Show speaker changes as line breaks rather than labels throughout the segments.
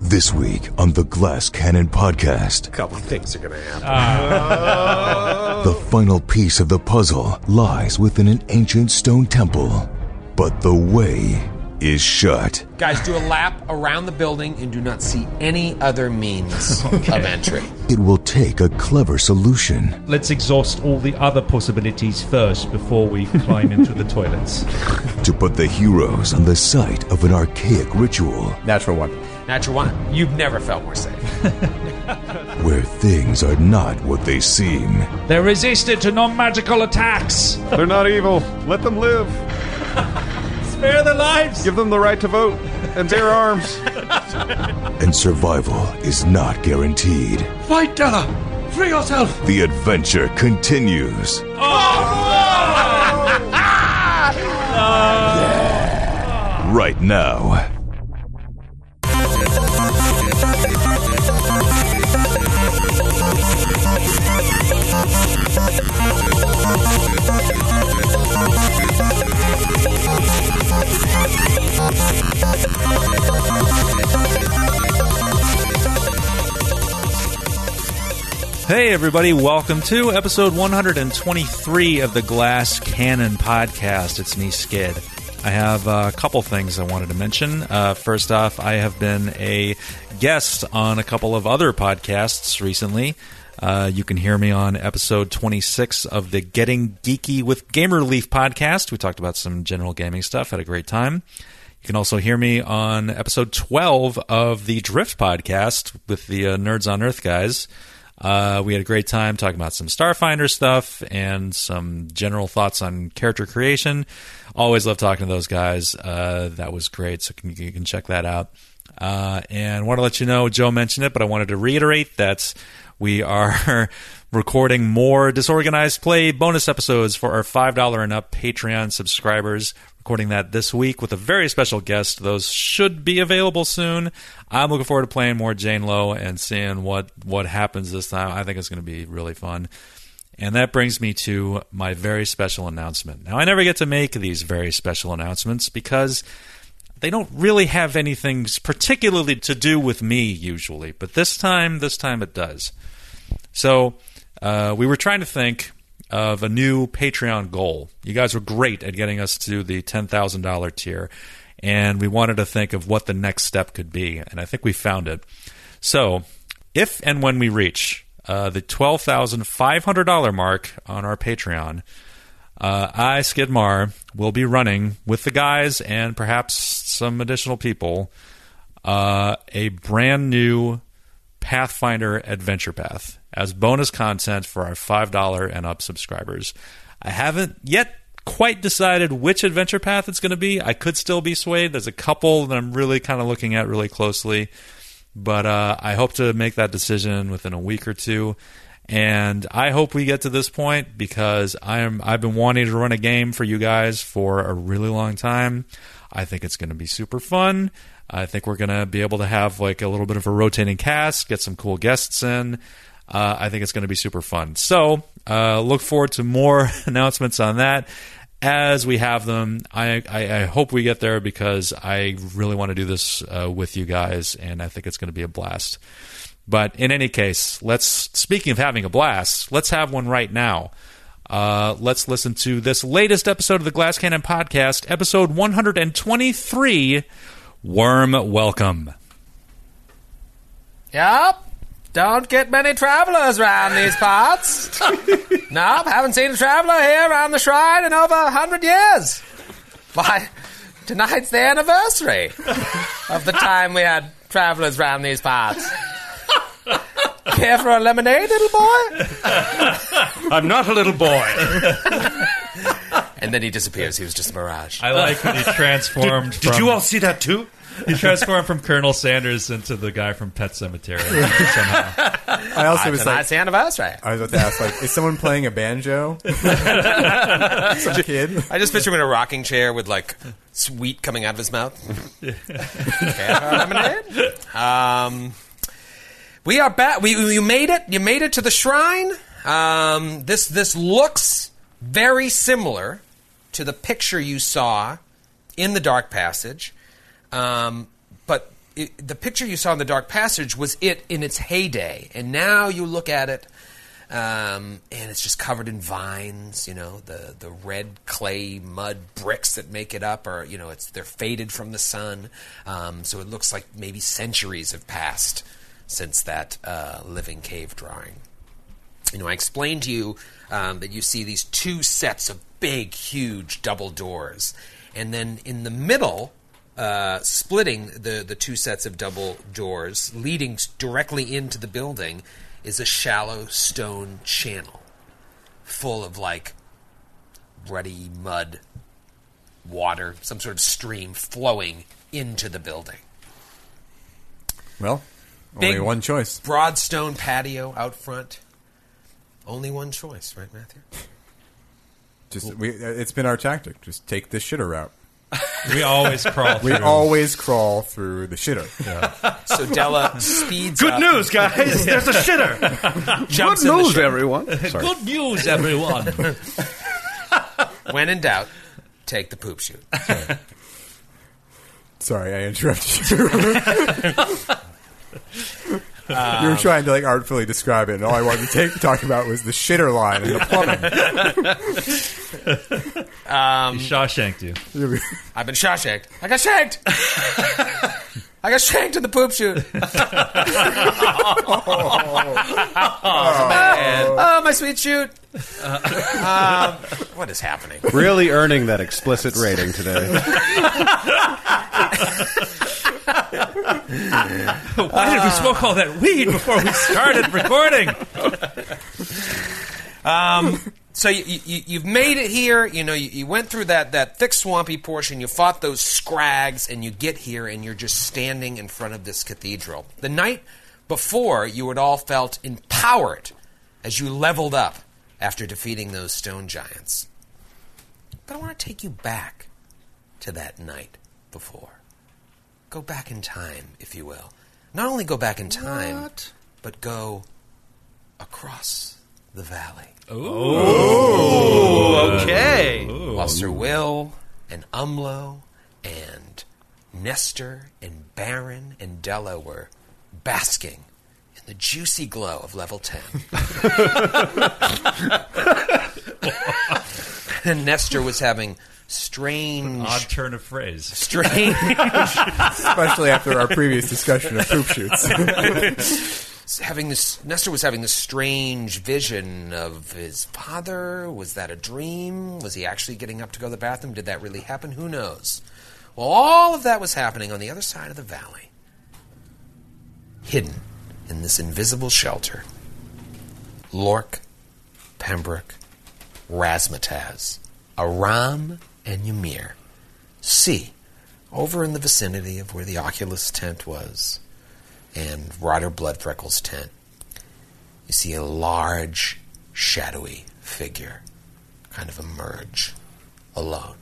This week on the Glass Cannon podcast,
couple of things are going to happen.
the final piece of the puzzle lies within an ancient stone temple, but the way is shut.
Guys, do a lap around the building and do not see any other means of entry.
It will take a clever solution.
Let's exhaust all the other possibilities first before we climb into the toilets.
to put the heroes on the site of an archaic ritual
Natural one.
Natural one, you've never felt more safe.
where things are not what they seem.
They're resistant to non magical attacks.
They're not evil. Let them live.
Spare their lives.
Give them the right to vote and bear arms.
And survival is not guaranteed. Fight,
uh.
Della! Free yourself! The adventure continues. Yeah. Right now.
Hey, everybody, welcome to episode 123 of the Glass Cannon podcast. It's me, Skid. I have uh, a couple things I wanted to mention. Uh, first off, I have been a guest on a couple of other podcasts recently. Uh, you can hear me on episode 26 of the Getting Geeky with Gamer Relief podcast. We talked about some general gaming stuff, had a great time. You can also hear me on episode 12 of the Drift podcast with the uh, Nerds on Earth guys. Uh, we had a great time talking about some Starfinder stuff and some general thoughts on character creation. Always love talking to those guys. Uh, that was great. So can, you can check that out. Uh, and want to let you know, Joe mentioned it, but I wanted to reiterate that we are recording more disorganized play bonus episodes for our $5 and up Patreon subscribers. Recording that this week with a very special guest. Those should be available soon. I'm looking forward to playing more Jane Lowe and seeing what what happens this time. I think it's going to be really fun. And that brings me to my very special announcement. Now, I never get to make these very special announcements because they don't really have anything particularly to do with me usually, but this time, this time it does. So uh, we were trying to think of a new Patreon goal. You guys were great at getting us to the ten thousand dollar tier, and we wanted to think of what the next step could be, and I think we found it. So if and when we reach uh, the twelve thousand five hundred dollar mark on our Patreon, uh, I, Skidmar, will be running with the guys and perhaps some additional people uh, a brand new Pathfinder adventure path as bonus content for our $5 and up subscribers. I haven't yet quite decided which adventure path it's going to be. I could still be swayed. There's a couple that I'm really kind of looking at really closely but uh, I hope to make that decision within a week or two. And I hope we get to this point because I am I've been wanting to run a game for you guys for a really long time. I think it's going to be super fun. I think we're going to be able to have like a little bit of a rotating cast, get some cool guests in. Uh, I think it's going to be super fun. So uh, look forward to more announcements on that as we have them. I, I, I hope we get there because I really want to do this uh, with you guys, and I think it's going to be a blast. But in any case, let's speaking of having a blast, let's have one right now. Uh, let's listen to this latest episode of the Glass Cannon podcast, episode 123, Worm Welcome.
Yep. Don't get many travelers around these parts. nope, haven't seen a traveler here around the shrine in over a hundred years. Why, tonight's the anniversary of the time we had travelers round these parts. Care for a lemonade, little boy?
I'm not a little boy.
And then he disappears. He was just a mirage.
I like when he transformed.
Did
from,
you all see that too?
He transformed from Colonel Sanders into the guy from Pet Cemetery somehow.
I also was like,
Tonight's the anniversary.
I was about to ask, like, is someone playing a banjo? Some kid.
I just picture him in a rocking chair with like sweet coming out of his mouth. Care for a lemonade? Um, we are back. We, we- you made it. You made it to the shrine. Um, this this looks very similar to the picture you saw in the dark passage, um, but it, the picture you saw in the dark passage was it in its heyday, and now you look at it, um, and it's just covered in vines. You know, the the red clay mud bricks that make it up, are you know, it's they're faded from the sun, um, so it looks like maybe centuries have passed since that uh, living cave drawing you know, I explained to you um, that you see these two sets of big, huge double doors, and then in the middle, uh, splitting the the two sets of double doors, leading s- directly into the building, is a shallow stone channel, full of like ruddy mud, water, some sort of stream flowing into the building.
Well, only
Big-
one choice.
Broad stone patio out front. Only one choice, right, Matthew?
Just we, it's been our tactic. Just take the shitter route.
We always crawl
We
through.
always crawl through the shitter.
So Della speeds
Good
up.
news, guys. There's a shitter.
jumps in the
News,
ship.
everyone. Sorry.
Good news, everyone.
When in doubt, take the poop chute.
Sorry, I interrupted you. you
Um,
were trying to like artfully describe it, and all I wanted to take, talk about was the shitter line and the plumbing.
Shawshanked you.
um, I've been shawshanked. I got shanked. I got shanked in the poop chute. oh, man. Oh, my sweet chute.
Uh.
um, what is happening?
Really earning that explicit rating today.
Why did we smoke all that weed before we started recording?
Um, So you, you- you, you've made it here. You know, you, you went through that, that thick, swampy portion. You fought those scrags, and you get here, and you're just standing in front of this cathedral. The night before, you had all felt empowered as you leveled up after defeating those stone giants. But I want to take you back to that night before. Go back in time, if you will. Not only go back in time, but go across the valley.
Okay.
while Sir Will and Umlo and Nestor and Baron and Della were basking in the juicy glow of level 10. and Nestor was having strange,
Odd turn of phrase.
strange,
Especially after our previous discussion of poop shoots.
having this, Nestor was having this strange vision of his father. Was that a dream? Was he actually getting up to go to the bathroom? Did that really happen? Who knows? Well, all of that was happening on the other side of the valley, hidden in this invisible shelter. Lork, Pembroke, Razmataz, Aram, and Ymir. See, over in the vicinity of where the Oculus tent was, and Ryder Bloodfreckle's tent, you see a large, shadowy figure kind of emerge, alone,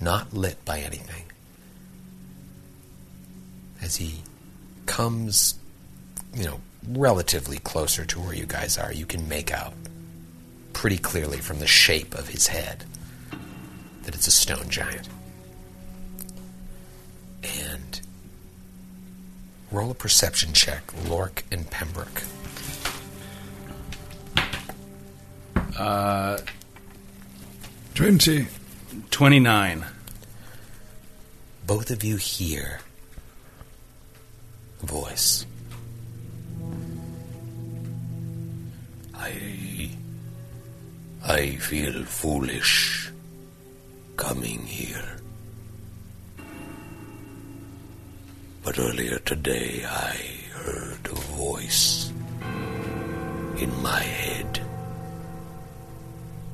not lit by anything. As he comes, you know, relatively closer to where you guys are, you can make out pretty clearly from the shape of his head that it's a stone giant. And Roll a perception check, Lork and Pembroke.
Uh,
Twenty.
29.
Both of you hear a voice. I. I feel foolish coming here. But earlier today I heard a voice in my head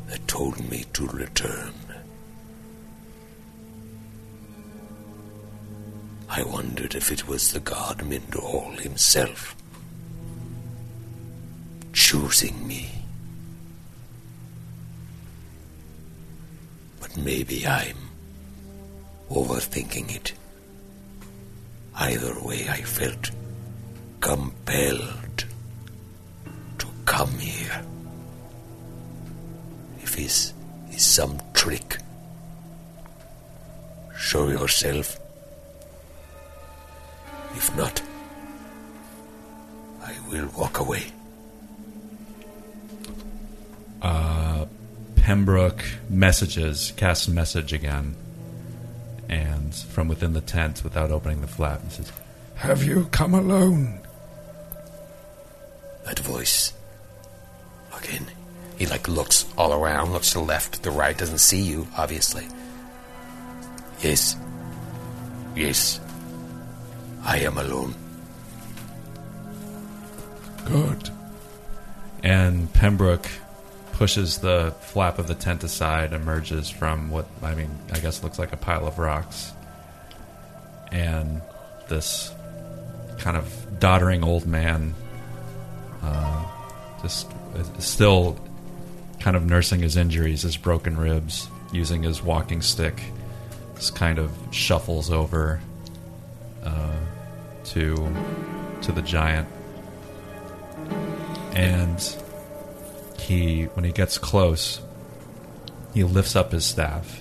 that told me to return. I wondered if it was the god Mindorl himself choosing me. But maybe I'm overthinking it. Either way, I felt compelled to come here. If this is some trick, show yourself. If
If not, I will walk away.
Uh, Pembroke messages, casts a message again, and from within the tent without opening the flap, and says, Have you come alone?
That voice. Again. He like looks all around, looks to the left, to the right, doesn't see you, obviously. Yes. Yes. I am alone.
Good. And Pembroke pushes the flap of the tent aside, emerges from what I mean, I guess looks like a pile of rocks. And this kind of doddering old man, uh, just is still kind of nursing his injuries, his broken ribs, using his walking stick, just kind of shuffles over uh, to to the giant and he when he gets close he lifts up his staff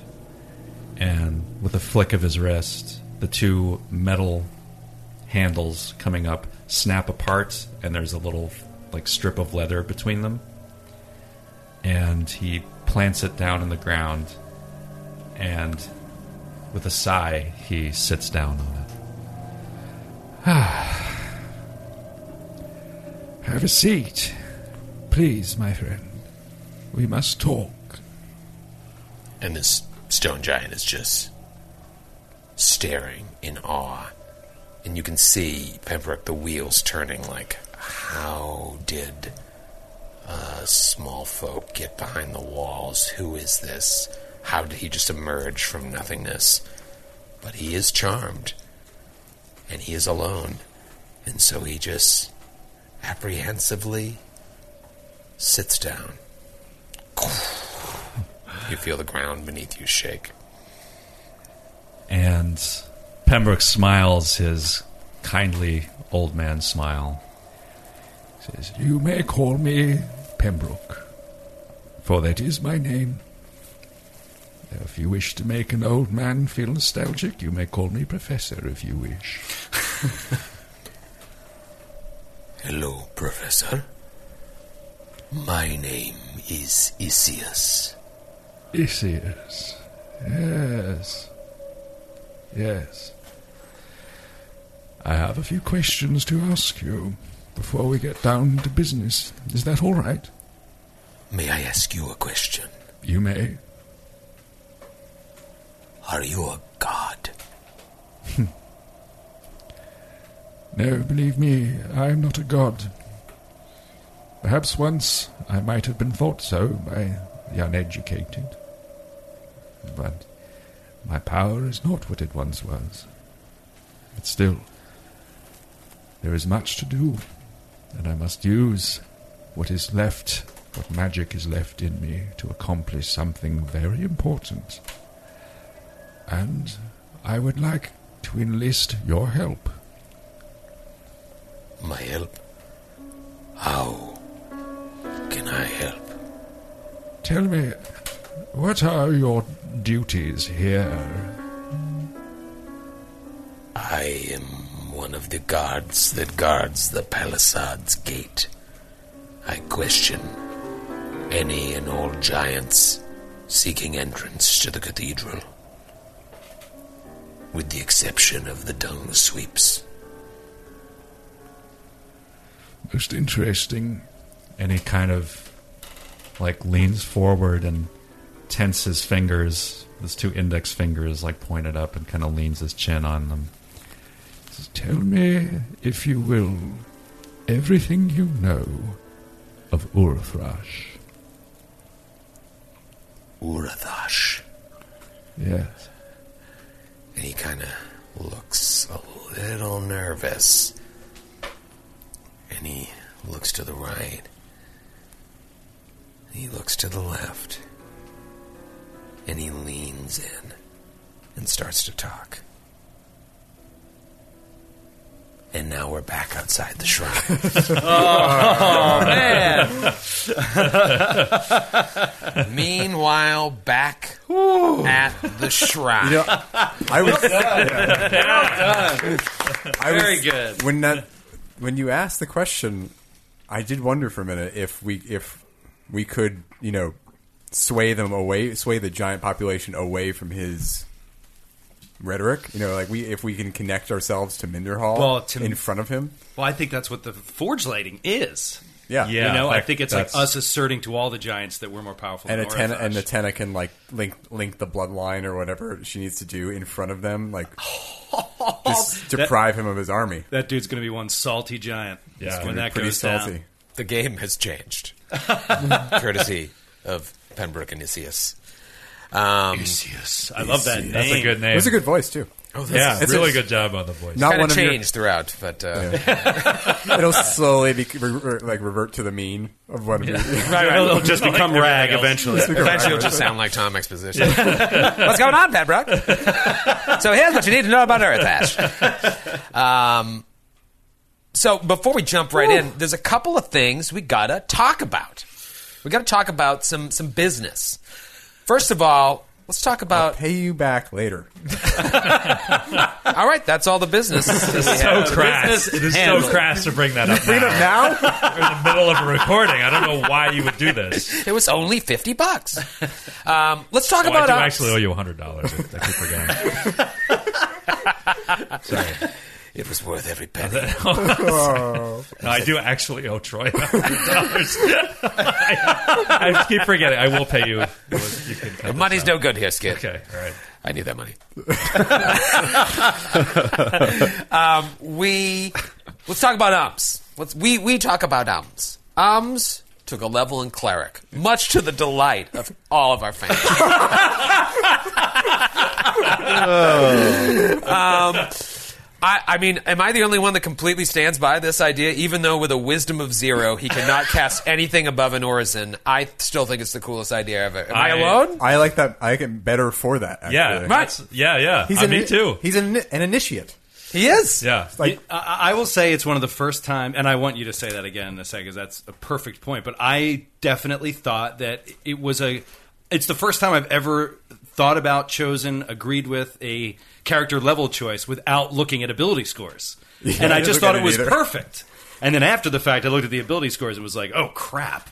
and with a flick of his wrist the two metal handles coming up snap apart and there's a little like strip of leather between them and he plants it down in the ground and with a sigh he sits down on it Ah. Have a seat. Please, my friend. We must talk.
And this stone giant is just staring in awe. And you can see Pembroke, the wheels turning like, how did uh, small folk get behind the walls? Who is this? How did he just emerge from nothingness? But he is charmed. And he is alone. And so he just apprehensively sits down. You feel the ground beneath you shake.
And Pembroke smiles his kindly old man smile. Says, You may call me Pembroke, for that is my name. If you wish to make an old man feel nostalgic, you may call me Professor if you wish.
Hello, Professor. My name is Isius.
Isius. Yes. Yes. I have a few questions to ask you before we get down to business. Is that all right?
May I ask you a question?
You may.
Are you a god?
No, believe me, I am not a god. Perhaps once I might have been thought so by the uneducated. But my power is not what it once was. But still, there is much to do, and I must use what is left, what magic is left in me, to accomplish something very important. And I would like to enlist your help.
My help? How can I help?
Tell me, what are your duties here?
I am one of the guards that guards the palisade's gate. I question any and all giants seeking entrance to the cathedral, with the exception of the dung sweeps.
Most interesting. And he kind of like leans forward and tense his fingers, his two index fingers like pointed up and kind of leans his chin on them. Tell me, if you will, everything you know of Urthrash.
Urathash.
Yes.
And he kind of looks a little nervous. And he looks to the right. He looks to the left. And he leans in and starts to talk. And now we're back outside the shrine.
Oh,
Oh,
Meanwhile, back
at the shrine.
You know, I was I was-
Very good.
When that when you asked the question, I did wonder for a minute if we if we could you know sway them away, sway the giant population away from his rhetoric. You know, like we if we can connect ourselves to Minderhall
Well, to-
in front of him.
Well, I think that's what the forge lighting is.
Yeah,
Yeah,
you know, I
like,
think it's like
that's-
us asserting to all the giants that we're more powerful
and
than
Atena and
Orthosh.
Atena can like link link the bloodline or whatever she needs to do in front of them, like just deprive him of his army.
that dude's going to be one salty giant.
Yeah.
when
He's
that
Pretty
goes
salty.
down.
The game has changed, courtesy of Pembroke and Isius. Um,
Yes, I love that. Name. Oh,
That's a good name.
It was a good voice too.
Oh,
yeah,
it's
really
a-
good job on the voice.
Not
kind
one
of
of your-
changed throughout, but uh,
It'll slowly be, re, re- like revert to the mean of what.
Right, right. It'll just become rag
eventually.
eventually it'll just sound like Tom Exposition.
What's going on, Pembroke? so here's what you need to know about Earth Ash. Um, so before we jump right in, there's a couple of things we gotta talk about. We gotta talk about some some business. First of all, let's talk about.
Pay you back later.
All right, that's all the business.
so crass. It is so
handled.
crass to bring that up. Bring
But now,
We're in the middle of a recording. I don't know why you would do this.
It was only fifty bucks. Um, let's talk
Oh, I
about
do
our-
actually owe you hundred dollars. I keep forgetting.
It was worth every penny.
No, I do actually owe Troy hundred dollars. I, I keep forgetting. I will pay you. you can cut
Money's
this out.
no good here, Skid.
Okay, all right.
I need that money.
Um, we let's talk about ums. Let's we we talk about ums. Ums took a level in cleric, much to the delight of all of our fans. um, I, I mean, am I the only one that completely stands by this idea? Even though with a wisdom of zero, he cannot cast anything above an orison, I still think it's the coolest idea ever. Am I,
I-
alone?
I like that. I like him better for that. Actually.
Yeah, that's- Yeah, yeah.
He's
Uh,
an,
me too.
He's an, an initiate.
He is.
yeah.
Like
I I will say it's one of the first time, and I want you to say that again in a second because that's a perfect point. But I definitely thought that it was a. It's the first time I've ever thought about, chosen, agreed with a character level choice without looking at ability scores, and
I
I
didn't
just
look
thought
at
it
it
was
either.
perfect. And then after the fact, I looked at the ability scores and was like, "Oh crap!"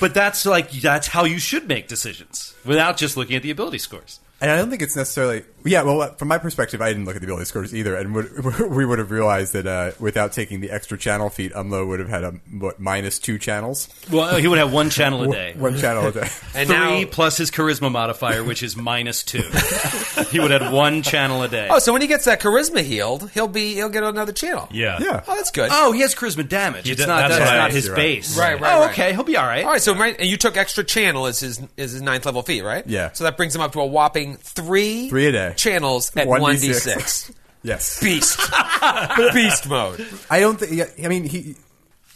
but that's like that's how you should make decisions without just looking at the ability scores.
And I don't think it's necessarily. Yeah, well, from my perspective, I didn't look at the ability scores either, and would, we would have realized that uh, without taking the extra channel feed, Umlo would have had a what, minus two channels,
Well, he would have one channel a day.
one channel a day.
And
Three
now,
plus his charisma modifier, which is minus two. he would have one channel a day.
oh, so when he gets that charisma healed, he'll be he'll get another channel.
Yeah.
yeah,
Oh, that's good.
Oh, he has charisma damage. It's
did-
not
that's
that's,
right.
not his
You're right.
base.
Right, right,
Oh,
right.
okay. He'll be all right.
All right, so right, and you took extra channel as his is his ninth level feat, right?
Yeah.
So that brings him up to a whopping three
Three a day.
channels at
One
one d
D6.
six.
yes.
Beast, beast mode.
I don't think. yeah, I mean, he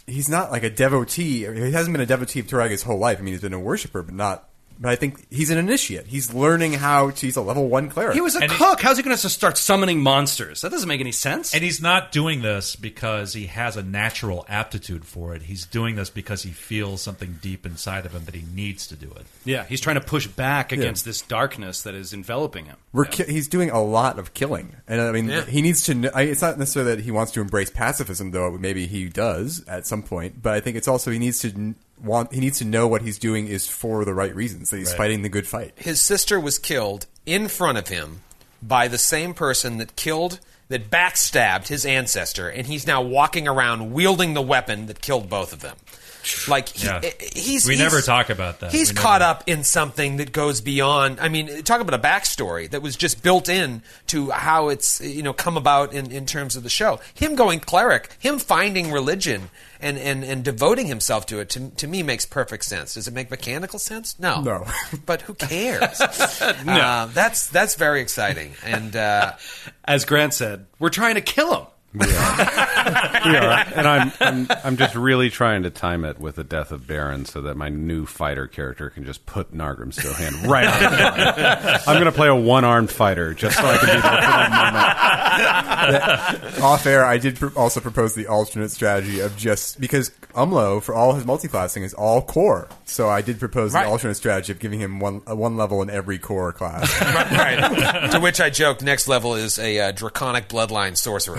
he's not like a devotee. I mean, he hasn't been a devotee of Turag his whole life. I mean, he's been a worshiper, but not. But I think he's an initiate. He's learning how to. He's a level one cleric.
He was a
And he-
cook. How's he going to start summoning monsters? That doesn't make any sense.
And he's not doing this because he has a natural aptitude for it. He's doing this because he feels something deep inside of him that he needs to do it.
yeah, he's trying to push back against this darkness that is enveloping him.
We're ki- he's doing a lot of killing, and I mean, he needs to. Know, I, it's not necessarily that he wants to embrace pacifism, though. Maybe he does at some point, but I think it's also he needs to n- want. He needs to know what he's doing is for the right reasons. That he's fighting the good fight.
His sister was killed in front of him by the same person that killed that backstabbed his ancestor, and he's now walking around wielding the weapon that killed both of them. Like he, eh,
Yeah.
he's
We
he's-
never talk about that.
He's
We
caught
never-
up in something that goes beyond. I mean, talk about a backstory that was just built in to how it's you know come about in, in terms of the show. Him going cleric, him finding religion and, and, and devoting himself to it to, to me makes perfect sense. Does it make mechanical sense? No,
No.
but who cares? no, that's that's very exciting. And uh,
As Grant said, we're trying to kill him.
We are, and I'm, I'm I'm just really trying to time it with the death of Baron so that my new fighter character can just put Nargrim Stohan right on the line. I'm going to play a one armed fighter just so I can be there.
Off air, I did pr- also propose the alternate strategy of just because Umlo for all his multiclassing is all core. So I did propose
Right.
the alternate strategy of giving him one uh, one level in every core class.
right. to which I joke, next level is a uh, draconic bloodline sorcerer.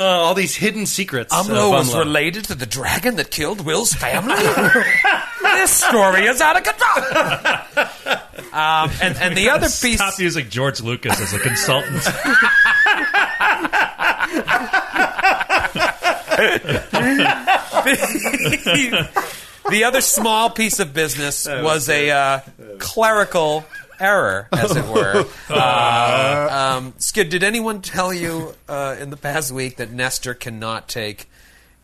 Uh, all these hidden secrets.
Umlo
of
was
Umlo.
related to the dragon that killed Will's family. this story is out of control. um, and, and the other piece,
Stop using George Lucas as a consultant.
the other small piece of business was a uh, clerical error, as it were. Uh, um, Skid, did anyone tell you uh, in the past week that Nestor cannot take?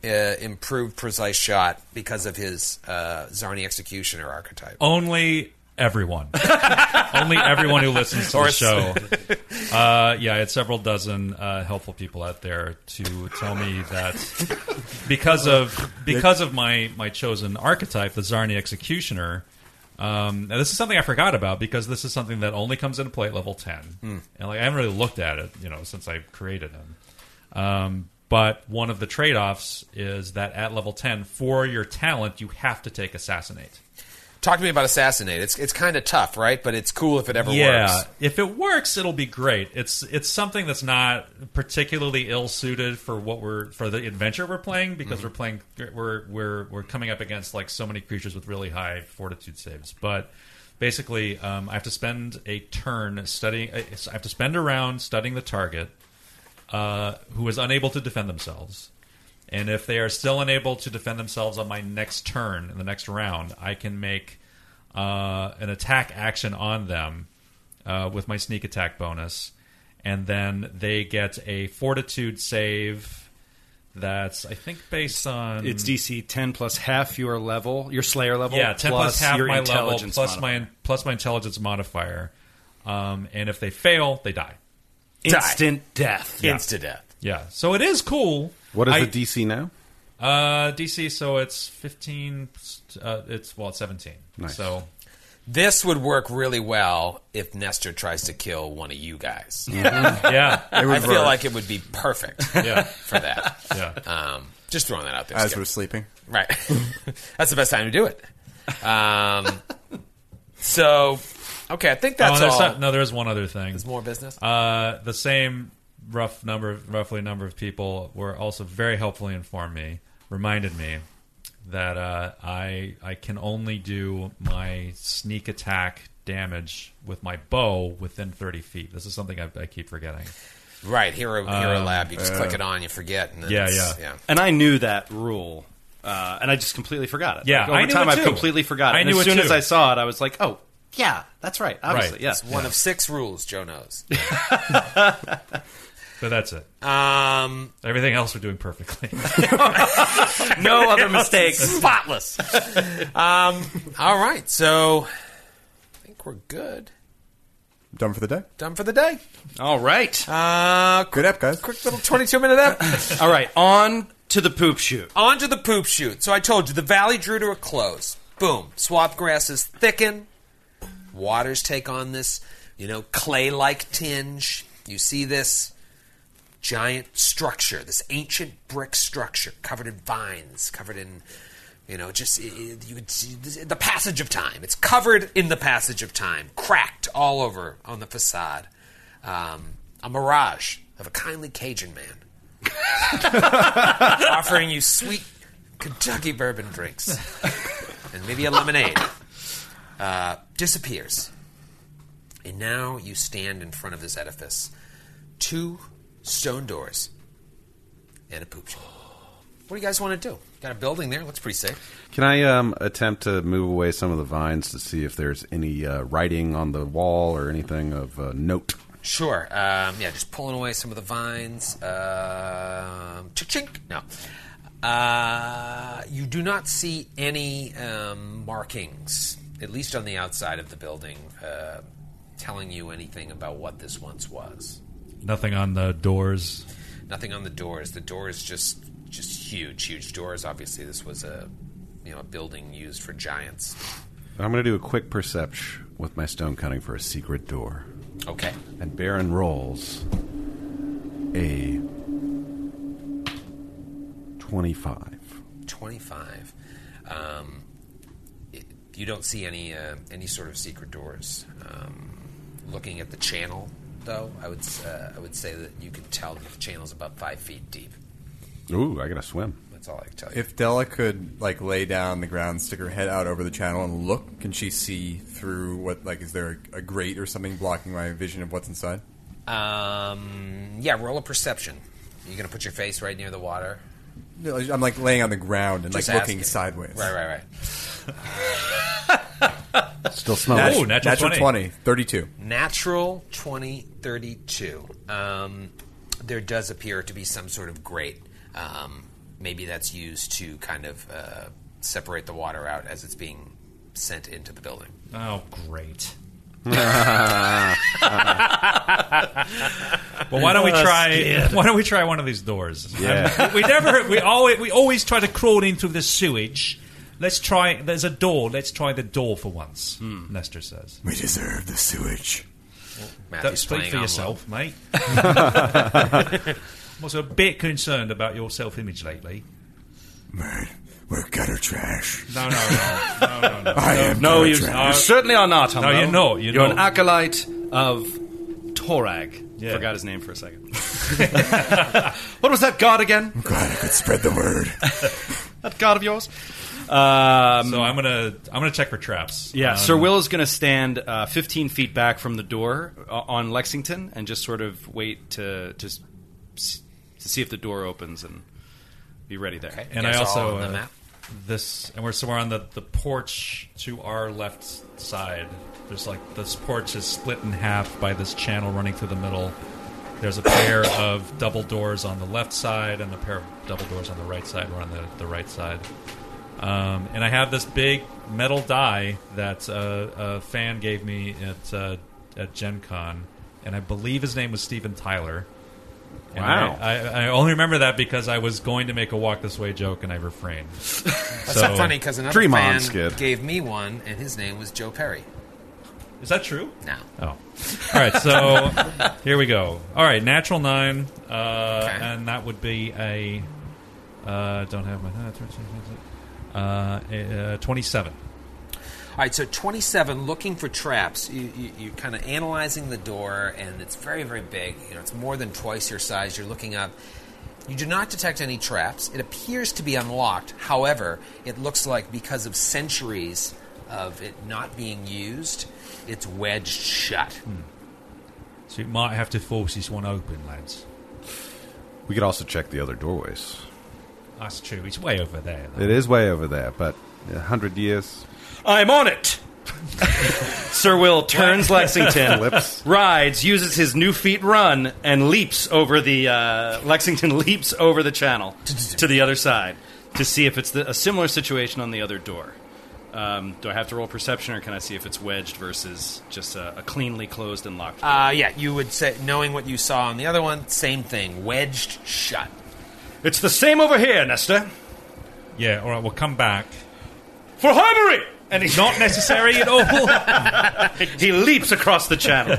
Uh, improved precise shot because of his uh, Zarni executioner archetype.
Only everyone. Only everyone who listens to the show. Uh, yeah, I had several dozen uh, helpful people out there to tell me that because of because of my my chosen archetype, the Zarni Executioner. Um, now this is something I forgot about because this is something that only comes into play at level ten, and like I haven't really looked at it, you know, since I created him. Um, but one of the trade offs is that at level ten, for your talent, you have to take assassinate.
Talk to me about assassinate. It's it's kind of tough, right? But it's cool if it ever
yeah,
works.
if it works, it'll be great. It's it's something that's not particularly ill suited for what we're for the adventure we're playing because we're playing we're we're we're coming up against like so many creatures with really high fortitude saves. But basically, um, I have to spend a turn studying. I I have to spend a round studying the target uh, who is unable to defend themselves. And if they are still unable to defend themselves on my next turn in the next round, I can make uh, an attack action on them uh, with my sneak attack bonus, and then they get a fortitude save. That's I think based on
It's DC 10 plus half your level, your Slayer level.
yeah, ten plus, half
your
my level
intelligence
plus
modifier.
my plus my intelligence modifier, um, and if they fail, they die.
instant death.
Insta death.
Yeah, so it is cool.
What is
I-
the DC now?
Uh, DC, so it's 15. Uh, it's well, it's 17.
Nice.
So
This would work really well if Nestor tries to kill one of you guys.
yeah,
I feel like it would be perfect
yeah,
for that.
yeah.
Um, just throwing that out there.
As
Skip.
we're sleeping,
Right. that's the best time to do it. Um, so, okay, I think
Oh,
that's
there's
all.
not- no, there's one other thing.
More business.
Uh, the same rough number, roughly number of people were also very helpfully informed me, reminded me that uh, I I can only do my sneak attack damage with my bow within 30 feet. This is something I, I keep forgetting. Um,
right, Hero, Hero Lab. You just click it on, you forget. And then
yeah,
it's-
yeah.
And I knew that rule, uh, and I just completely forgot it.
Yeah,
Like, over
I knew
time
it
I've
too.
completely forgot it.
I
And
knew
as
it
soon
too.
as I saw it, I was like, oh, yeah, that's right. Obviously,
Right.
yes.
It's one of six rules Joe knows.
But that's it.
Um,
Everything else we're doing perfectly.
no other mistakes.
spotless. um, all right, so I think we're good.
done for the day.
Done for the day.
All right.
Uh, quick,
Good app, guys.
quick little twenty-two minute up.
All right. On to the poop shoot.
On to the poop shoot. So I told you the valley drew to a close. Boom. Swamp grasses thicken. Waters take on this, you know, clay-like tinge. You see this giant structure, this ancient brick structure covered in vines, covered in, you know, just i- i- you could see this, the passage of time. It's covered in the passage of time, cracked all over on the facade. Um, a mirage of a kindly Cajun man offering you sweet Kentucky bourbon drinks and maybe a lemonade, uh, disappears. And now you stand in front of this edifice. Two stone doors and a poop chute. What do you guys want to do? Got a building there. Looks pretty safe.
Can I um, attempt to move away some of the vines to see if there's any uh, writing on the wall or anything of uh, note?
Sure. Um, yeah, just pulling away some of the vines. Um, chink chink. No. Uh, you do not see any um, markings, at least on the outside of the building, uh, telling you anything about what this once was.
Nothing on the doors.
Nothing on the doors. The door is just just huge, huge doors. Obviously, this was a you know a building used for giants.
I'm going to do a quick perception with my stone cutting for a secret door.
Okay,
And Baron rolls a 25.
twenty five. Um, it- you don't see any uh, any sort of secret doors. Um, looking at the channel, though, I would s- uh, I would say that you can tell that the channel's about five feet deep.
Ooh, I got to swim.
That's all I can tell you.
If Della could like lay down on the ground, stick her head out over the channel, and look, can she see through what? Like, is there a, a grate or something blocking my vision of what's inside?
Um, yeah, roll a perception. You're gonna put your face right near the water.
No, I'm like laying on the ground and
Just
like looking
asking.
sideways.
Right, right, right.
Still smells.
Nat-
Ooh, natural 20.
32.
Natural 2032. Um, there does appear to be some sort of grate. Um, maybe that's used to kind of uh, separate the water out as it's being sent into the building.
Oh, great. well, why don't
Oh,
we try? Why don't we try one of these doors?
Yeah.
we never. We always we always try to crawl into the sewage. Let's try. There's a door. Let's try the door for once.
Hmm.
Nestor says.
We deserve the sewage.
Matthew's
Don't speak
playing
for
on
yourself, mate. I'm also a bit concerned about your self-image lately.
Man, we're gutter trash.
No, no, no, no, no, no.
I am
No, you, you certainly are not. Humbo.
you're not, you're
You're, an
not.
acolyte of Torag.
Yeah.
Forgot his name for a second. what was that god again?
glad I could spread the word.
That god of yours? Um,
So I'm gonna I'm gonna check for traps.
yeah,
Um,
Sir Will is going to stand uh, 15 feet back from the door uh, on Lexington and just sort of wait to to, s- to see if the door opens and be ready there.
Okay.
and
You
I
guys are all
also
on the
uh,
map?
this, and we're so we're on the the porch to our left side. There's like this porch is split in half by this channel running through the middle. There's a pair of double doors on the left side and a pair of double doors on the right side. We're on the, the right side. Um, and I have this big metal die that uh, a fan gave me at, uh, at Gen Con. And I believe his name was Steven Tyler. And
Wow.
I, I, I only remember that because I was going to make a walk this way joke and I refrained.
That's
so,
not funny because another
Dream on,
fan
Skid.
gave me one, and his name was Joe Perry.
Is that true?
Now,
Oh. All right, so here we go. All right, natural nine, uh,
Okay.
and that would be a. Uh, don't have my. Uh, a- uh, 27.
All right, so 27, looking for traps. You, you, you're kind of analyzing the door, and it's very, very big. You know, it's more than twice your size. You're looking up. You do not detect any traps. It appears to be unlocked. However, it looks like because of centuries of it not being used, it's wedged shut.
So you might have to force this one open, lads.
We could also check the other doorways.
That's true. It's way over there. though.
It is way over there, but a hundred years.
I'm on it. Sir Will turns Lexington,
Flips.
rides, uses his new feet run, and leaps over the uh, Lexington leaps over the channel to the other side to see if it's the, a similar situation on the other door. Um, do I have to roll perception, or can I see if it's wedged versus just a, a cleanly closed and locked? door?
Uh, yeah, you would say, knowing what you saw on the other one, same thing, wedged shut.
it's the same over here, Nesta.
Yeah, all right, we'll come back.
For harbory, and he,
Not necessary at all.
he leaps across the channel.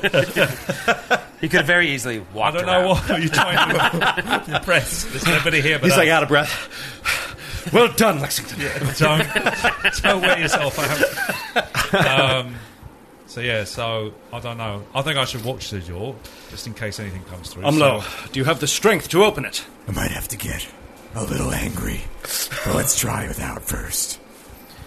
You could have very easily
I
walked
don't
around.
know what are you trying to impress. There's nobody here but
He's
us.
like out of breath. Well done, Lexington.
don't don't wear yourself out. Um, so yeah, so I don't know. I think I should watch the door just in case anything comes through.
I'm
So-
low. Do you have the strength to open it?
I might have to get a little angry, but let's try without first.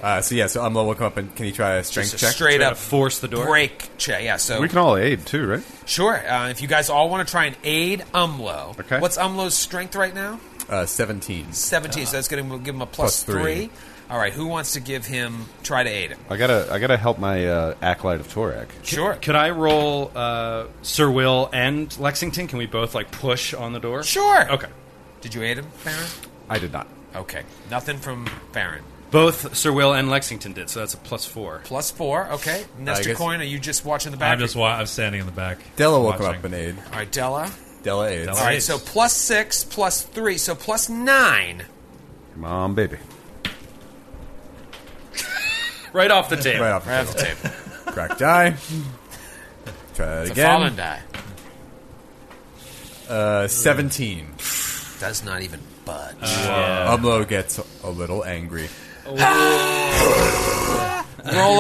Uh, so yeah, so Umlo will come up and can he try a strength
Just a
check?
straight up
force the door.
break check. Yeah, so
We can all aid too, right?
Sure. Uh, if you guys all want to try and aid Umlo,
Okay.
what's Umlo's strength right now?
Uh, Seventeen.
17, so that's going to give him a plus,
Uh, Plus three.
three. All right, who wants to give him, try to aid him?
I gotta, I gotta help my uh, acolyte of Torak.
Sure.
Could I roll uh, Sir Will and Lexington? Can we both like push on the door?
Sure.
Okay.
Did you aid him, Farron?
I did not.
Okay. Nothing from Farron.
Both Sir Will and Lexington did, so that's a plus four.
Plus four. Okay. Nestor
guess-
Coin, are you just watching the back?
I'm just wa- I'm standing in the back.
Della will come
watching.
up and aid.
All right, Della.
Della Aids.
Della
All right,
Nice.
so plus six, plus three, so plus nine.
Come on, baby.
Right off the table.
Right off the
right off the table.
table. Crack die. Try that
The fallen
again.
die
Uh, Seventeen. Uh,
does not even budge.
Umlo gets a little angry.
Roll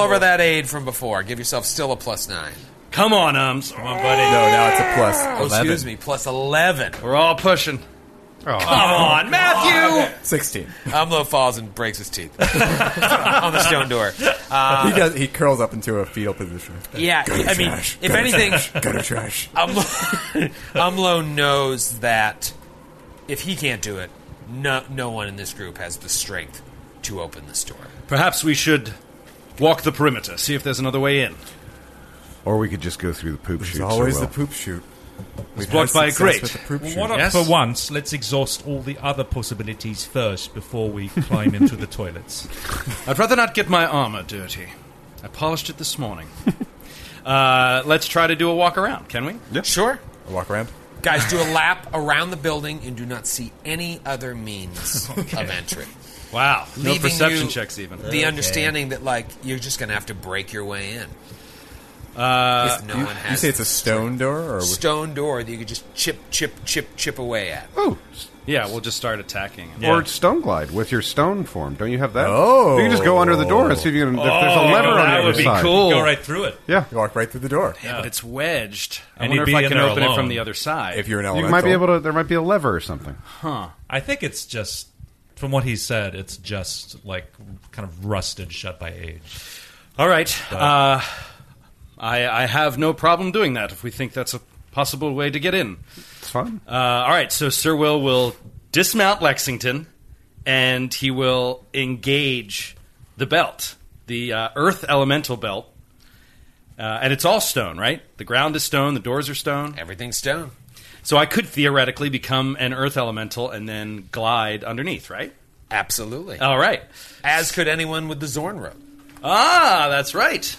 over that aid from before. Give yourself still a plus nine.
Come on, Ums. Come on, buddy.
No, now it's a plus.
Oh,
11.
excuse me, Oh. plus eleven.
We're all pushing.
Come on, Matthew.
Sixteen.
Umlo falls and breaks his teeth on the stone door.
he does. He curls up into a fetal position.
Uh, Yeah,
Go to
I mean,
trash.
if
Go to
anything,
trash. go to trash.
Umlo, Umlo knows that if he can't do it, no, no one in this group has the strength to open this door.
Perhaps we should walk the perimeter, see if there's another way in.
Or we could just go through the poop
There's
chutes,
always
or
the
well.
poop shoot. We've
blocked
had
by a
success
grate.
With the poop shoot.
What up
Yes?
for once? Let's exhaust all the other possibilities first before we climb into the toilets.
I'd rather not get my armor dirty. I polished it this morning. uh, let's try to do a walk around, can we?
Sure.
I walk around.
Guys, do a lap around the building and do not see any other means of entry.
Wow. No
Leaving
perception
you
checks, even.
The understanding that, like, you're just going to have to break your way in.
Uh,
if no
you,
one
you
has
say it's a stone door, or
a stone door that you could just chip, chip, chip, chip away at.
Oh,
yeah, we'll just start attacking.
or stone glide with your stone form. Don't you have that?
Oh.
you can just go under the door and see if you can. If there's a lever
Oh,
on the
that
other
would be
side.
cool.
Go right through it.
Yeah,
you walk right through the door.
Yeah, but it's wedged. I
And
wonder
you'd be
if I
in
can
there
open it
alone.
from the other side.
If you're an
you
elemental,
might be able to. There might be a lever or something.
I think it's just, from what he said, it's just like kind of rusted shut by age.
All right. Uh, I, I have no problem doing that if we think that's a possible way to get in.
It's fun.
Uh, all right, so Sir Will will dismount Lexington, and he will engage the belt, the uh, Earth Elemental belt, uh, and it's all stone, right? The ground is stone, the doors are stone.
Everything's stone.
So I could theoretically become an Earth Elemental and then glide underneath, right?
Absolutely.
All right.
As could anyone with the Zorn rope.
Ah, that's right.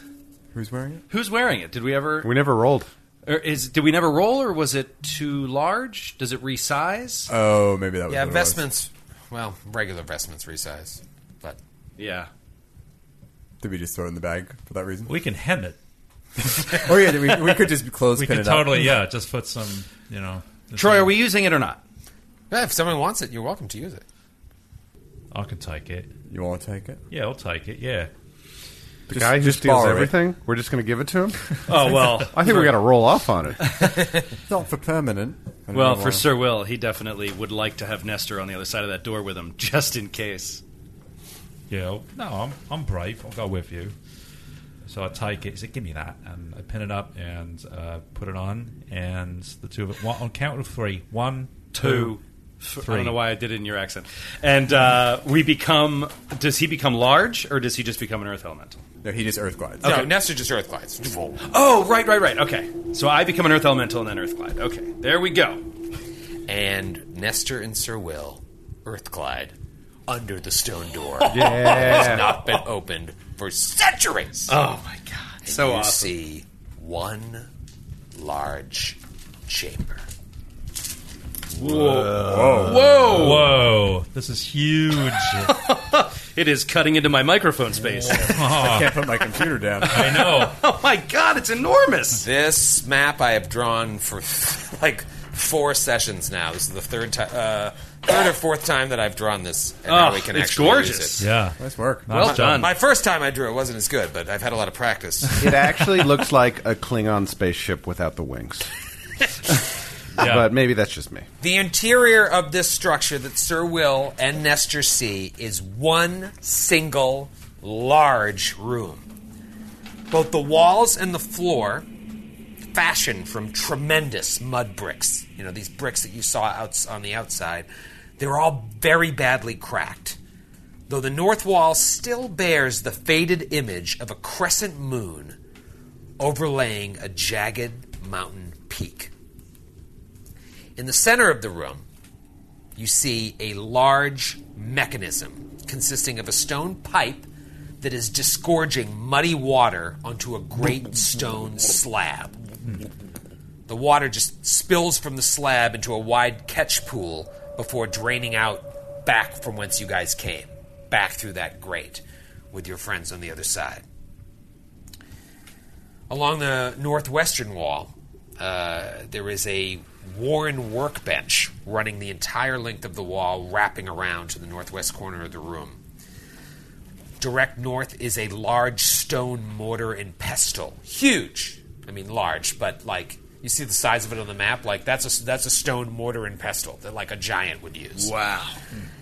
Who's wearing it?
Who's wearing it? Did we ever?
We never rolled.
Or is did we never roll, or was it too large? Does it resize?
Oh, maybe that was what it
Yeah,
was.
vestments. Well, regular vestments resize. But
yeah.
Did we just throw it in the bag for that reason?
We can hem it.
oh yeah, we, we could just close
We
pin
can
it up.
totally, yeah, just put some, you know.
Troy, are we using it or not?
yeah, if someone wants it, you're welcome to use it.
I can take it.
You want to take it?
Yeah, I'll take it. Yeah.
The guy who
just
steals
borrow it.
everything, we're just going to give it to him.
Oh well.
I think we got to roll off on it.
Not for permanent. I don't
Well,
know
for
why.
Sir Will, he definitely would like to have Nestor on the other side of that door with him, just in case.
Yeah. I'll- No, I'm, I'm brave. I'll go with you. So I take it. He said, give me that. And I pin it up and uh, put it on. And the two of it, one, on count of three. One,
Two. I
Three.
don't know why I did it in your accent. And uh, we become. Does he become large, or does he just become an earth elemental?
No, he just earth glides.
No, Nestor just earth glides.
Oh, right, right, right. Okay. So I become an earth elemental and then earth glide. Okay. There we go.
And Nestor and Sir Will earth glide under the stone door.
Yeah.
Not been opened for centuries.
Oh, my God. So
you
awesome.
see one large chamber.
Whoa. This is huge.
It is cutting into my microphone space.
I can't put my computer down.
I know.
oh, my God. It's enormous.
This map I have drawn for like four sessions now. This is the third time, uh, third or fourth time that I've drawn this. And now
Oh,
we can
it's
actually use
gorgeous.
it.
Yeah.
Nice work.
Well done.
My first time I drew it wasn't as good, but I've had a lot of practice.
It actually looks like a Klingon spaceship without the wings.
Yeah.
But maybe that's just me.
The interior of this structure that Sir Will and Nestor see is one single large room. Both the walls and the floor fashioned from tremendous mud bricks. You know, these bricks that you saw outs on the outside, they're all very badly cracked. Though the north wall still bears the faded image of a crescent moon overlaying a jagged mountain peak. In the center of the room, you see a large mechanism consisting of a stone pipe that is
Hmm.
disgorging muddy water onto a great stone slab. The water just spills from the slab into a wide catch pool before draining out back from whence you guys came, back through that grate with your friends on the other side. Along the northwestern wall, uh, there is a worn workbench running the entire length of the wall, wrapping around to the northwest corner of the room direct north is a large stone mortar and pestle. Huge. I mean, large, but like you see the size of it on the map. Like that's a that's a stone mortar and pestle that like a giant would use.
Wow.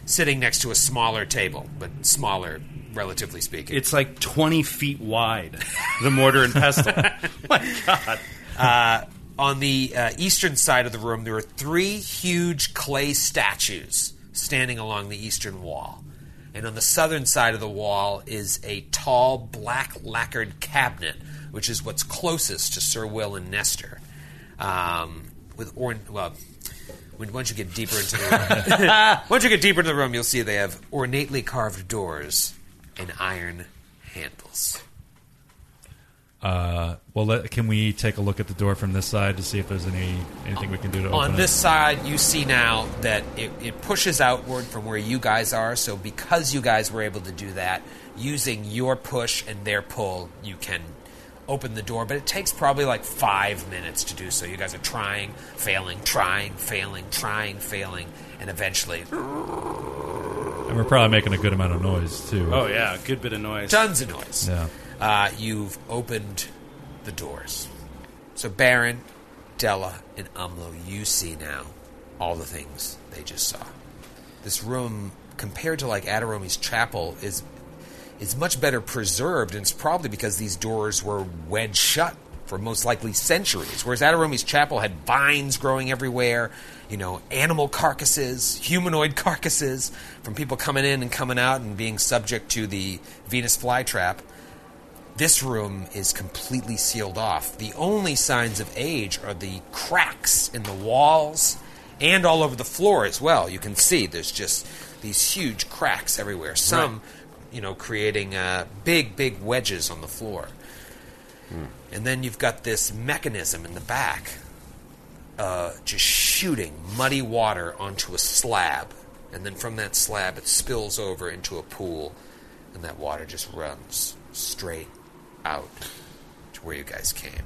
Sitting next to a smaller table, but smaller relatively speaking.
It's like 20 feet wide, the mortar and pestle.
on the uh, eastern side of the room, there are three huge clay statues standing along the eastern wall. And on the southern side of the wall is a tall, black lacquered cabinet, which is what's closest to Sir Will and Nestor. Um, with oran well, when, once you get deeper into the room, once you get deeper into the room, you'll see they have ornately carved doors and iron handles.
Uh, Well, let, can we take a look at the door from this side to see if there's any anything we can do to open
on this side you see now that it, it pushes outward from where you guys are so because you guys were able to do that using your push and their pull you can open the door but it takes probably like five minutes to do so you guys are trying failing trying failing trying failing and eventually
it? And we're probably making a good amount of noise too.
oh, yeah. Good bit of noise.
tons of noise
yeah.
uh, you've opened the doors. So Baron, Della, and Umlo, you see now all the things they just saw. This room, compared to like Adaromi's chapel, is is much better preserved, and it's probably because these doors were wedged shut for most likely centuries. Whereas Adaromi's chapel had vines growing everywhere, you know, animal carcasses, humanoid carcasses from people coming in and coming out and being subject to the Venus flytrap. This room is completely sealed off. The only signs of age are the cracks in the walls and all over the floor as well. You can see there's just these huge cracks everywhere. Some, you know, creating uh, big, big wedges on the floor. And then you've got this mechanism in the back uh, just shooting muddy water onto a slab. And then from that slab, it spills over into a pool, and that water just runs straight out to where you guys came.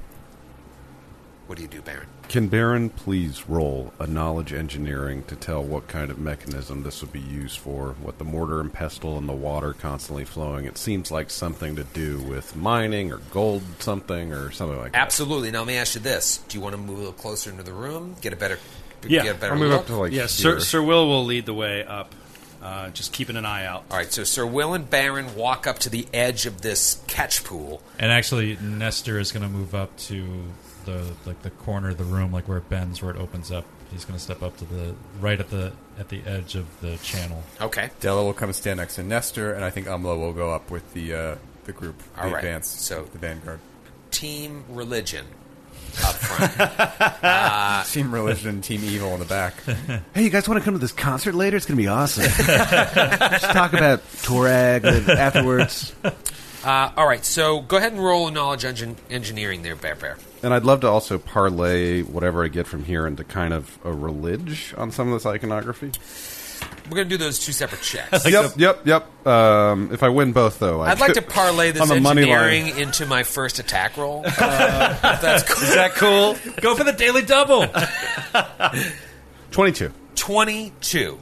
What do you do, Baron?
Can Baron please roll a knowledge engineering to tell what kind of mechanism this would be used for? What the mortar and pestle and the water constantly flowing? It seems like something to do with mining or gold something or something like that.
Absolutely. Now, let me ask you this: Do you want to move a little closer into the room, get a better,
Yeah,
get a better
I'll move
look?
up to like
Yeah,
here.
Sir, Sir Will will lead the way up. Uh, just keeping an eye out.
All right. So Sir Will and Baron walk up to the edge of this catch pool.
And actually, Nestor is going to move up to the like the corner of the room, like where it bends, where it opens up. He's going to step up to the right at the at the edge of the channel.
Okay.
Della will come stand next to Nestor, and I think Umlo will go up with the uh, the group, the
All right,
advance,
so-
the vanguard.
Team religion up front.
team religion, team evil in the back.
Hey, you guys want to come to this concert later? It's going to be awesome. Just talk about Torag afterwards.
Uh, all right, so go ahead and roll a knowledge engin- engineering there, Bear Bear.
And I'd love to also parlay whatever I get from here into kind of a religion on some of this iconography.
We're going to do those two separate checks.
yep, yep, yep. Um, if I win both, though, I
I'd like to
could-
parlay this
on the money
engineering
line.
into my first attack roll. Uh, if that's cool.
Is that cool?
Go for the daily double.
22.
22.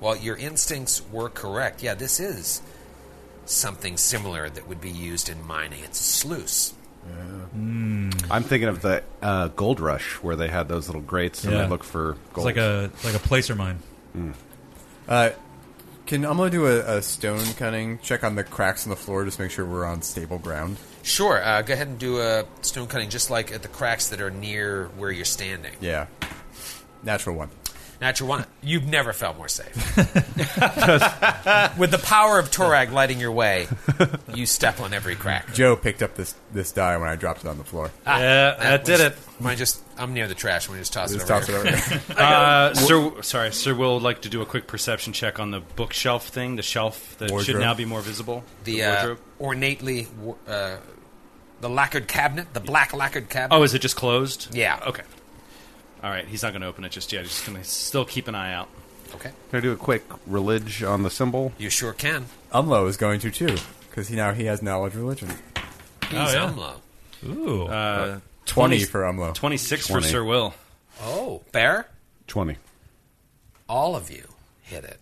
Well, your instincts were correct. Yeah, this is something similar that would be used in mining. It's a sluice.
I'm thinking of the uh, gold rush where they had those little grates and
Yeah.
they look for
it's
gold. Mm.
like a it's like a placer mine.
Uh, can Umlo do a, a stone cutting check on the cracks in the floor, just make sure we're on stable ground?
Sure, uh, go ahead and do a stone cutting just like at the cracks that are near where you're standing.
Yeah, natural one.
Natural one. You've never felt more safe. With the power of Torag lighting your way, you step on every crack.
Joe picked up this this die when I dropped it on the floor.
Ah,
Yeah, that did
was-
it.
Mine just. I'm near the trash. When I just toss
Just
it over.
toss it
here.
over.
Uh, Sir, sorry, Sir Will would like to do a quick perception check on the bookshelf thing, the shelf that should
Wardrobe.
now be more visible.
The uh, ornately, wa- uh, the lacquered cabinet, the black lacquered cabinet.
Oh, is it Oh, just closed?
Yeah.
Okay. All right, he's not going to open it just yet. He's just going to still keep an eye out.
Okay.
Can I do a quick religion on the symbol?
You sure can.
Umlo is going to too, because he now he has knowledge religion.
He's
yeah.
Umlo.
Ooh.
Oh, Uh,
Twenty for Umlo.
26
20.
for Sir Will.
Oh, Bear,
20.
all of you hit it.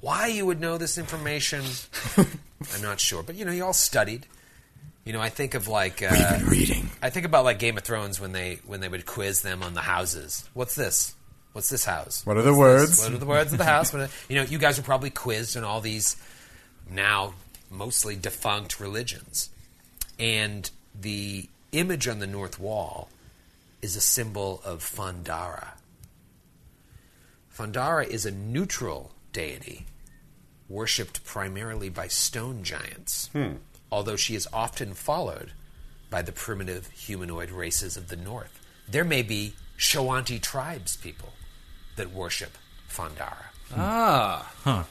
Why you would know this information, I'm not sure. But, you know, you all studied. You know, I think of like. Uh,
Reading.
I think about like Game of Thrones when they when they would quiz them on the houses. What's this? What's this house?
What are the
What's
words?
What are the words of the house? What are- you know, you guys are probably quizzed on all these now mostly defunct religions, and the image on the north wall is a symbol of Fandara. Fandara is a neutral deity worshipped primarily by stone giants,
Hmm.
although she is often followed by the primitive humanoid races of the north. There may be Shawanti tribes people that worship Fandara.
And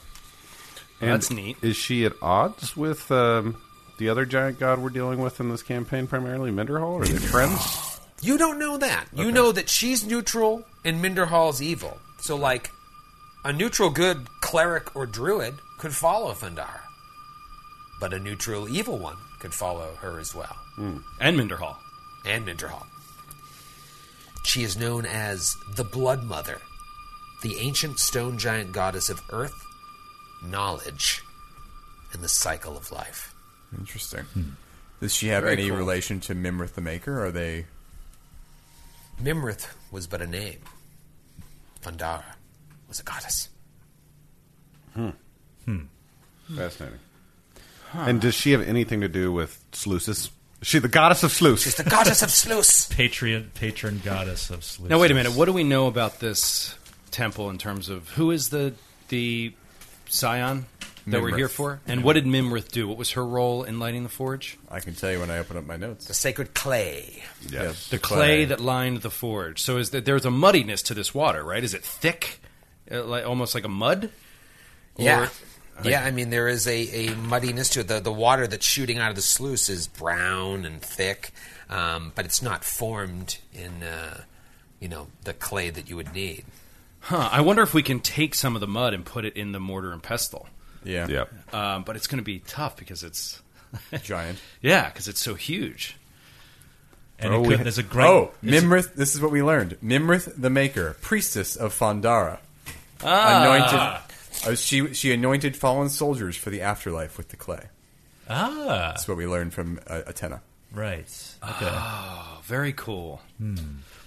That's neat.
Is she at odds with um, the other giant god we're dealing with in this campaign, primarily Minderhall? Are they friends?
You don't know that. You know that she's neutral and Minderhall's evil. So, like, a neutral good cleric or druid could follow Fandara, but a neutral evil one could follow her as well.
Hmm.
And Minderhall.
and Minderhall. She is known as the Blood Mother, the ancient stone giant goddess of earth, knowledge, and the cycle of life.
Interesting. Does she have
Very
any
cool.
relation to Mimrith the Maker? Are they?
Mimrith was but a name. Vandara was a goddess.
Fascinating. And does she have anything to do with sluices? Is she the goddess of sluice?
She's the goddess of Sluice.
Patron, patron goddess of sleep.
Now, wait a minute. What do we know about this temple in terms of who is the the scion that we're
Mimrith.
here for? And what did Mimrith do? What was her role in lighting the forge?
I can tell you when I open up my notes.
The sacred clay.
yes.
The clay that lined the forge. So is that there's a muddiness to this water, right? Is it thick, uh, like almost like a mud?
yeah.
Or-
yeah, I mean, there is a, a muddiness to it. The, the water that's shooting out of the sluice is brown and thick, um, but it's not formed in, uh, you know, the clay that you would need.
Huh. I wonder if we can take some of the mud and put it in the mortar and pestle.
Yeah.
Yeah.
Um, but it's going to be tough because it's
Giant.
yeah, because it's so huge.
And it
Oh, we
could,
had-
there's a great.
Oh, Mimrith. This is what we learned. Mimrith the Maker, priestess of Fandara, anointed. Uh, she she anointed fallen soldiers for the afterlife with the clay.
Ah,
That's what we learned from uh, Atena.
right. Okay.
Oh, very cool.
Hmm.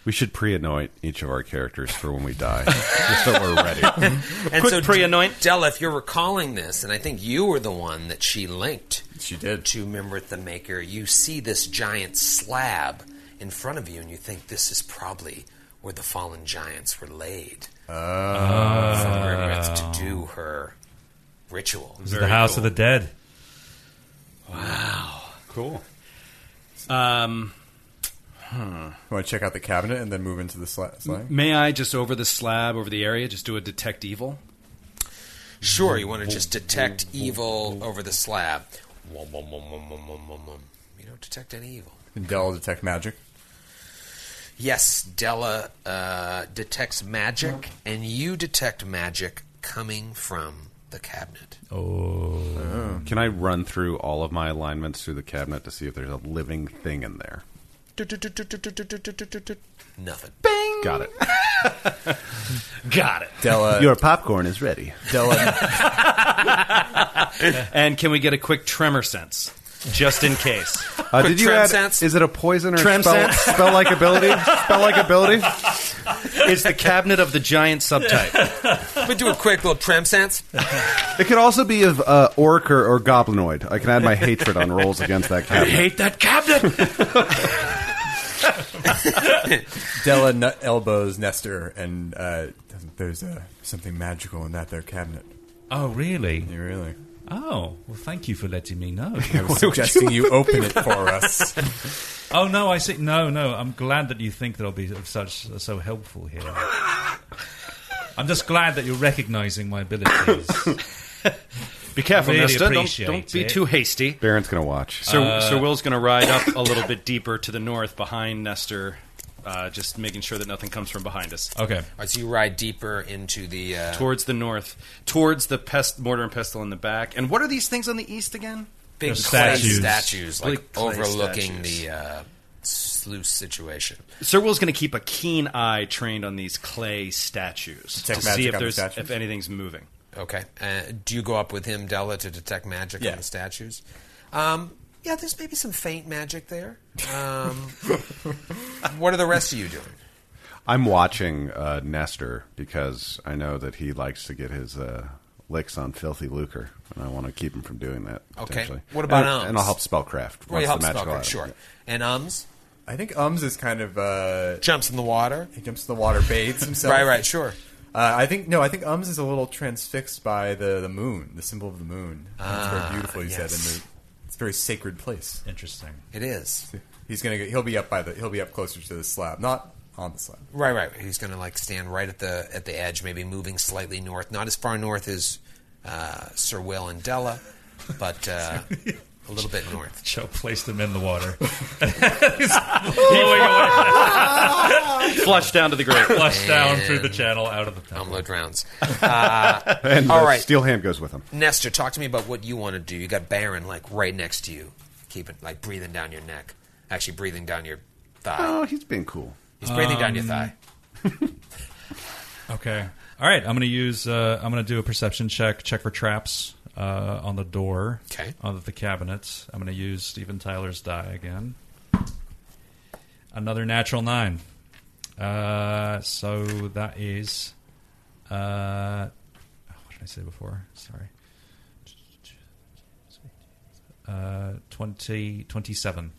We should pre-anoint each of our characters for when we die, just so we're ready.
And
Quick
so,
pre-anoint.
Della, if you're recalling this, and I think you were the one that she linked
She did.
to Mimrith the Maker, you see this giant slab in front of you, and you think this is probably where the fallen giants were laid
Ah.
Uh, Oh.
for Mimrith to do her ritual.
This is the house of the dead.
cool.
Um,
Want to check out the cabinet and then move into the sla- slang?
may I just over the slab, over the area, just do a detect evil?
Sure, you want to just detect evil over the slab. Wom, wom, wom, wom, wom, wom, wom, wom. You don't detect any evil.
And Dell detect magic.
Yes, Della uh, detects magic, and you detect magic coming from the cabinet.
Oh,
Can I run through all of my alignments through the cabinet to see if there's a living thing in there?
Nothing.
Got it.
Got it.
Della.
Your popcorn is ready.
Della.
And can we get a quick tremor sense, just in case?
Uh, did you
Trem
add?
sense.
Is it a poison or
Trem
spell,
sense.
spell like ability? Spell like ability.
it's the cabinet of the giant subtype.
We do a quick little tram sense.
It could also be of uh, orc or, or goblinoid. I can add my hatred on rolls against that cabinet.
Hate that cabinet.
Della nut elbows Nestor, and uh, there's uh, something magical in that there cabinet.
Oh, really?
You really?
Oh, well, thank you for letting me know.
I was suggesting you open it for us.
oh no, I see. No, no. I'm glad that you think that I'll be of such uh, so helpful here. I'm just glad that you're recognizing my abilities.
Be careful,
Really
Nesta. Don't,
appreciate
don't be
it.
too hasty. Uh,
Baron's gonna watch.
Sir, Sir Will's going to ride up a little bit deeper to the north behind Nestor uh, just making sure that nothing comes from behind us.
Okay.
All right, so you ride deeper into the. Uh,
Towards the north, towards the pest mortar and pestle in the back. And what are these things on the east again?
big
Those
clay
statues.
statues, like
Big clay
overlooking
statues.
the uh, sluice situation.
Sir Will's going to keep a keen eye trained on these clay statues
Detect
to
magic
see if
on the
there's
statues?
if anything's moving.
Okay, uh, do you go up with him, Della, to detect magic
Yeah.
on the statues? Um, yeah, there's maybe some faint magic there. Um, what are the rest of you doing?
I'm watching uh, Nestor because I know that he likes to get his uh, licks on filthy lucre, and I want to keep him from doing that.
Okay.
potentially.
What about
and,
Ums?
and I'll help spellcraft.
Well,
once
you help
the magical
Spellcraft,
item-
sure. And Ums
I think Ums is kind of uh,
jumps in the water.
he jumps in the water, bathes himself.
Right, right, sure.
Uh, I think no, I think Ums is a little transfixed by the, the moon, the symbol of the moon. That's very beautiful. He said,
Ah, yes.
and the, it's a very sacred place.
Interesting.
It is.
He's gonna get, he'll be up by the he'll be up closer to the slab, not on the slab.
Right, right. He's going to like stand right at the at the edge, maybe moving slightly north, not as far north as uh, Sir Will and Della, but uh, a little bit north.
Joe placed him in the water. He's blowing away,
Flush down to the grave.
flushed down through the channel out of the tunnel.
Download rounds.
And
Uh, All
the
right.
steel hand goes with him.
Nestor, talk to me about what you want to do. You got Baron like right next to you, keeping like breathing down your neck, actually breathing down your thigh.
Oh, um, he's being cool.
He's breathing down
Um,
your thigh.
Okay. All right. I'm going to use. Uh, I'm going to do a perception check. Check for traps uh, on the door.
Okay.
On the cabinet. I'm going to use Steven Tyler's die again. Another natural nine. Uh, so that is. Uh, what did I say before? Sorry. Uh, 20, 27.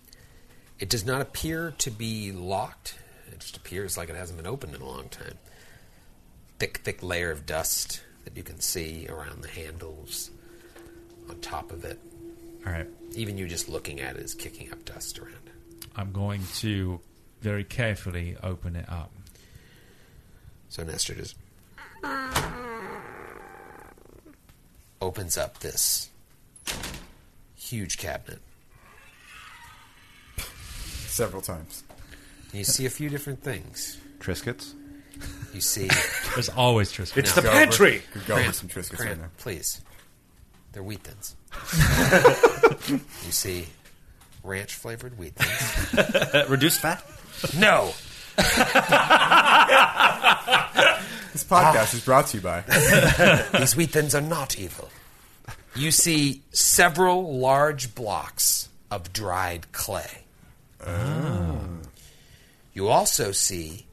It does not appear to be locked. It just appears like it hasn't been opened in a long time. Thick, thick layer of dust that you can see around the handles, on top of it.
All right.
Even you just looking at it is kicking up dust around it.
I'm going to very carefully open it up.
So Nestor just opens up this huge cabinet.
Several times.
And you see a few different things.
Triscuits.
You see
There's always Tristan.
It's
No.
the pantry.
Could go over some Triscuits
Grant,
right now.
please. They're wheat thins. you see ranch flavored wheat thins.
Uh, reduced fat.
No.
This podcast is brought to you by.
These wheat thins are not evil. You see several large blocks of dried clay. You also see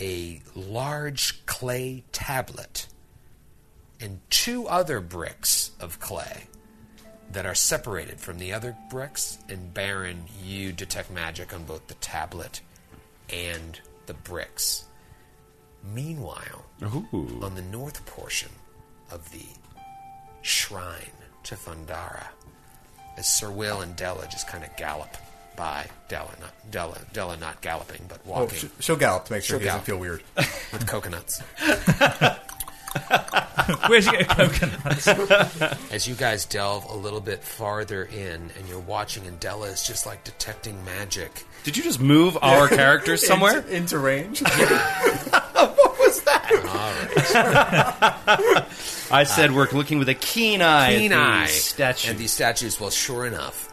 a large clay tablet and two other bricks of clay that are separated from the other bricks. And Baron, you detect magic on both the tablet and the bricks. Meanwhile,
Ooh.
on the north portion of the shrine to Thundara as Sir Will and Della just kind of gallop by. Della not, Della, Della not galloping, but
Oh,
walking
sh- she'll gallop to make sure he
She'll
doesn't feel
gallop.
weird.
with coconuts.
Where'd you get coconut?
As you guys delve a little bit farther in and you're watching, and Della is just like detecting magic.
Did you just move our characters somewhere?
into, into range.
I said we're looking with a keen eye.
Keen
at these
eye.
statues.
And these statues, well, sure enough,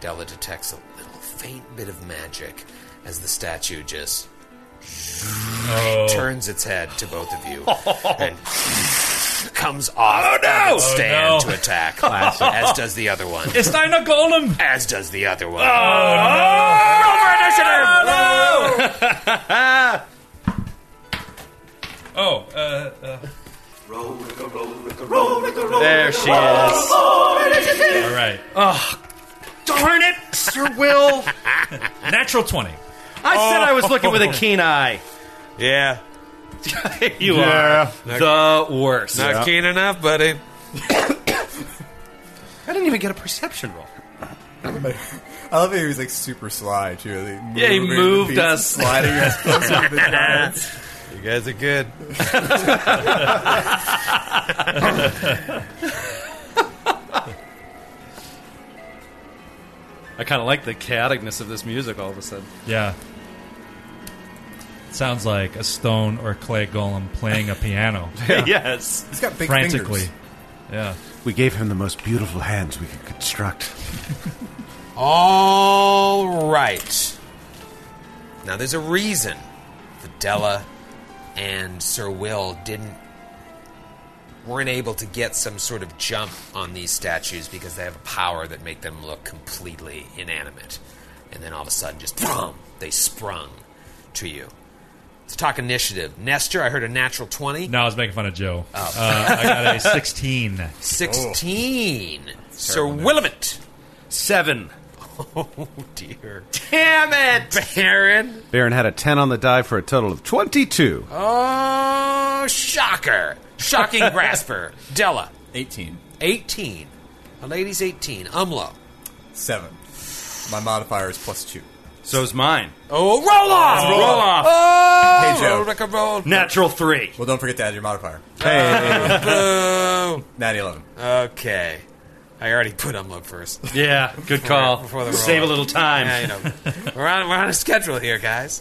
Della detects a little faint bit of magic as the statue just turns its head to both of you and comes off oh, no! its stand
no.
to attack, as does the other one,
It's not a golem.
as does the other one.
Oh, uh, uh,
There she is.
all right.
Darn it, Sir Will.
Natural 20.
I said I was looking with a keen eye.
Yeah.
you are the worst.
Not keen enough, buddy.
I didn't even get a perception roll.
I love that he was like super sly too. Like,
Yeah, he
moving the
moved
beats,
us.
sliding us closer to the giants.
You guys are good.
I kind of like the chaoticness of this music all of a sudden.
Yeah. sounds like a stone or clay golem playing a piano
yes.
He's got big
frantically.
fingers.
Yeah.
We gave him the most beautiful hands we could construct.
All right. Now, there's a reason Videla and Sir Will didn't weren't able to get some sort of jump on these statues because they have a power that make them look completely inanimate, and then all of a sudden, just boom, they sprung to you. Let's talk initiative. Nestor, I heard a natural twenty. Oh.
No, I was making fun of Joe. Uh, I got a 16.
16. Sir Willamette.
Seven.
Oh, dear. Damn it! Baron.
Baron had a 10 on the die for a total of 22.
Oh, shocker. Shocking grasper. Della.
18.
18. A lady's 18. Umlo.
7. My modifier is plus 2.
So is mine.
Oh, roll off!
Roll off.
Oh,
Hey, Joe.
roll like a roll.
Natural three.
Well, don't forget to add your modifier.
Boo.
Natty 11.
Okay. I already put Umlo first.
Yeah, good call.
Before the roll.
Save a little time.
Yeah, you know, we're on we're on a schedule here, guys.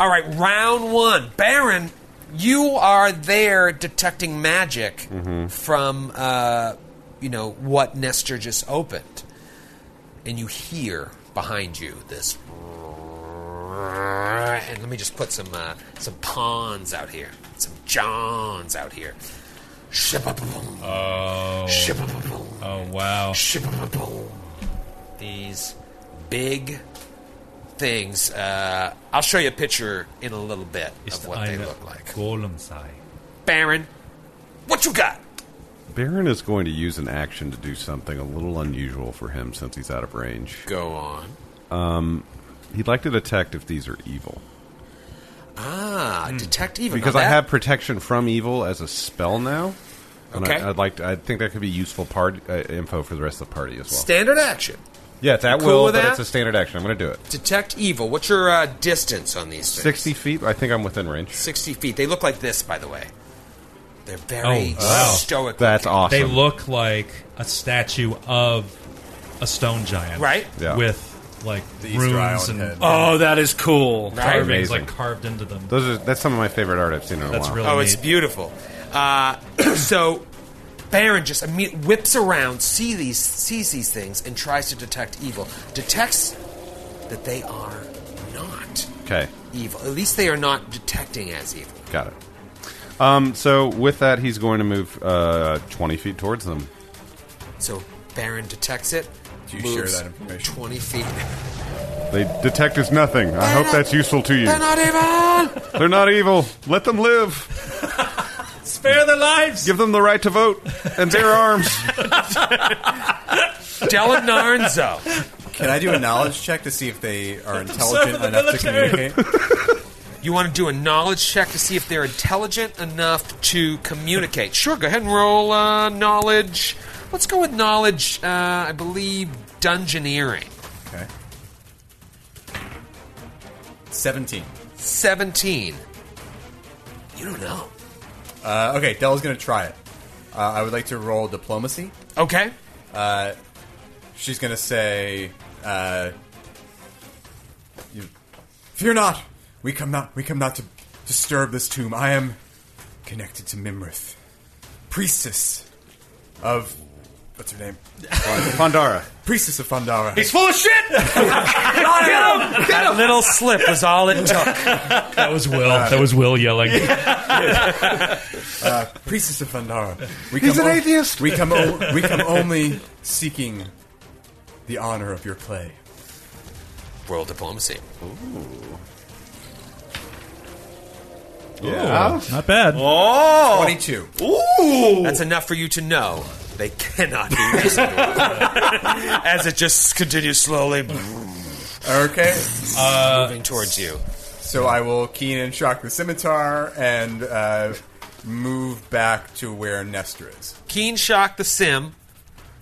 All right, round one, Baron. You are there detecting magic
Mm-hmm.
from uh, you know what Nestor just opened, and you hear behind you this. And let me just put some uh, some pawns out here, some Johns out here. Shibaboom. Shibaboom.
Oh, wow.
Shibaboom. These big things. Uh, I'll show you a picture in a little bit of what they
Eine
look like.
Golem size.
Baron, what you got?
Baron is going to use an action to do something a little unusual for him since he's out of range. Um,
Go on.
He'd like to detect if these are evil.
Ah, detect even.
Hmm. Because
Now
I
that-
have protection from evil as a spell now. And
Okay.
I, would like to, I think that could be useful part uh, info for the rest of the party as well.
standard action.
yeah, it's at
cool
will,
with
but
that?
it's a standard action. I'm going to do it.
Detect evil. What's your uh, distance on these things?
60 feet. I think I'm within range.
60 feet. They look like this, by the way. They're very
Oh, wow.
stoic.
That's
looking.
awesome.
They look like a statue of a stone giant.
Right.
Yeah.
With, like,
The Easter
runes
Island head.
and
Oh, that is cool.
carvings,
Amazing.
like, carved into them.
Those are that's some of my favorite art I've seen in a
That's
while.
really
Oh,
neat.
it's beautiful. Uh, so Baron just imme- whips around, see these, sees these things, and tries to detect evil. Detects that they are not
okay.
evil. At least they are not detecting as evil.
Got it. Um, so with that, he's going to move uh, twenty feet towards them.
So Baron detects it.
Do you
moves
share that information?
Twenty feet.
They detect as nothing. I hope that's useful to you.
They're not evil.
They're not evil. Let them live.
Spare their lives!
Give them the right to vote and bear arms.
Della Narnzo.
Can I do a knowledge check to see if they are intelligent enough to communicate?
You want to do a knowledge check to see if they're intelligent enough to communicate. Sure, go ahead and roll uh, knowledge. Let's go with knowledge, uh, I believe, dungeoneering.
Okay. 17.
17. You don't know.
Uh, okay, Della's going to try it. Uh, I would like to roll diplomacy. Uh,
Okay.
She's going to say, uh, you, "Fear not. We come not. We come not to disturb this tomb. I am connected to Mimrith, priestess of what's her name?
Fondara.
Priestess of Fandara.
He's full of Oh, shit.
That little slip was all it took.
That was Will.
Uh,
That was Will yelling.
Priestess of Fandara. We
He's
come
an
on-
atheist!
We come. O- we come only seeking the honor of your clay.
Roll diplomacy.
Yeah.
Not bad.
Twenty-two.
That's enough for you to know they cannot be reasonable. As it just continues slowly
Okay.
Uh, moving towards you.
So I will keen and shock the scimitar and uh, move back to where Nestor is.
Keen Shock the Sim.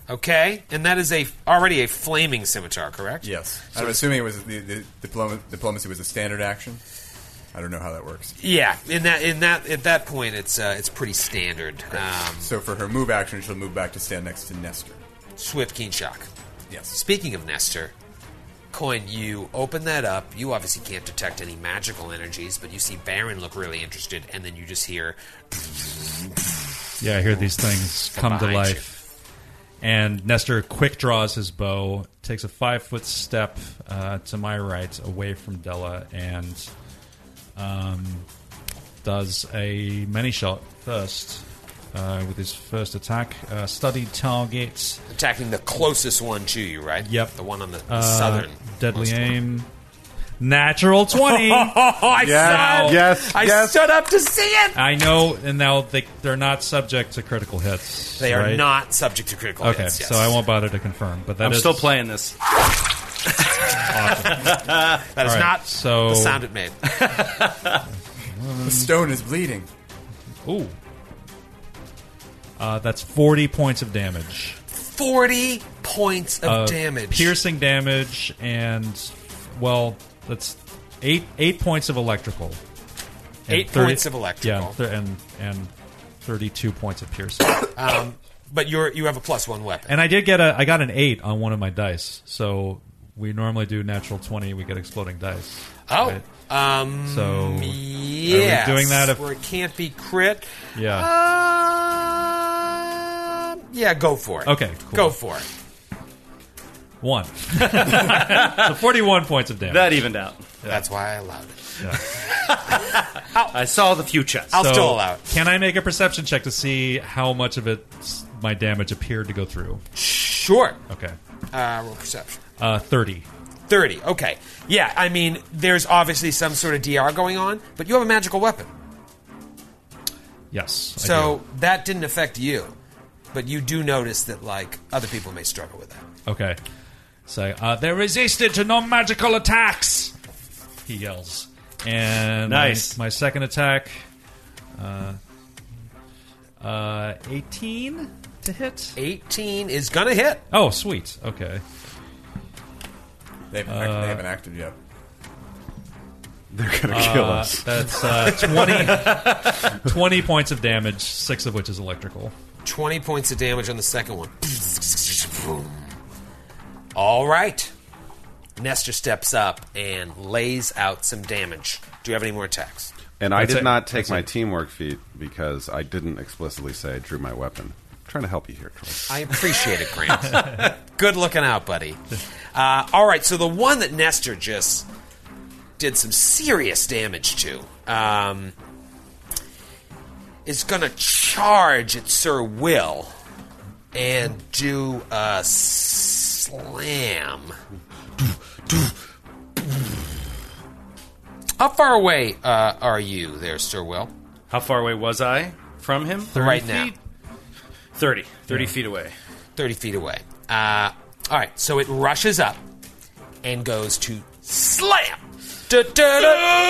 Okay, and that is a already a flaming scimitar, correct?
Yes. I'm assuming it was the, the diploma, diplomacy was a standard action. I don't know how that works.
Yeah. In that, in that, at that point, it's uh, it's pretty standard. Um,
So for her move action, she'll move back to stand next to Nestor.
swift Keen Shock.
Yes.
Speaking of Nestor, Coin, you open that up. You obviously can't detect any magical energies, but you see Baron look really interested, and then you just hear
Yeah, I hear these things come to
behind
life. And Nestor quick draws his bow, takes a five foot step uh, to my right, away from Della, and um, does a many shot first uh, with his first attack. Uh, studied target,
attacking the closest one to you, right?
Yep.
The one on the
uh,
southern.
deadly
most one.
aim, natural 20.
Oh, I
Yeah.
saw it.
Yes,
I
yes.
stood up to see it.
I know, and now they, they're not subject to critical hits.
They are
right?
not subject to critical
Okay,
hits. Yes.
so I won't bother to confirm, but that
I'm
is-
still playing this.
That is
all right,
not
so-
the sound it made.
The stone is bleeding.
Ooh. Uh, that's 40 points of damage.
Forty points of
Uh,
damage.
Piercing damage and, well, that's eight eight points of electrical. And
Eight points of electrical.
Yeah, th- and, and 32 points of piercing.
Um, but you're you have a plus one weapon.
and I did get a, I got an eight on one of my dice. So we normally do natural 20, we get exploding dice.
Oh,
right?
um,
So
yeah.
doing that if-
where it can't be crit?
Yeah.
Uh, yeah, go for it.
Okay, cool.
go for it.
one. so 41 points of damage.
That
e-
evened out.
That's why I allowed it.
I saw the future.
I'll
So,
still allow it.
Can I make a perception check to see how much of it s- my damage appeared to go through?
Sure.
Okay,
Uh, roll perception.
uh, thirty.
30. Okay. Yeah, I mean, there's obviously some sort of DR going on, but you have a magical weapon.
Yes. I
So that didn't affect you. But you do notice that, like, other people may struggle with that.
do. okay. So uh, they're resistant to non-magical attacks. He yells. And my-
Nice.
My, second attack. Uh, uh, eighteen to hit.
18 is going to hit.
Oh, sweet. Okay.
They haven't, act-
Uh,
they haven't acted yet.
They're gonna kill us.
That's uh, 20, 20 points of damage, six of which is electrical.
20 points of damage on the second one. All right. Nestor steps up and lays out some damage. Do you have any more attacks?
And I
That's
did
it.
not take my teamwork feat because I didn't explicitly say I drew my weapon. I'm trying to help you here, Troy.
I appreciate it, Grant. Good looking out, buddy. Uh, all right, so the one that Nestor just did some serious damage to um, is going to charge at Sir Will and do a slam. How far away uh, are you there, Sir Will?
How far away was I from him?
Right now.
feet? 30. 30 feet away.
30 feet away. Uh, all right, so it rushes up and goes to slam. Da, da, da,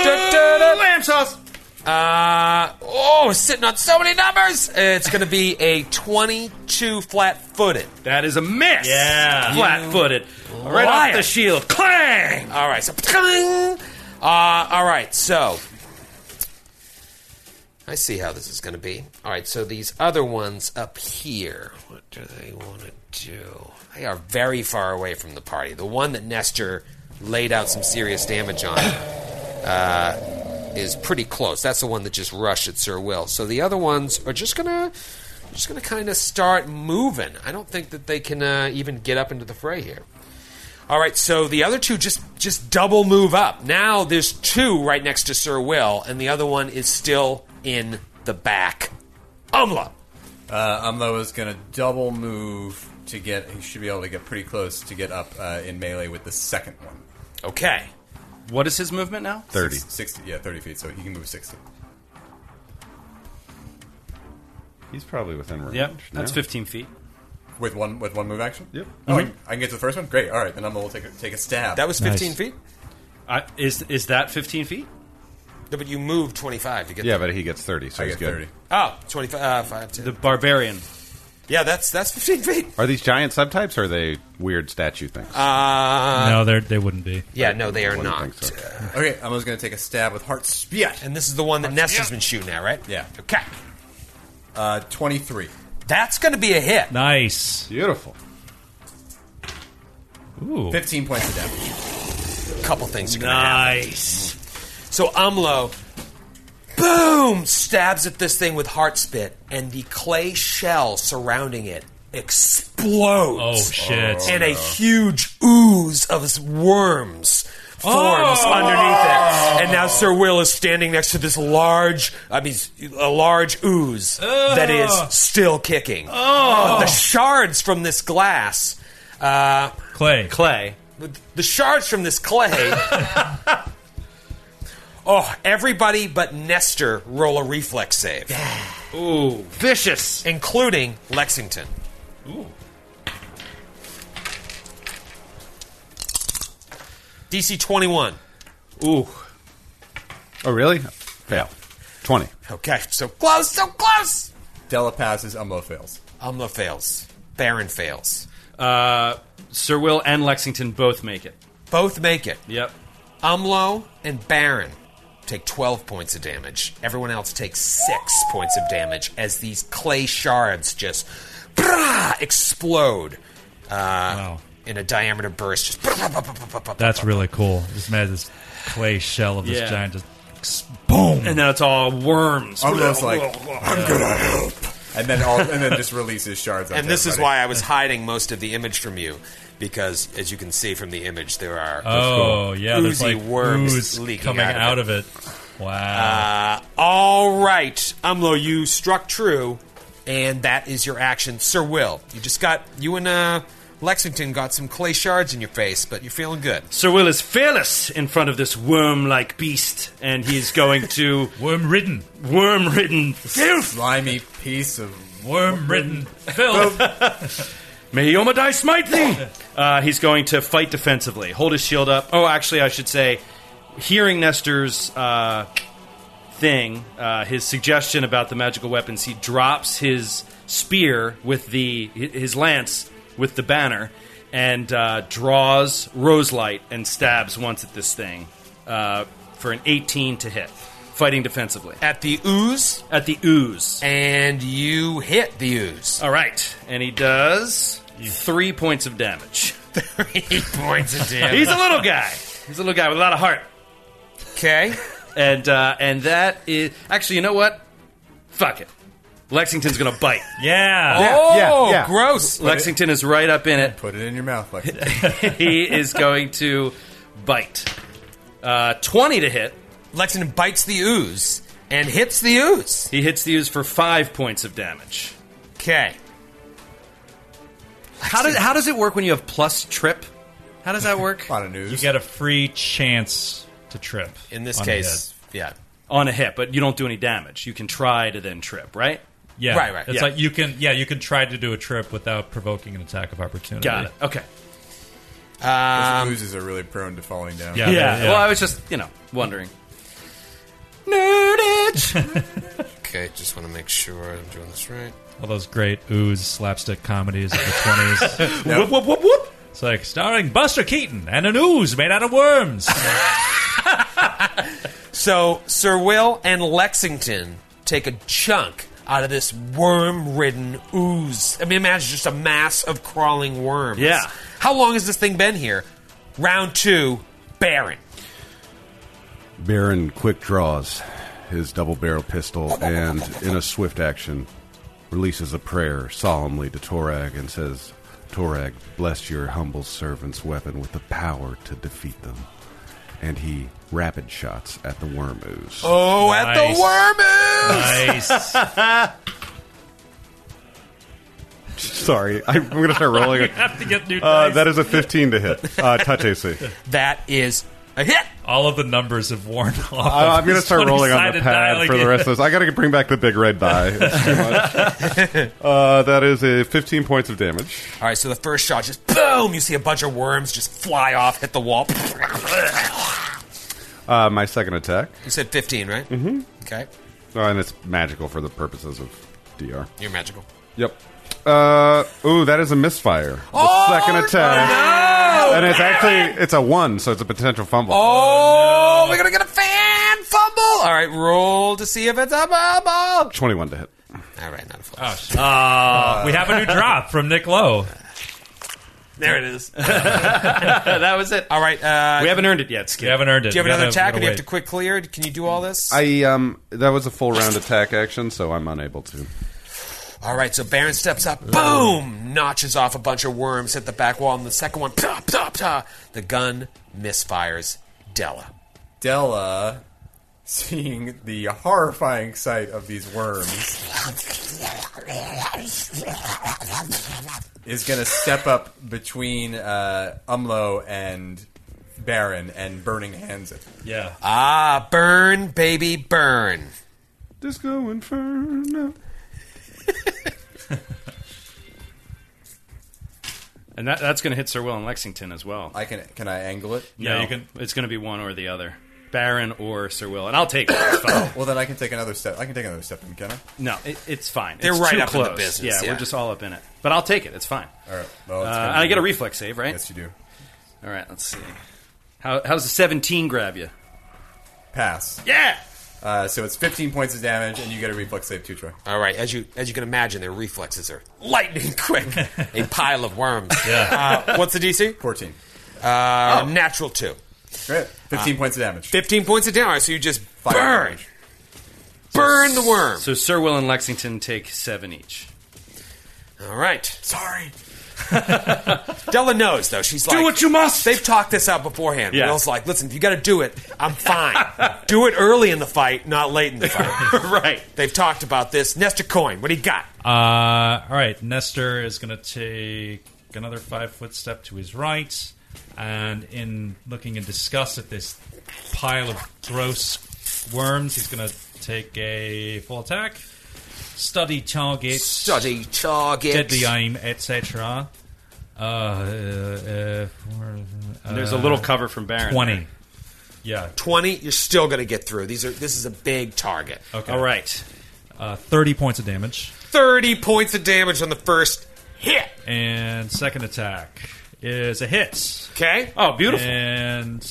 da, da, da.
Lamb sauce!
Uh, oh, sitting on so many numbers. It's going to be a 22 flat footed.
That is a miss.
Yeah.
Flat footed. Right
liar.
off the shield. Clang!
All right, so. pling. Uh, all right, so. I see how this is going to be. All right, so these other ones up here, what do they want to do? They are very far away from the party. The one that Nestor laid out some serious damage on uh, is pretty close. That's the one that just rushed at Sir Will. So the other ones are just going to just going to kind of start moving. I don't think that they can uh, even get up into the fray here. All right, so the other two just just double move up. Now there's two right next to Sir Will, and the other one is still in the back. Umla.
Uh, Umlo is going to double move to get. He should be able to get pretty close to get up uh, in melee with the second one.
Okay.
What is his movement now?
Thirty.
Six- 60, yeah, 30 feet, so he can move 60.
He's probably within range.
Yep. That's
now.
15 feet. Mhm.
With one with one move action?
Yep.
Oh, I, can, I can get to the first one? Great, alright, then Umlo will take a, take a stab.
That was 15
Nice.
feet?
I, is, is that 15 feet?
No, but you moved 25 to get
Yeah, but he gets thirty, so
I
he's
get
good.
30.
Oh, 25 uh, five, ten.
The barbarian.
Yeah, that's that's 15 feet.
Are these giant subtypes or are they weird statue things?
no, they they wouldn't be.
Uh, Yeah, no, they are
Wouldn't
not.
think so.
Okay, Umlo's going to take a stab with Heart Spear.
And this is the one that Nestor's been shooting at, right?
Yeah.
Okay.
Uh, 23.
That's going to be a hit.
Nice.
Beautiful.
Ooh.
15 points of damage.
couple things are going to happen.
Nice.
So Umlo, boom, stabs at this thing with heart spit, and the clay shell surrounding it explodes.
Oh, shit.
And a huge ooze of worms forms underneath it. And now Sir Will is standing next to this large, I mean, a large ooze that is still kicking. Oh. The shards from this glass. Uh,
Clay.
Clay.
the shards from this clay. oh, everybody but Nestor roll a reflex save,
Vicious.
including Lexington. Ooh. DC 21.
Ooh.
Oh, really? Fail. 20.
Okay, so close, so close.
Della passes, Umlo fails.
Umla fails. Baron fails.
Uh, Sir Will and Lexington both make it.
Both make it.
Yep.
Umlo and Baron take 12 points of damage. Everyone else takes 6 points of damage as these clay shards just brah, explode uh, in a diameter burst. Just brah, brah, brah, brah, brah, brah,
That's
brah.
really cool. This man has this clay shell of this
Yeah.
giant just boom.
And then it's all worms.
Umlo's like, I'm gonna help. And then all, and then just releases shards.
And this is why I was hiding most of the image from you. Because, as you can see from the image, there are
oh, yeah. There's
oozy
like
worms
ooze
leaking
coming
out of
out of it. Wow.
Uh, all right, Umlo, you struck true, and that is your action, Sir Will. You just got you and uh, Lexington got some clay shards in your face, but you're feeling good.
Sir Will is fearless in front of this worm like beast, and he's going to
worm ridden.
worm ridden.
slimy piece of.
Worm ridden. Phil.
May Yomadai smite thee! Uh, he's going to fight defensively, hold his shield up. Oh, actually, I should say, hearing Nestor's uh, thing, uh, his suggestion about the magical weapons, he drops his spear with the his lance with the banner and uh, draws roselight and stabs once at this thing uh, for an 18 to hit, fighting defensively
At the ooze,
at the ooze.
and you hit the ooze.
All right, and he does three points of damage.
Three points of damage.
He's a little guy. He's a little guy with a lot of heart.
Okay,
And uh, and that is actually, you know what? Fuck it. Lexington's gonna bite.
Yeah.
yeah, yeah.
Oh, gross.
Lexington is right up in it.
Put it in your mouth, like
He is going to bite. Uh, Twenty to hit.
Lexington bites the ooze and hits the ooze.
He hits the ooze for five points of damage.
Okay,
How does how does it work when you have plus trip? How does that work?
on a news.
You get a free chance to trip.
in this
on the
case, yeah.
On a hit, but you don't do any damage. You can try to then trip, right?
head. Yeah.
Right, right,
It's
yeah.
like you can, yeah, you can try to do a trip without provoking an attack of opportunity.
Got it. Okay.
Um,
Those oozes are really prone to falling down.
Yeah. yeah.
Well, I was just you know wondering.
Okay, just want to make sure I'm doing this right.
All those great ooze slapstick comedies of the 20s.
Whoop whoop whoop whoop.
it's like starring Buster Keaton and an ooze made out of worms.
So Sir Will and Lexington take a chunk out of this worm-ridden ooze. I mean, imagine just a mass of crawling worms.
Yeah.
How long has this thing been here? Round two, Baron.
Baron quick draws his double barrel pistol and, in a swift action, releases a prayer solemnly to Torag and says, Torag, bless your humble servant's weapon with the power to defeat them. And he rapid shots at the worm ooze.
Oh, at
Nice.
the worm ooze!
nice.
Sorry, I'm going to start rolling. it.
Have to get new
Uh,
dice.
that is a 15 to hit. Uh, touch AC.
That is a hit.
All of the numbers have worn off.
I, am going to start rolling on the pad for the rest of this. I got to bring back the big red die. It's too much. uh, that is a 15 points of damage.
All right, so the first shot just boom. You see a bunch of worms just fly off, hit the wall.
Uh, my second attack,
You said 15, right? Mm-hmm. Okay,
oh, and it's magical for the purposes of DR.
you're magical.
Yep. Uh, ooh, that is a misfire. The second attack, Oh! and it's actually it's a one, so it's a potential fumble.
Oh, we're gonna get a fan fumble. All right, roll to see if it's a bubble.
21 to hit.
Oh, Uh,
All right, not a fumble.
we have a new drop from Nick Lowe.
There it is.
that was it. All right. Uh,
We haven't earned it yet, Skip.
You haven't earned it.
do you have another
gotta-
attack, or do
gotta
you have to quick clear? Can you do all this?
I um that was a full round attack action, so I'm unable to.
All right, so Baron steps up, boom, notches off a bunch of worms, hit the back wall, and the second one, pta, pta, pta, the gun misfires Della.
Della, seeing the horrifying sight of these worms, is going to step up between uh, Umlo and Baron and burning hands it.
Yeah.
Ah, burn, baby, burn.
Disco Inferno.
And that, that's going to hit Sir Will and Lexington as well.
I can can I angle it?
Yeah, you can-
It's going to be one or the other, Baron or Sir Will, and I'll take it. It's fine.
Well, then I can take another step. I can take another step in, can I?
no, it, it's fine.
They're
It's
right
too
up in the
close.
business,
Yeah,
yeah.
we're just all up in it. But I'll take it. It's fine.
All right. Well,
Uh,
it's gonna
and I
be-
get a reflex save, right?
Yes, you do.
All right. Let's see. How, how's the seventeen grab you?
Pass.
Yeah.
Uh, so it's 15 points of damage, and you get a reflex save too, Troy.
All right, as you as you can imagine, their reflexes are lightning quick. a pile of worms. Yeah. Uh, what's the DC?
14.
Uh, Natural two.
Oh.
Uh,
Great. 15 points of damage.
Fifteen points of damage. So you just
Fire
burn,
damage.
burn the worm.
So Sir Will and Lexington take seven each.
All right. Sorry. Della knows though. She's like,
Do what you must.
They've talked this out beforehand.
Yeah.
Will's like, listen, if you got to do it, I'm fine. do it early in the fight, not late in the fight.
right.
They've talked about this. Nestor Coin, what do you got?
Uh, all right, Nestor is going to take another five foot step to his right, and in looking in disgust at this pile of gross worms, he's going to take a full attack, study targets,
Study target.
deadly aim, etc. Uh, uh, uh,
There's a little cover from Baron.
twenty. Yeah,
20, you're still going to get through. These are this is a big target.
okay.
All right.
uh, thirty points of damage,
30 points of damage on the first hit.
and second attack is a hit.
Okay?
Oh, beautiful.
And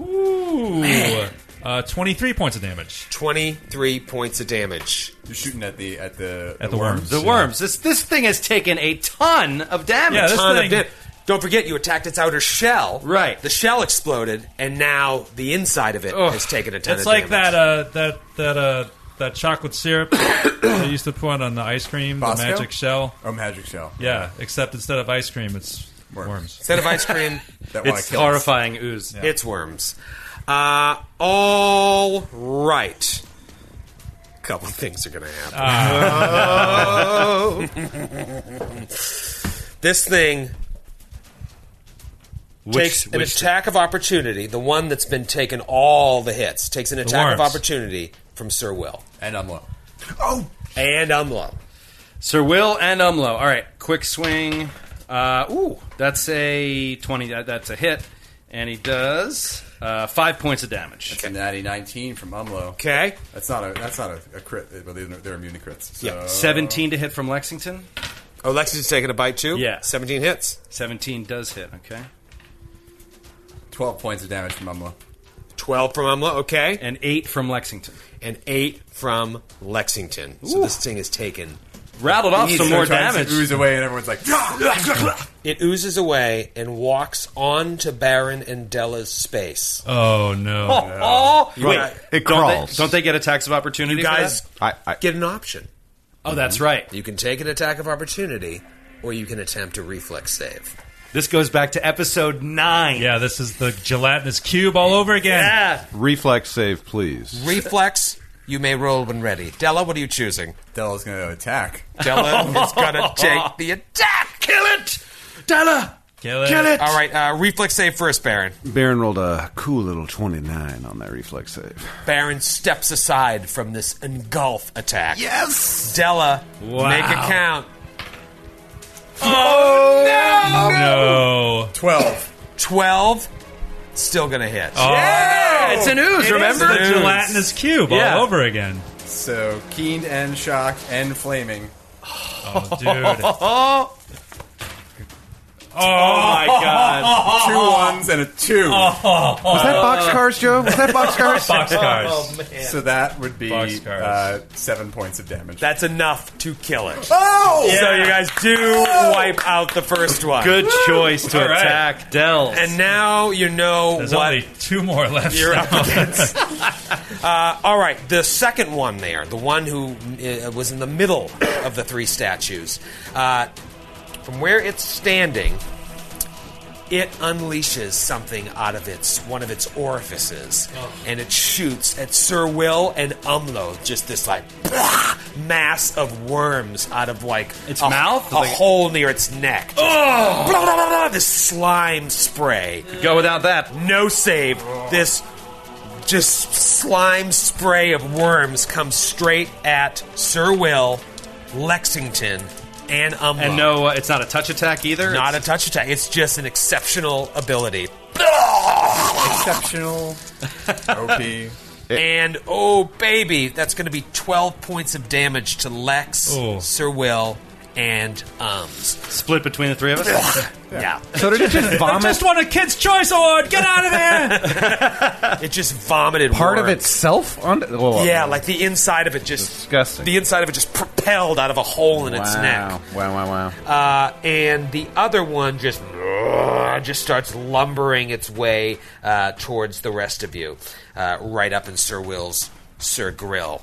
ooh, uh, twenty-three points of damage.
23 points of damage.
You're shooting at the at the
At the worms.
The worms. This this thing has taken a ton of damage.
Yeah, this
Ton of
thing-
dam- Don't forget you attacked its outer shell.
Right.
The shell exploded and now the inside of it has taken a ton
It's
of
like
damage.
that uh, that that uh, that chocolate syrup they used to put on the ice cream,
Bosco?
the magic shell.
Oh, magic shell.
Yeah, except instead of ice cream, it's worms.
Instead of ice cream,
That wanna
It's
kill us.
horrifying ooze.
it's worms. Uh, all right. Couple things are going to happen.
Ah.
Ah. this thing takes an attack of opportunity, the one that's been taking all the hits, takes an attack of
worms.
opportunity from Sir Will
And I'm low. Oh!
and Umlo.
Sir Will and Umlo. All right, quick swing. Uh, ooh, that's a twenty. That, that's a hit, and he does uh, five points of damage.
It's a natty 19 from Umlo.
Okay?
That's not a that's not a, a crit. But they're, they're immune to crits. So.
Yeah.
Seventeen to hit from Lexington.
Oh, Lexi's taking a bite too?
Yeah.
17 hits.
Seventeen does hit. Okay,
12 points of damage from Umlo.
12 from Umlo, okay.
and eight from Lexington.
and eight from Lexington. So this thing is taken.
Rattled off some
So
more
it tries to
damage.
Ooze away, and everyone's like, "Ah!"
It oozes away and walks onto Baron and Della's space.
Oh no!
Oh, wait. Don't
It
they-
crawls.
Don't they, get attacks of opportunity?
You
for
guys
that?
I, I
get an option.
Oh, that's right.
You can take an attack of opportunity, or you can attempt a reflex save.
This goes back to episode nine.
Yeah, this is the gelatinous cube all over again.
Yeah.
reflex save, please.
Uh, Reflex, you may roll when ready. Della, what are you choosing?
Della's going to attack.
Della is going to take the attack. Kill it!
Della.
Kill it.
All right, uh, reflex save first, Baron.
Baron rolled a cool little 29 on that reflex save.
Baron steps aside from this engulf attack. Yes! Della, make it count. Oh,
No.
12.
12 still gonna hit
Oh.
Oh,
It's an ooze. remember
the gelatinous cube
Yeah.
all over again.
So keen and shocked and flaming.
Oh, dude.
my god.
Two ones and a two.
Was that boxcars, Joe? Was that boxcars?
Boxcars.
So that would be
Boxcars.
uh, seven points of damage.
That's enough to kill it.
oh!
So you guys do wipe out the first one.
Good choice to
All right.
attack Dell.
And now you know
There's
what
only two more left.
you're up
now.
against. uh, all right, the second one there, the one who uh, was in the middle of the three statues, uh, from where it's standing, it unleashes something out of its one of its orifices,
Oh.
and it shoots at Sir Will and Umlo, just this like mass of worms out of like
Its
a,
mouth?
a
Like-
hole near its neck. Oh! this slime spray
Go without that.
no save. This just slime spray of worms comes straight at Sir Will, Lexington, and Umlo.
And no, uh, it's not a touch attack either.
not a touch attack. It's just an exceptional ability.
Exceptional. OP.
And oh baby, that's going to be twelve points of damage to Lex,
Oh.
Sir Will, and Ums.
split between the three of us.
Yeah,
So did it just vomit
Just won a Kids' Choice Award. Get out of there.
it just vomited
part of
worms.
itself on? Oh, Whoa,
Yeah, like the inside of it just
Disgusting.
The inside of it just propelled out of a hole in
wow.
its neck.
Wow, wow, wow.
Uh, and the other one just just starts lumbering its way uh, towards the rest of you, uh, right up in Sir Will's Sir Grill.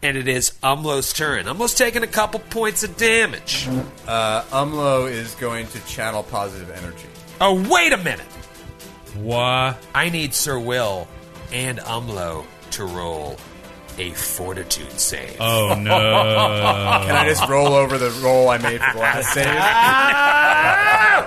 And it is Umlo's turn. Umlo's taking a couple points of damage.
Uh, Umlo is going to channel positive energy.
Oh, wait a minute!
Wah.
I need Sir Will and Umlo to roll a fortitude save.
Oh no.
Can I just roll over the roll I made for the last save?
Ah,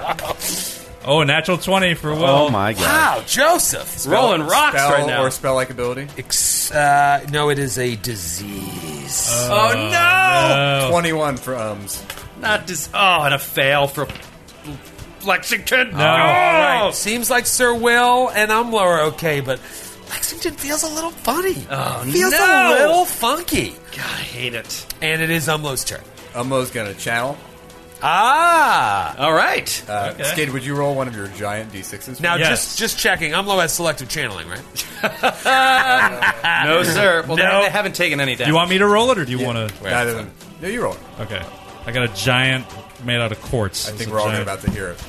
Oh, natural twenty for Will.
Oh my god.
wow, Joseph!
Rolling rocks
spell
right now.
Or spell like ability?
Ex- uh, no, it is a disease.
oh no!
21 for ums.
Not dis- oh, and a fail for Lexington. Oh!
No.
All right. Seems like Sir Will and Umla are okay, but Lexington feels a little funny.
Oh,
feels
no.
a little funky.
God, I hate it.
And it is Umlo's turn.
Umlo's going to channel.
Ah.
All right.
Uh,
Okay.
Skid, would you roll one of your giant d6s?
Now,
Yes.
just just checking. Umlo has selective channeling, right?
Ah.
Uh,
no, sir. Well,
No.
they haven't taken any
Do you
damage.
want me to roll it, or do you want to?
Neither of them. No, you roll it.
Okay. I got a giant made out of quartz.
I think we're all about to hear it.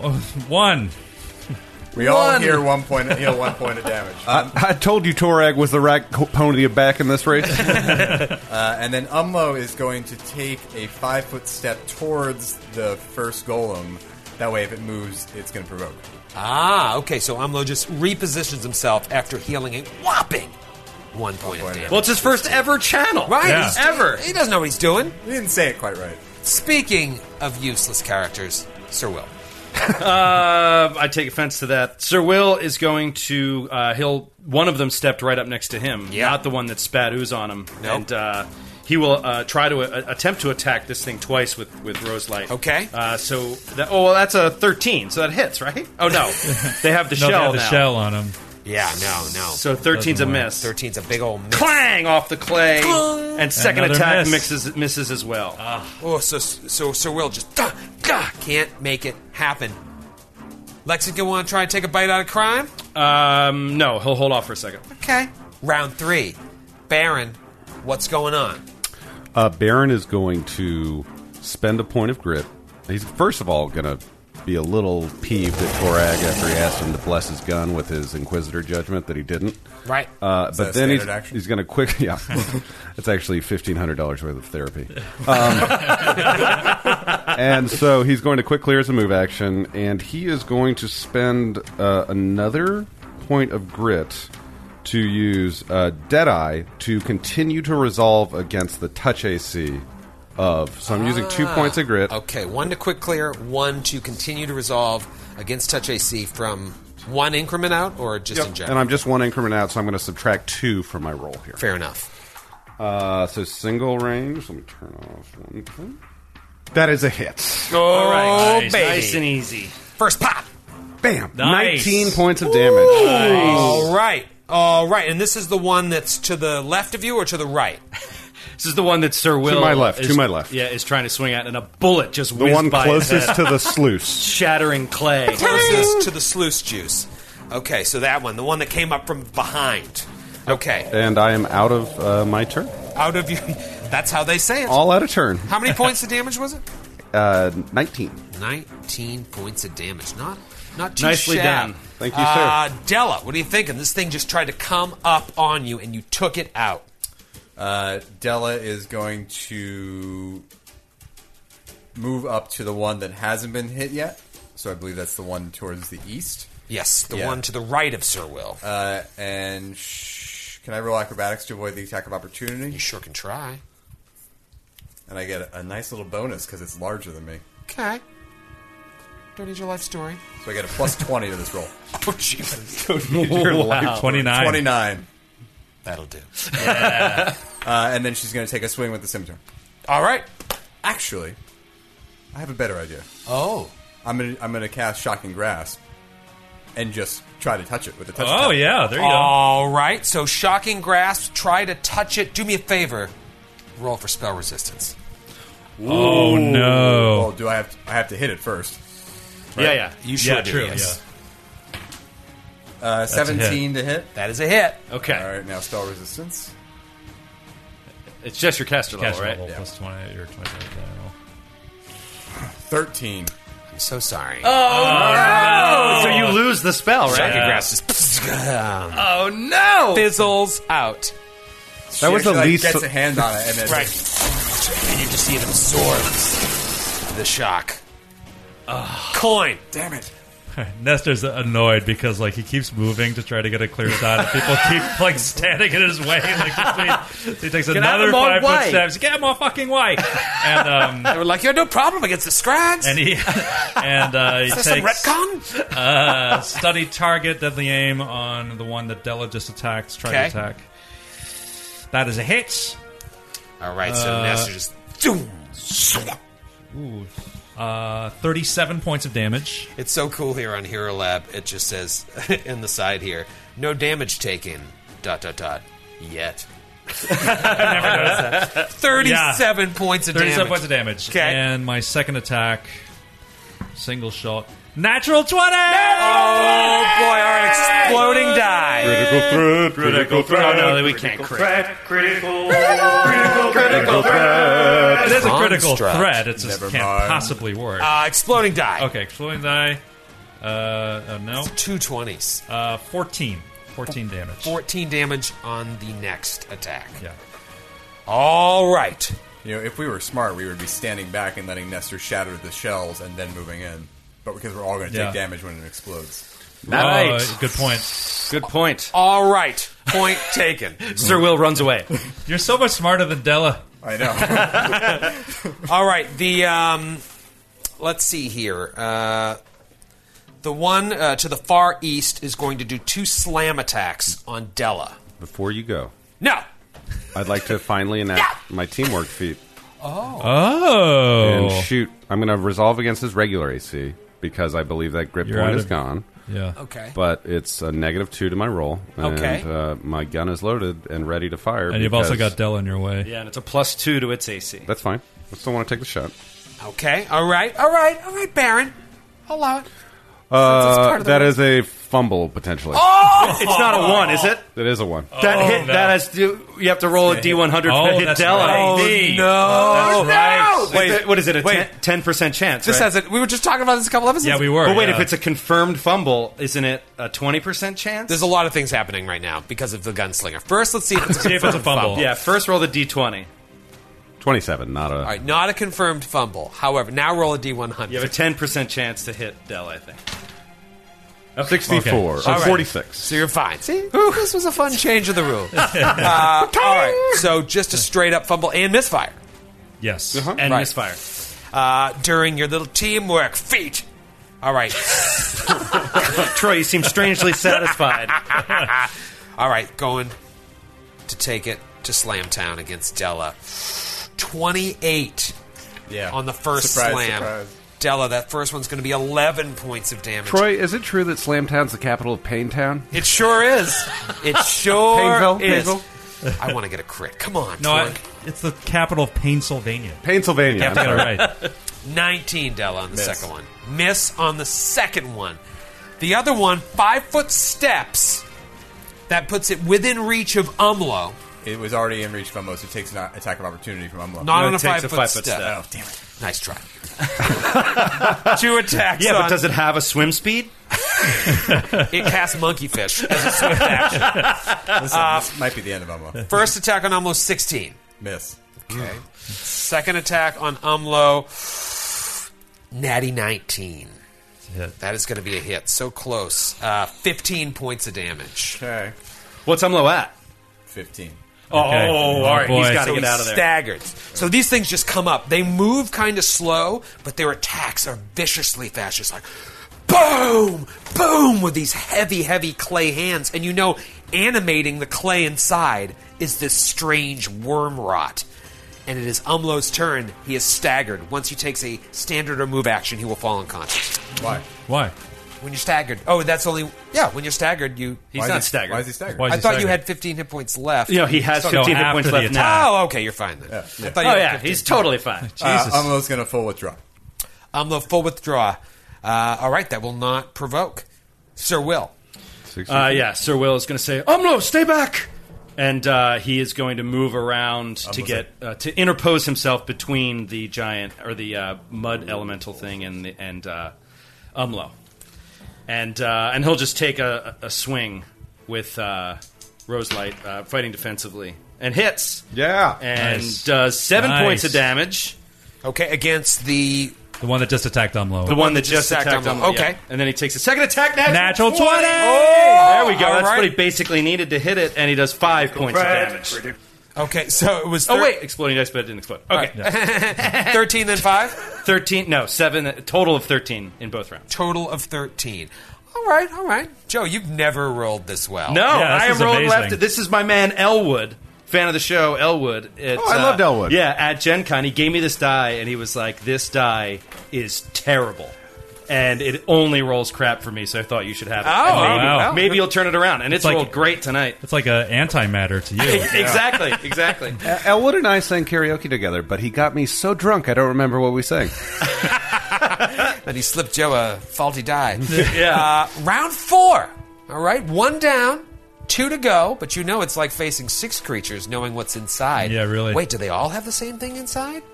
one.
We all hear one point, you know, one point of damage.
I, I told you Torag was the right co- pony of back in this race.
Uh, and then Umlo is going to take a five foot step towards the first golem. That way, if it moves, it's going to provoke.
Ah. Okay. So Umlo just repositions himself after healing a whopping one point of damage.
Well, it's his first ever channel.
right.
Yeah.
he's-
Ever.
He doesn't know what he's doing.
You didn't say it quite right.
Speaking of useless characters, Sir Will.
Uh, I take offense to that. Sir Will is going to. Uh, he'll. One of them stepped right up next to him, not the one that spat ooze on him.
Nope.
And uh, he will uh, try to uh, attempt to attack this thing twice with with rose light.
Okay.
Uh, so that. Oh, well, that's a thirteen. So that hits, right? Oh no, they have the
No,
shell.
they have the
now.
shell on him.
Yeah. No. No.
So 13's a miss.
13's a big old. Miss.
Clang off the clay, and second
Another
attack
miss.
mixes misses as well.
Oh, so so Sir Will just duh, duh, can't make it happen. Lexington want to try and take a bite out of crime?
Um, no, he'll hold off for a second.
Okay. Round three, Baron, what's going on?
Uh, Baron is going to spend a point of grit. He's first of all going to be a little peeved at Torag after he asked him to bless his gun with his Inquisitor judgment that he didn't.
Right.
Uh,
Is that
but
a
then he's,
standard action?
he's going to quick. Yeah, it's actually fifteen hundred dollars worth of therapy. Um, and so he's going to quick clear as a move action, and he is going to spend uh, another point of grit to use uh, Deadeye to continue to resolve against the touch AC of. So I'm using two points of grit.
Ah. Okay, one to quick clear, one to continue to resolve against touch AC from one increment out or just in general.
And I'm just one increment out, so I'm going to subtract two from my roll here.
Fair enough.
Uh, so single range. Let me turn off one thing. That is a hit.
All right.
nice, nice and e- easy.
Oh, First pop.
Bam!
Nice.
19 points of damage.
All right. All right. And this is the one that's to the left of you or to the right?
This is the one that Sir Will
my left, to
is-
my left.
Yeah, is trying to swing at, and a bullet just
The
whizzed
one
by his
closest
head,
to the sluice.
shattering clay.
Closest to the sluice juice. Okay, so that one, the one that came up from behind. Okay,
And I am out of uh, my turn.
out of you. That's how they say it.
All out of turn.
How many points of damage was it?
Uh, 19.
19 points of damage. Not not too
Nicely
shabby.
done.
Thank you, sir.
Uh, Della, what are you thinking? This thing just tried to come up on you and you took it out.
Uh, Della is going to move up to the one that hasn't been hit yet. So I believe that's the one towards the east.
Yes, the
Yeah.
one to the right of Sir Will.
Uh, and sh- can I roll acrobatics to avoid the attack of opportunity?
you sure can try.
And I get a, a nice little bonus because it's larger than me.
Okay. Don't need your life story.
So I get a plus 20 to this roll.
Oh, Jesus.
Twenty nine.
29.
That'll do.
Uh, and then she's going to take a swing with the scimitar.
All right.
Actually, I have a better idea.
Oh.
I'm going to I'm gonna cast Shocking Grasp and just try to touch it with a touch
Oh
attack.
yeah, there you go.
All right. So, shocking grasp. Try to touch it. Do me a favor. Roll for spell resistance.
Oh no.
Well, do I have to, I have to hit it first?
Yeah, yeah.
You sure
Yeah,
do.
true.
yes.
Yeah.
Uh, Seventeen to hit.
That is a hit.
Okay,
All right, now spell resistance.
it's just your caster level,
Cash
right?
level plus twenty or twenty.
Thirteen.
I'm so sorry.
Oh,
Oh,
So you lose the spell, right?
shocking grasp just
Um,
Oh no!
fizzles out.
That
was the least-
Gets a hand on it and then
Right. And you just see it absorbs the shock. Coin.
Damn it!
Nestor's annoyed because like he keeps moving to try to get a clear shot, and people keep like standing in his way. Like just, he, he takes
out of
another
my
five
way.
foot steps. Get out of my fucking way! And um,
They were like, you had no problem against the scribes.
and he and uh, he
Is this
takes
some retcon?
uh, study target deadly aim on the one that Della just attacked. Try
Okay.
to attack. That is a hit. Uh,
All right, so Nestor just. Doom.
Ooh, uh, thirty-seven points of damage.
It's so cool here on Hero Lab. It just says in the side here, no damage taken. Dot dot dot. Yet. Thirty-seven points of
Thirty-seven
damage.
points of damage.
Okay.
And my second attack, single shot, natural twenty.
Oh boy, our exploding die.
critical threat, critical
Oh
threat.
no, we can't crit.
It is a critical
Construct.
threat. It just
Never
can't
mind.
possibly work.
Uh, exploding die.
okay, exploding die. Uh, oh, no.
Two twenties.
Uh, 14. 14 damage.
Fourteen damage on the next attack.
Yeah.
All right.
You know, if we were smart, we would be standing back and letting Nestor shatter the shells and then moving in. But because we're all going to
Yeah.
take damage when it explodes.
Nice.
Uh, good point.
Good point.
All right. Point taken.
Sir Will runs away.
You're so much smarter than Della.
I know.
All right. The um, let's see here. Uh, the one uh, to the far east is going to do two slam attacks on Della.
Before you go,
No.
I'd like to finally enact my teamwork feat
Oh.
and shoot. I'm going to resolve against his regular AC because I believe that grip
You're out
point is
of-
gone.
yeah.
Okay.
But it's a negative two to my roll, and
Okay.
uh, my gun is loaded and ready to fire.
And you've also
because-
got Della in your way.
Yeah, and it's a plus two to its AC.
That's fine. I still want to take the shot.
Okay. All right. All right. All right, Baron. Allow it. That's part
Uh,
of the Oh!
that
rule.
is a fumble potentially.
It's not a one, is it?
That is a one.
That
Oh,
hit.
no.
That has to. You have to roll a D one hundred
Oh,
to hit
that's
Della.
right. Oh, Indeed.
no.
That's
No.
right. Wait, what is it? A
Wait.
ten percent chance.
This
right?
has it. We were just talking about this a couple episodes.
Yeah, we were.
But wait,
yeah.
if it's a confirmed fumble, isn't it a twenty percent chance?
There's a lot of things happening right now because of the gunslinger. First, let's see if it's a,
See if it's a
confirmed
fumble.
yeah, first roll the D twenty.
Twenty-seven, not a.
All right, not a confirmed fumble. However, now roll a d100.
Uh-huh. You have a ten percent chance to hit Della. I think.
64
Okay.
or
All right.
46.
So you're fine. See, this was a fun change of the rule. Uh, all right, so just a straight up fumble and misfire
Yes.
And
Right.
misfire.
uh, during your little teamwork feat. All right,
Troy, you seem strangely satisfied.
all right, going to take it to Slam Town against Della. Twenty-eight
yeah.
on the first
Surprise,
slam.
surprise.
Della, that first one's going to be eleven points of damage.
Troy, is it true that Slamtown's the capital of Paintown?
It sure is. It sure
Painville?
is.
Painville?
I want to get a crit. Come on,
No, I,
Torque.
it's the capital of Pennsylvania.
Pennsylvania.
You
I'm
have to get
sorry.
it right.
19 Della on the second one. Miss on the second one. The other one, five foot steps. That puts it within reach of Umlo.
It was already in reach of Umlo, so it takes an attack of opportunity from Umlo.
Not
No,
on
it
a
takes
five
a
foot
five-foot
step.
step.
oh, damn it.
Nice try. Two attacks.
Yeah,
on-
but does it have a swim speed?
it casts monkeyfish as a swift action. Uh,
Listen, this might be the end of Umlo.
First attack on Umlo, 16.
Miss.
Okay. Second attack on Umlo, natty 19. That is going to be a hit. So close. Uh, 15 points of damage.
Okay.
What's Umlo at?
15.
Oh, all right. He's
boy.
got to get
So he's
out of there.
Staggered. So these things just come up. They move kind of slow, but their attacks are viciously fast. Just like boom, boom with these heavy, heavy clay hands. And you know, animating the clay inside is this strange worm rot. And it is Umlo's turn. He is staggered. Once he takes a standard or move action, he will fall unconscious.
Why?
Why?
When you're staggered. Oh, that's only. Yeah, when you're staggered, you.
He's
Why
not
is he,
staggered.
Why is he staggered?
Why is
I
he
thought you
staggered?
had 15 hit points left.
You know, he has
No,
15 hit
after
points
the
left
attack.
now.
Oh, okay, you're fine then. I thought you
Oh,
had
yeah.
15.
He's totally fine.
Uh, Umlo's going to full withdraw.
Umlo full withdraw. Uh, all right, that will not provoke. Sir Will.
Uh, yeah, Sir Will is going to say, Umlo, stay back! And uh, he is going to move around to get uh, to interpose himself between the giant or the uh, mud elemental thing and the, and uh, Umlo, and uh, and he'll just take a, a swing with uh, Roselight uh, fighting defensively and hits
Yeah.
and
Nice.
does seven
Nice.
points of damage.
Okay, against the
The one that just attacked Umlo.
The one that
just
just
attacked
attacked,
Umlo.
Umlo. yeah.
Okay.
and then he takes a second attack. Natural, Oh,
Natural 20!
there we go.
all
That's
right.
what he basically needed to hit it, and he does five points of damage.
okay, so it was
Oh
thir-
wait, exploding dice, but it didn't explode. Okay,
thirteen then five
thirteen. No, seven. A total of thirteen in both rounds.
total of thirteen. All right, all right, Joe, you've never rolled this well.
No,
Yeah, this
I am
is
rolling
amazing.
left. This is my man Elwood, fan of the show. Elwood. It's, uh,
Oh, I loved Elwood.
Yeah, at Gen Con, he gave me this die, and he was like, "This die is terrible." And it only rolls crap for me, so I thought you should have it.
Oh,
And maybe,
wow.
maybe you'll turn it around. And it's,
like-
rolled great tonight.
it's like an antimatter to you.
exactly, exactly.
Elwood Uh, and I sang karaoke together, but he got me so drunk I don't remember what we sang.
that he slipped Joe a faulty die.
Yeah.
Uh, round four. All right, one down, two to go. But you know, it's like facing six creatures, knowing what's inside.
Yeah, really.
Wait, do they all have the same thing inside?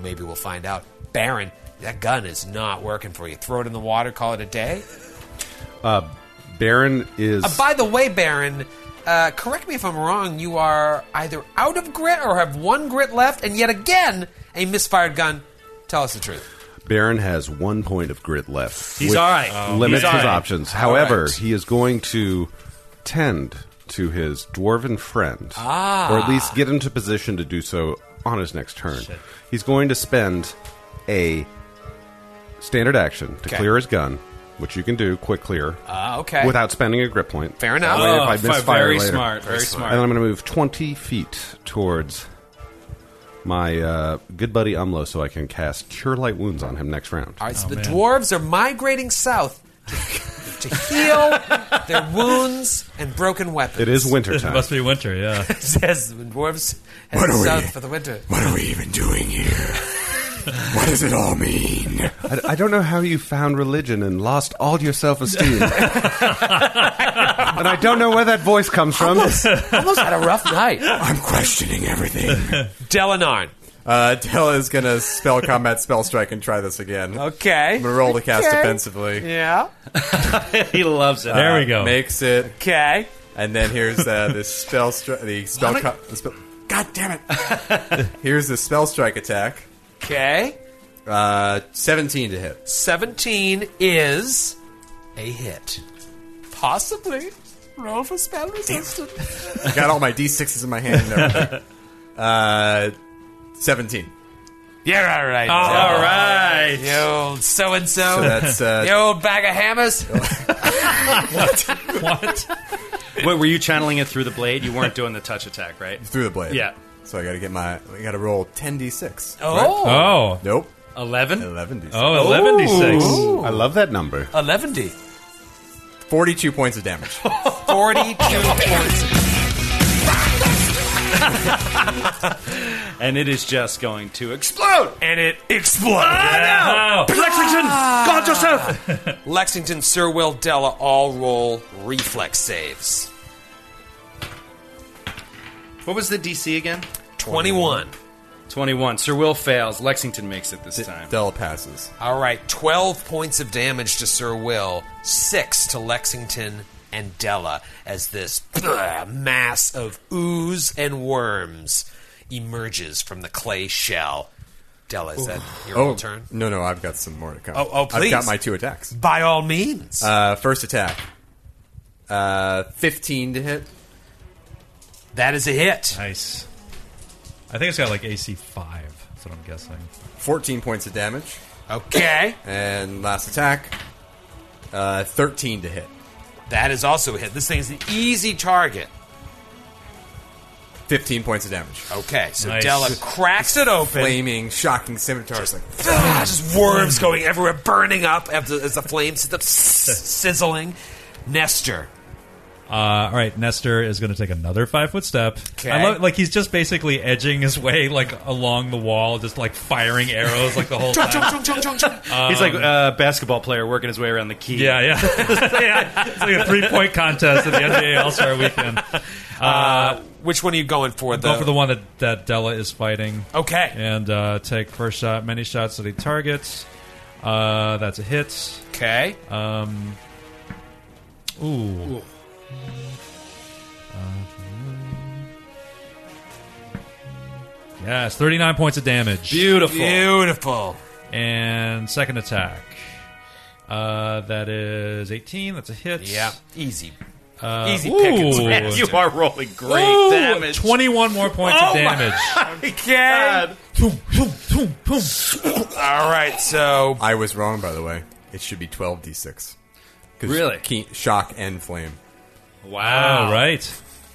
Maybe we'll find out. Baron, that gun is not working for you. Throw it in the water. Call it a day.
Uh, Baron is.
Uh, by the way, Baron, uh, correct me if I'm wrong. You are either out of grit or have one grit left, and yet again a misfired gun. Tell us the truth.
Baron has one point of grit left.
He's
which
all right. Oh.
Limits
He's all
his
right.
options. However,
right.
he is going to tend to his dwarven friend,
Ah.
or at least get into position to do so on his next turn. He's going to spend a standard action to
Okay.
clear his gun, which you can do quick clear
Ah,
Uh, okay.
without spending a grit point.
Fair enough.
That way,
Oh,
if I
fi-
misfire
very
later-
smart, very smart.
And then I'm going to move 20 feet towards my uh, good buddy Umlo so I can cast Cure Light Wounds on him next round.
All right, so
Oh,
the dwarves are migrating south to, to heal their wounds and broken weapons.
It is
It
wintertime.
must be winter, yeah.
says the dwarves head
What are we?
south for the winter.
What are we even doing here? what does it all mean?
I, I don't know how you found religion and lost all your self esteem. and I don't know where that voice comes from.
Almost had a rough night.
I'm questioning everything.
Delanarn.
Uh, Della is going to spell combat spell strike and try this again.
Okay.
I'm going to roll to cast
Okay.
defensively.
Yeah.
he loves it.
There we go.
Makes it.
Okay.
And then here's uh, this spell stri- the spell, co- the spell. God damn it! here's the spell strike attack.
Okay.
Uh, Seventeen to hit.
17 is a hit. Possibly. Roll for spell resistance.
Got all my d sixes in my hand. And everything. uh, Seventeen.
You're all right.
All right.
You old so-and-so.
So that's
you
uh,
old bag of hammers.
Wait, were you channeling it through the blade? You weren't doing the touch attack, right?
through the blade.
Yeah.
So I got to get my. I got to roll ten d six.
Oh.
Oh.
Nope.
11?
Eleven d six.
Oh, 11d6.
I love that number.
11D.
Forty-two points of damage.
42 points.
Rock this.
and it is just going to explode.
and it explodes.
Oh, no!
Lexington, guard yourself.
Lexington, Sir Will Della all roll reflex saves.
What was the DC again?
21.
Twenty-one. Sir Will fails. Lexington makes it this time.
Dell passes.
All right, 12 points of damage to Sir Will, 6 to Lexington and Della as this mass of ooze and worms emerges from the clay shell. Della, is that your
Oh,
own turn?
no, no, I've got some more to come.
Oh, oh,
I've
please.
got my two attacks.
By all means.
Uh, first attack. Uh, 15 to hit.
that is a hit.
Nice. I think it's got like AC five. That's what I'm guessing.
14 points of damage.
Okay.
And last attack. Uh, 13 to hit.
That is also a hit. This thing's an easy target.
15 points of damage.
Okay, so
Nice.
Della cracks it open.
Flaming, shocking scimitars. Like,
Ah, just worms going everywhere, burning up as the, as the flames sit up, sizzling. Nestor.
Uh, all right, Nestor is going to take another five foot step.
Okay.
I love like he's just basically edging his way like along the wall, just like firing arrows like the whole Um, time.
Uh,
He's like a basketball player working his way around the key.
Yeah, yeah. yeah. It's like a three point contest at the NBA All Star weekend.
Uh,
Uh, Which one are you going for? The,
Go for the one that, that Della is fighting.
Okay.
And uh, take first shot, many shots that he targets. Uh, that's a hit. Um,
Okay.
Ooh. Uh, yes, 39 points of damage.
Beautiful.
Beautiful.
And second attack. Uh, that is 18. That's a hit.
Yeah. Easy.
Uh,
Easy
ooh.
pickings.
You are rolling great
Ooh,
damage. Oh
21 more points of damage.
Okay. All right. So
I was wrong, by the way. It should be 12d6. 'Cause
Really?
keen- shock and flame.
All
Wow.
right.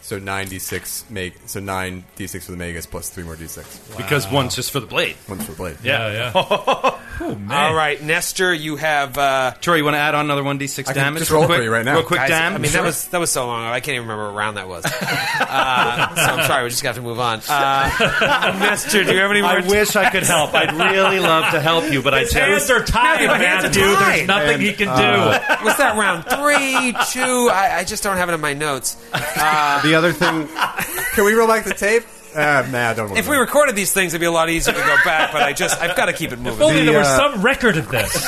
So 9d6 make so 9d6 for the magus plus 3 more d6.
Because one's just for the blade.
One for blade.
Yeah, yeah. Ooh, man.
Uh,
all right, Nestor, you have. Uh,
Troy, you want to add on another 1d6
I can
damage?
just
real
roll
quick?
for you right now.
Real quick,
guys,
damage.
I mean, that was that was so long. ago. I can't even remember what round that was. uh, so I'm sorry. We just have to move on. Uh, Nestor, do you have any more?
I wish I could help. I'd really love to help you, but I
Hands are
Matthew,
tied,
my hands are
Matthew. There's
tied.
nothing he can
uh,
do.
was that round three, two? I, I just don't have it in my notes. Uh,
The other thing,
Can we roll back the tape? Uh, nah, I don't want
If we recorded these things, it'd be a lot easier to go back. But I just I've got to keep it moving.
Only there was
uh,
some record of this.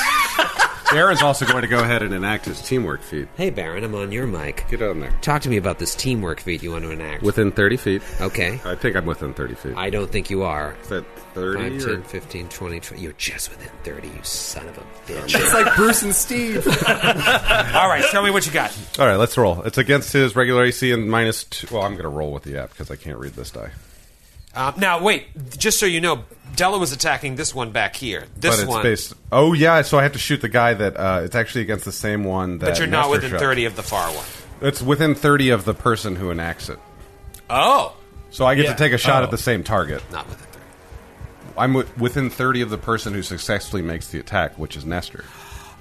Aaron's also going to go ahead and enact his teamwork feat.
Hey, Baron, I'm on your mic.
Get on there.
Talk to me about this teamwork feat you want to enact.
Within 30 feet.
okay.
I think I'm within 30 feet.
I don't think you are.
Is that
5,
30
10,
or
15, 20, 20. You're just within 30, you son of a
It's
bitch.
like Bruce and Steve.
All right, tell me what you got.
All right, let's roll. It's against his regular AC and minus two. Well, I'm going to roll with the app because I can't read this die.
Um, now, wait, just so you know, Della was attacking this one back here. This
but it's
one.
based. Oh yeah, so I have to shoot the guy that. Uh, it's actually against the same one that.
but you're not
Nestor
within
shot.
30 of the far one.
It's within 30 of the person who enacts it.
Oh!
So I get to take a shot
Oh.
at the same target.
Not within 30.
I'm w- within 30 of the person who successfully makes the attack, which is Nestor.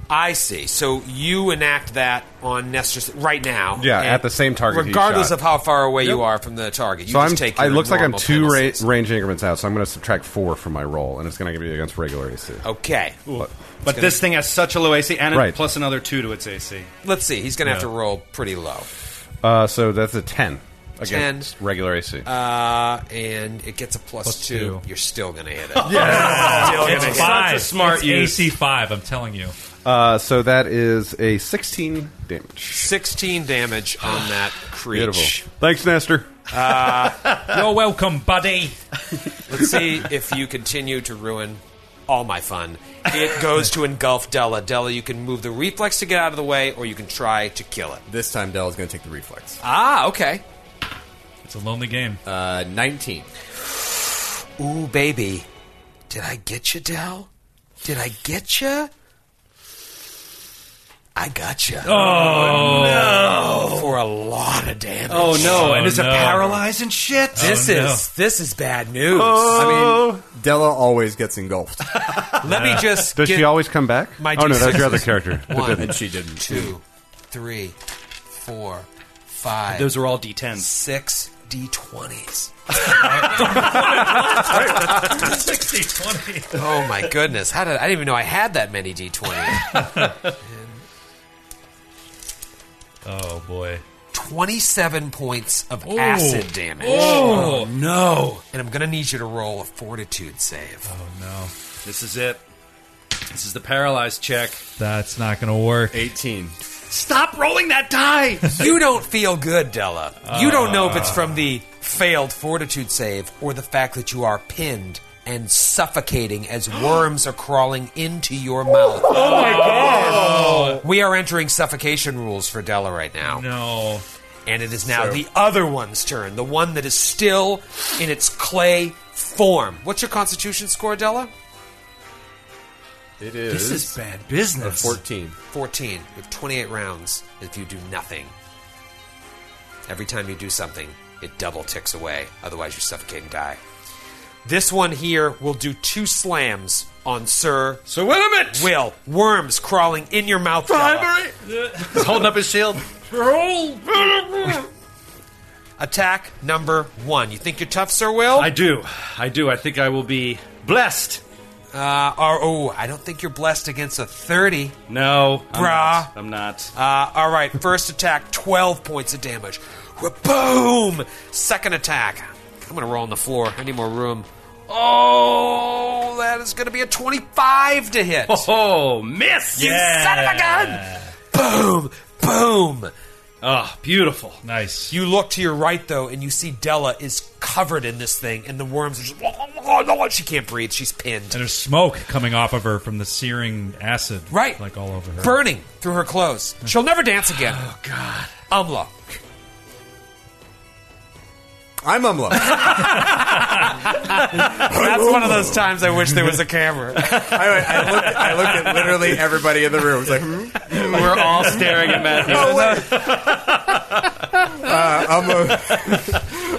I see. So you enact that on Nestor right now.
Yeah,
and
at the same target he
Regardless
shot.
of how far away you are from the target. You
so
just
I'm.
take
I
your
looks like I'm
normal
two ra-
penalties.
range increments out, so I'm going to subtract four from my roll, and it's going to be against regular AC.
Okay.
but this thing has such a low AC, and it-
Right.
plus another 2 to its AC.
Let's see. He's going to have to roll pretty low.
Uh, so that's a 10 against
10.
regular AC.
Uh, and it gets a plus, plus two.
two.
You're still going to hit it.
It's five.
Such a smart
it's
use.
AC five. I'm telling you.
Uh, so that is a 16 damage.
16 damage on that creature.
Beautiful. Thanks, Nestor.
You're welcome, buddy.
Let's see if you continue to ruin all my fun. It goes to engulf Della. Della, you can move the reflex to get out of the way, or you can try to kill it.
this time Dell is going to take the reflex.
Ah, okay.
It's a lonely game.
Uh, 19.
Ooh, baby. Did I get you, Dell? Did I get you? I got you. Oh, no. For a lot of damage.
Oh, no. and is
no.
it paralyzed and shit?
This
Oh, no.
is this is bad news.
I mean, Della always gets engulfed.
Let me just
Does
get
she always come back?
My
oh, no, that's your
D6s.
other character. That
One.
didn't.
She didn't.
two, three, four, five,
Those are all D10s.
six D twenties.
60, 20.
Oh my goodness! How did I didn't even know I had that many d twenty.
Oh boy.
Twenty seven points of acid damage,
Oh no.
and I'm gonna need you to roll a fortitude save.
Oh,
This is it. This is the paralyzed check.
That's not going to work.
18.
Stop rolling that die.
You don't feel good, Della. You don't know if
Uh.
it's from the failed fortitude save or the fact that you are pinned and suffocating as worms are crawling into your mouth. Oh my god! We are entering suffocation rules for Della right now.
No.
And it is now the other one's turn, the one that is still in its clay form. What's your constitution score, Della?
It is.
This is bad business.
14.
14. You have 28 rounds if you do nothing. Every time you do something, it double ticks away. Otherwise, you suffocate and die. This one here will do two slams on Sir
So wait a minute.
Will. Worms crawling in your mouth. Della.
He's holding up his shield.
Attack number one. You think you're tough, Sir Will?
I do. I do. I think I will be blessed.
uh, or, oh, I don't think you're blessed against a 30.
No, I'm
Bruh.
not. I'm not.
Uh, all right, first attack, 12 points of damage. Boom! Second attack. I'm going to roll on the floor. I need more room. Oh, that is going to be a 25 to hit.
Oh, miss!
Boom! Boom!
Oh, beautiful.
Nice.
Ah, You look to your right, though, and you see Della is covered in this thing, and the worms are just. She can't breathe. She's pinned.
And there's smoke coming off of her from the searing acid.
Right.
Like all over her.
Burning through her clothes. She'll never dance again. Oh, God. Umla.
I'm Umla.
That's one of those times I wish there was a camera.
I, I, looked, I looked at literally everybody in the room. It's like, hmm?
We're all staring at Matthew.
Oh, wait. uh, Umla,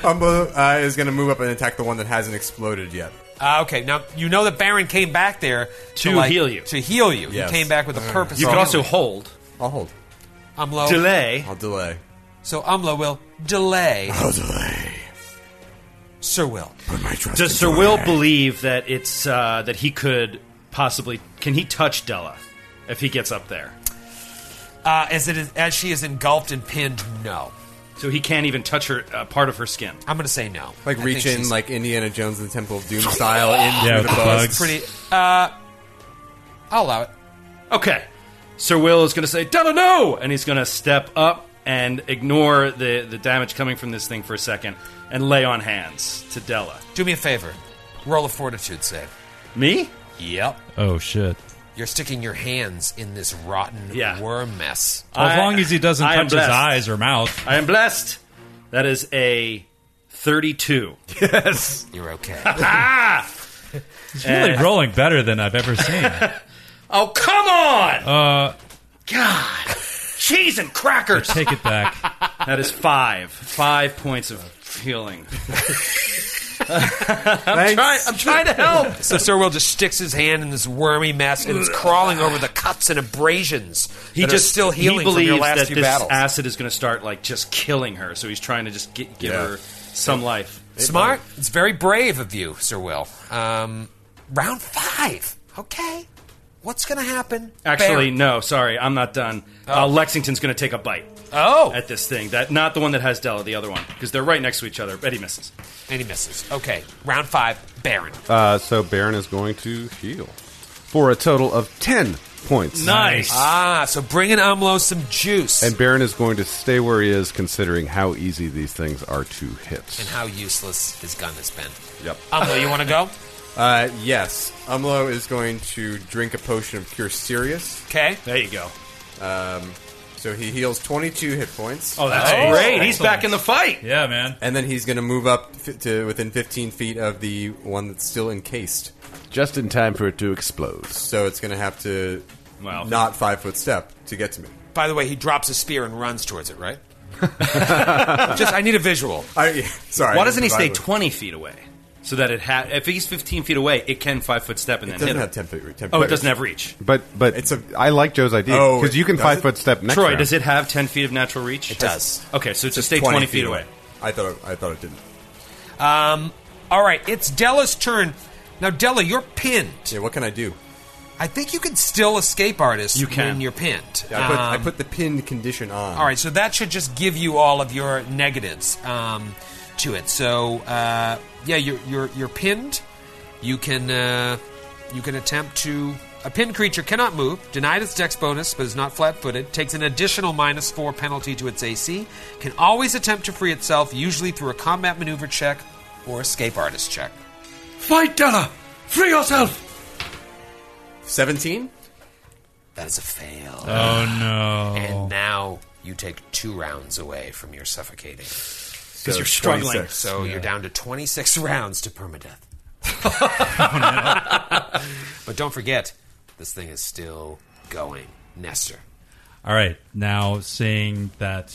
Umla uh, is going to move up and attack the one that hasn't exploded yet.
Uh, okay, now you know that Baron came back there to,
To
like,
heal you.
To heal you,
Yes. Uh-huh. Mm.
he came back with a purpose.
You
of
can also
healing.
hold,
I'll hold.
Umlo.
delay.
I'll delay.
So Umlo will delay
Oh,
I'll delay.
Sir Will.
Put my trust
Does
in
Sir
your
Will
hand.
believe that it's uh, that he could possibly? Can he touch Della if he gets up there?
Uh, as it is, as she is engulfed and pinned, no.
So he can't even touch her uh, part of her skin.
I'm going to say no.
Like
I
reach
think
in
she's
like Indiana Jones and the Temple of Doom style in
Yeah,
through
with
the
the
bust.
bugs.
pretty. Uh, I'll allow it.
Okay. Sir Will is going to say, Della, no! And he's going to step up and ignore the, the damage coming from this thing for a second and lay on hands to Della.
Do me a favor. Roll a fortitude save.
Me?
Yep.
Oh, shit.
You're sticking your hands in this rotten
Yeah.
worm mess.
I-
as long as he doesn't
I am
touch his
blessed.
eyes or mouth.
I am blessed. That is a 32.
You're okay.
He's
Eh.
really rolling better than I've ever seen.
Oh, come on! Uh, God. Cheese and crackers!
Take it back.
That is five. Five points of healing.
Thanks.
I'm trying to help!
So Sir Will just sticks his hand in this wormy mess and it's crawling over the cuts and abrasions.
He
that are
just
still healing
he
from
believes
your last
that
few
this
battles.
acid is going to start like just killing her, so he's trying to just gi- give
Yeah.
her some life.
Smart. It's very brave of you, Sir Will. Um, round five. Okay. What's going to happen?
Actually,
Baron.
no, sorry, I'm not done. Uh, Lexington's going to take a bite
Oh.
at this thing. That not the one that has Della, the other one, because they're right next to each other. But he misses.
And he misses. Okay. Round five. Baron.
Uh, so Baron is going to heal for a total of 10 points.
Ah, so bringing Umlo some juice.
And Baron is going to stay where he is, considering how easy these things are to
And
hit.
how useless his gun has been.
Yep.
Umlo, you want to go?
Uh, yes. Umlo is going to drink a potion of Cure Serious. Um,
Okay.
There you go.
So he heals 22 hit points.
Oh, that's
Nice.
great. He's
Excellent.
back in the fight.
Yeah, man.
And then he's going to move up fi- to within 15 feet of the one that's still encased.
Just in time for it to explode.
So it's going to have to
Wow.
not five foot step to get to me.
By the way, he drops his spear and runs towards it, right? Just, I need a visual.
I, yeah, sorry.
Why doesn't he stay
Survival.
20 feet away? So that it ha- if he's 15 feet away, it can five foot step and
It
then hit
doesn't
him.
have 10 feet. 10
oh,
feet.
it doesn't have reach.
But but
It's
it's
a-
a, I like Joe's idea
Oh,
because you can
does
five
it?
foot step next.
Troy,
round.
does it have 10 feet of natural reach? It
does.
Okay, so it's just stay 20 feet away.
I thought it, I thought it didn't.
Um, all right, it's Della's turn. Now, Della, you're pinned.
Yeah, what can I do?
I think you can still escape artist
You can.
when you're pinned.
Yeah, I, put, I
Um,
put the pinned condition on.
All right, so that should just give you all of your negatives um, to it. So uh, yeah, you're, you're you're pinned. You can uh, you can attempt to. A pinned creature cannot move, denied its dex bonus, but is not flat footed, takes an additional minus four penalty to its AC, can always attempt to free itself, usually through a combat maneuver check or escape artist check.
Fight, Della! Free yourself!
17?
That is a fail.
Oh no!
And now you take two rounds away from your suffocating.
Because
you're struggling.
So you're down to 26 rounds to permadeath. but don't forget, this thing is still going. Nestor.
All right, now seeing that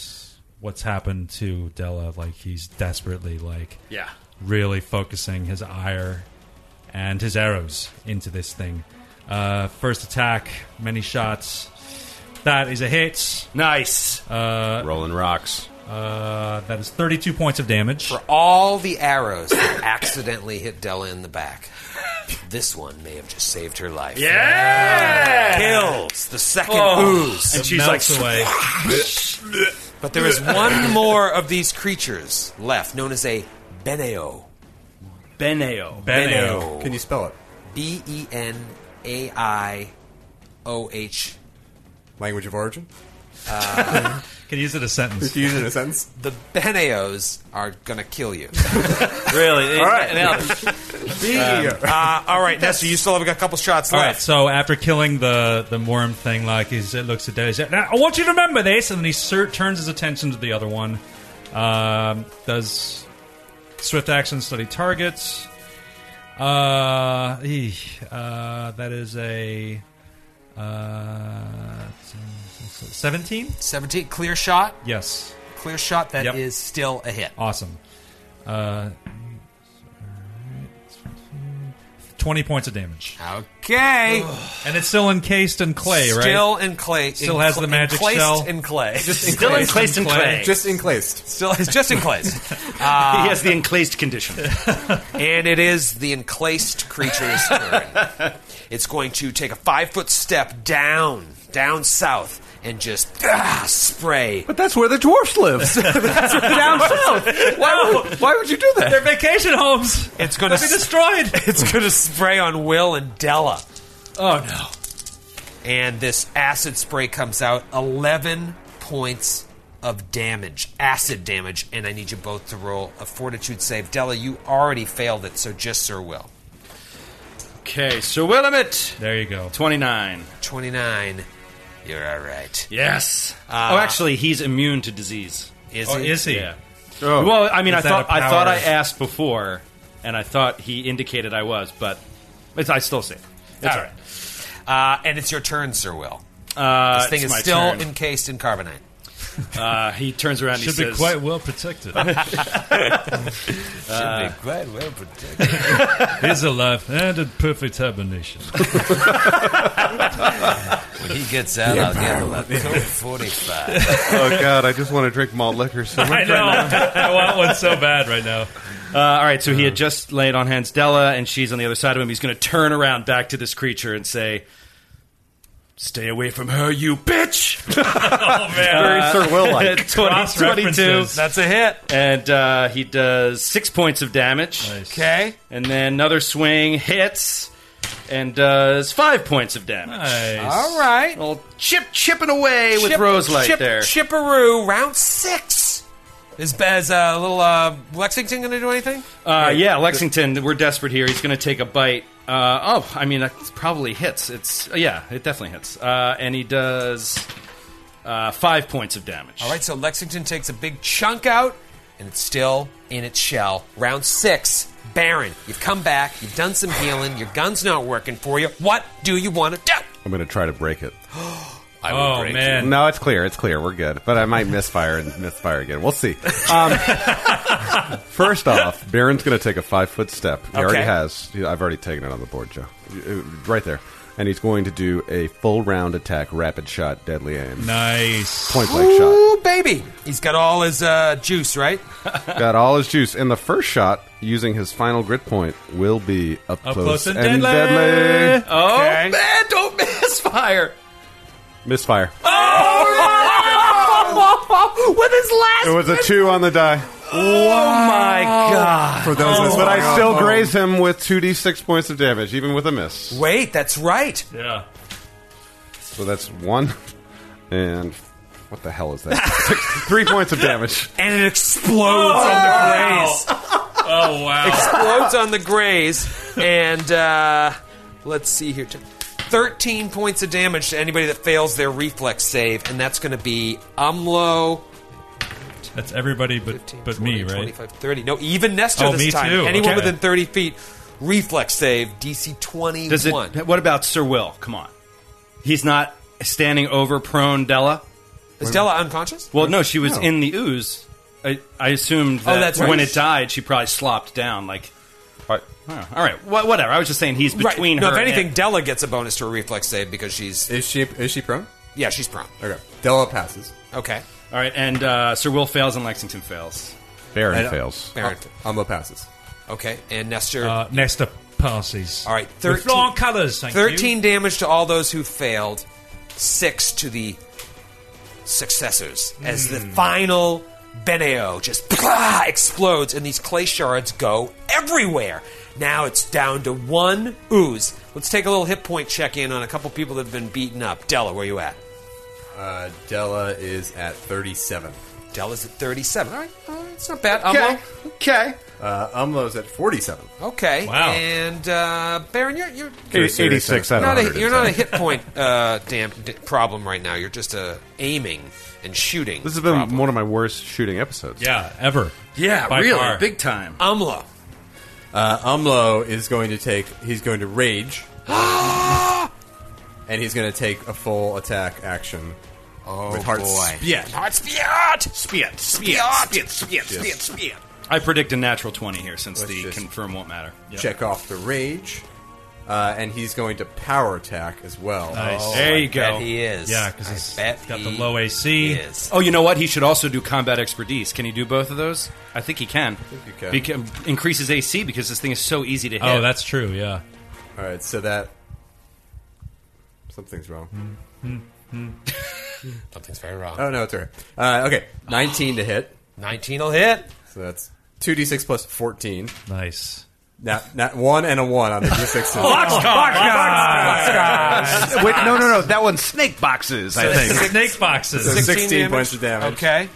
what's happened to Della, like he's desperately like
Yeah.
really focusing his ire and his arrows into this thing. Uh, first attack, many shots. That is a hit.
Nice.
Rolling rocks.
Uh, that is 32 points of damage.
For all the arrows that accidentally hit Della in the back, this one may have just saved her life.
yeah. Oh.
Kills the second ooze.
And she's like,
Melts away.
But there is one more of these creatures left, known as a Beneo.
Beneo.
Beneo.
Can you spell it?
B E N A I O H. Uh,
Language of origin?
Can use it a sentence.
If you use it in a sentence?
The Beneos are gonna kill you.
Really? Um, All right.
Uh, all right, Nestor, you still have a couple shots
All right. So after killing the the worm thing, like he's, it looks at Della. he's like, Now I want you to remember this, and then he sur- turns his attention to the other one. Um, does swift action study targets? Uh, eh, uh, that is a uh, seventeen.
17, clear shot.
Yes,
Clear shot, That is
Yep.
still a hit.
awesome. Uh, twenty points of damage,
Okay.
and it's still encased in clay, right?
Still in clay.
Still
in
has
cl-
the magic
encased
shell.
in clay.
Still encased in clay.
Just encased.
still, it's just encased.
he
Uh,
has the encased condition.
And it is the encased creature's turn. It's going to take a five foot step down, down south, and just ah, spray.
But that's where the dwarfs lives. that's where down south. Why would, why would you do that?
Their vacation homes.
It's going to
be destroyed.
it's going to spray on Will and Della.
Oh no.
and this acid spray comes out 11 points of damage acid damage and i need you both to roll a fortitude save della you already failed it so just sir will
okay, so Willamette.
There you go.
29.
29 you're all right
Yes. oh, actually, he's immune to disease.
is
Oh,
it
is he?
Oh.
Well, I mean,
Is
I
that
thought
a
I thought
power?
I asked before, and I thought he indicated I was, but it's, I still say it. It's all right.
uh, and it's your turn sir will
Uh,
this thing
it's
is
my
still
turn.
encased in carbonite
Uh, he turns around. and he
Should be
says,
quite well protected.
Uh,
quite well protected.
Here's a life and a perfect hibernation.
when he gets out i'll give him a cool 45
Oh god, I just want to drink malt liquor so much.
I know. I want one so bad right now.
Uh, all right, so he had just laid on hands Della, and she's on the other side of him. He's going to turn around back to this creature and say, "Stay away from her, you bitch!" Uh,
Oh man.
Sir Will like.
20, 22,
references.
that's a hit
and uh, he does six points of damage.
okay
And then another swing hits and does five points of damage.
Nice.
all right
Well, chip chipping away with
Chip-
Rose Light
Chip-
there.
Chipperoo, round six. Is, is uh, little uh, Lexington going to do anything?
Uh, yeah, Lexington, we're desperate here. He's going to take a bite. Uh, oh, I mean, that probably hits. It's yeah, it definitely hits. Uh, and he does uh, five points of damage.
All right, so Lexington takes a big chunk out, and it's still in its shell. Round six, Baron, you've come back, you've done some healing, your gun's not working for you. What do you want to do?
I'm gonna try to break it.
I
Oh man.
No, it's clear. It's clear. We're good. But I might misfire and misfire again. We'll see. Um, first off, Baron's going to take a five foot step. He already
Okay.
has. I've already taken it on the board, Joe. Uh, Right there. And he's going to do a full round attack, rapid shot, deadly aim,
Nice.
point blank shot.
Ooh, baby. He's got all his uh, juice, right?
Got all his juice. In the first shot, using his final grit point, will be up,
Up
close,
close and deadly.
Oh
Okay.
man, don't miss fire.
Misfire.
With his last
Oh. It was a Oh two on the die,
my god.
For
Oh.
those of us
but
Oh
that
I
are
still
home,
graze him with two d six points of damage, even with a miss.
Wait, that's right.
Yeah.
So that's one, and what the hell is that? Three points of damage.
And it explodes on the graze.
Oh wow.
explodes on the graze, and uh, let's see here. T- 13 points of damage to anybody that fails their reflex save, and that's going to be Umlo.
That's everybody but
15,
but
20,
me, right?
25, 30. No, even Nestor
Oh,
this
me
time.
too.
Anyone
Okay.
within 30 feet, reflex save, DC 21.
Does it what about Sir Will? Come on. He's not standing over prone Della?
Is Della unconscious?
Well, no, she was in the ooze. I, I assumed that
Oh, that's
when
right.
it died, she probably slopped down. Like,
Right.
oh, all right, wha- whatever. I was just saying he's between
right. No,
her.
if anything,
and,
Della gets a bonus to her reflex save because she's.
Is she is she prone?
Yeah, she's prone.
Okay, Della passes.
Okay.
all right, and uh, Sir Will fails and Lexington fails. Oh.
Baron fails.
Baron.
Amlo passes.
Okay. And Nestor.
Uh, next up, passes.
All right,
With
13
long colors. Thank
13
You.
damage to all those who failed, 6 to the successors. As
Hmm.
the final Beneo just plah, explodes and these clay shards go everywhere. Now it's down to one ooze. Let's take a little hit point check in on a couple people that have been beaten up. Della, where you at?
Uh, Della is at thirty-seven.
Della's at 37. All right, all right it's not bad.
Okay.
Okay.
Okay. Uh, Umlo's at forty-seven.
okay.
Wow.
And uh, Baron, you're, you're
Eight- Eighty-six out of
not a,
110.
you're not a hit point uh, damn d- problem right now. You're just uh, aiming and shooting.
This has been
problem.
one of my worst shooting episodes.
Yeah, ever.
Yeah,
By
really,
far.
big time.
Amla.
Uh, Umlo is going to take. He's going to rage. and he's going to take a full attack action. Oh with heart
boy.
Yeah.
Not Spiat.
Spiet,
Spiat. Spiat. Spiat. Spiat.
I predict a natural 20 here since the
just-
confirm won't matter.
Check off the rage. Uh, and he's going to power attack as well. Oh,
Nice.
There you go.
Oh, Bet he is.
Yeah, because
I
he's
bet
got the
he
low AC.
Is.
Oh, you know what? He should also do combat expertise. Can he do both of those? I think he can.
he can.
Beca- increases AC because this thing is so easy to hit.
Oh, that's true. Yeah.
All right, so that something's wrong.
Mm-hmm.
Something's very wrong.
Oh no, it's all right. Uh, okay, nineteen to hit.
19 will hit.
So that's two d six plus fourteen.
Nice.
Not not one and a one on the d six.
Wait, no, no, no. That one's snake boxes. I think.
Snake boxes.
16
damage.
points of damage.
Okay.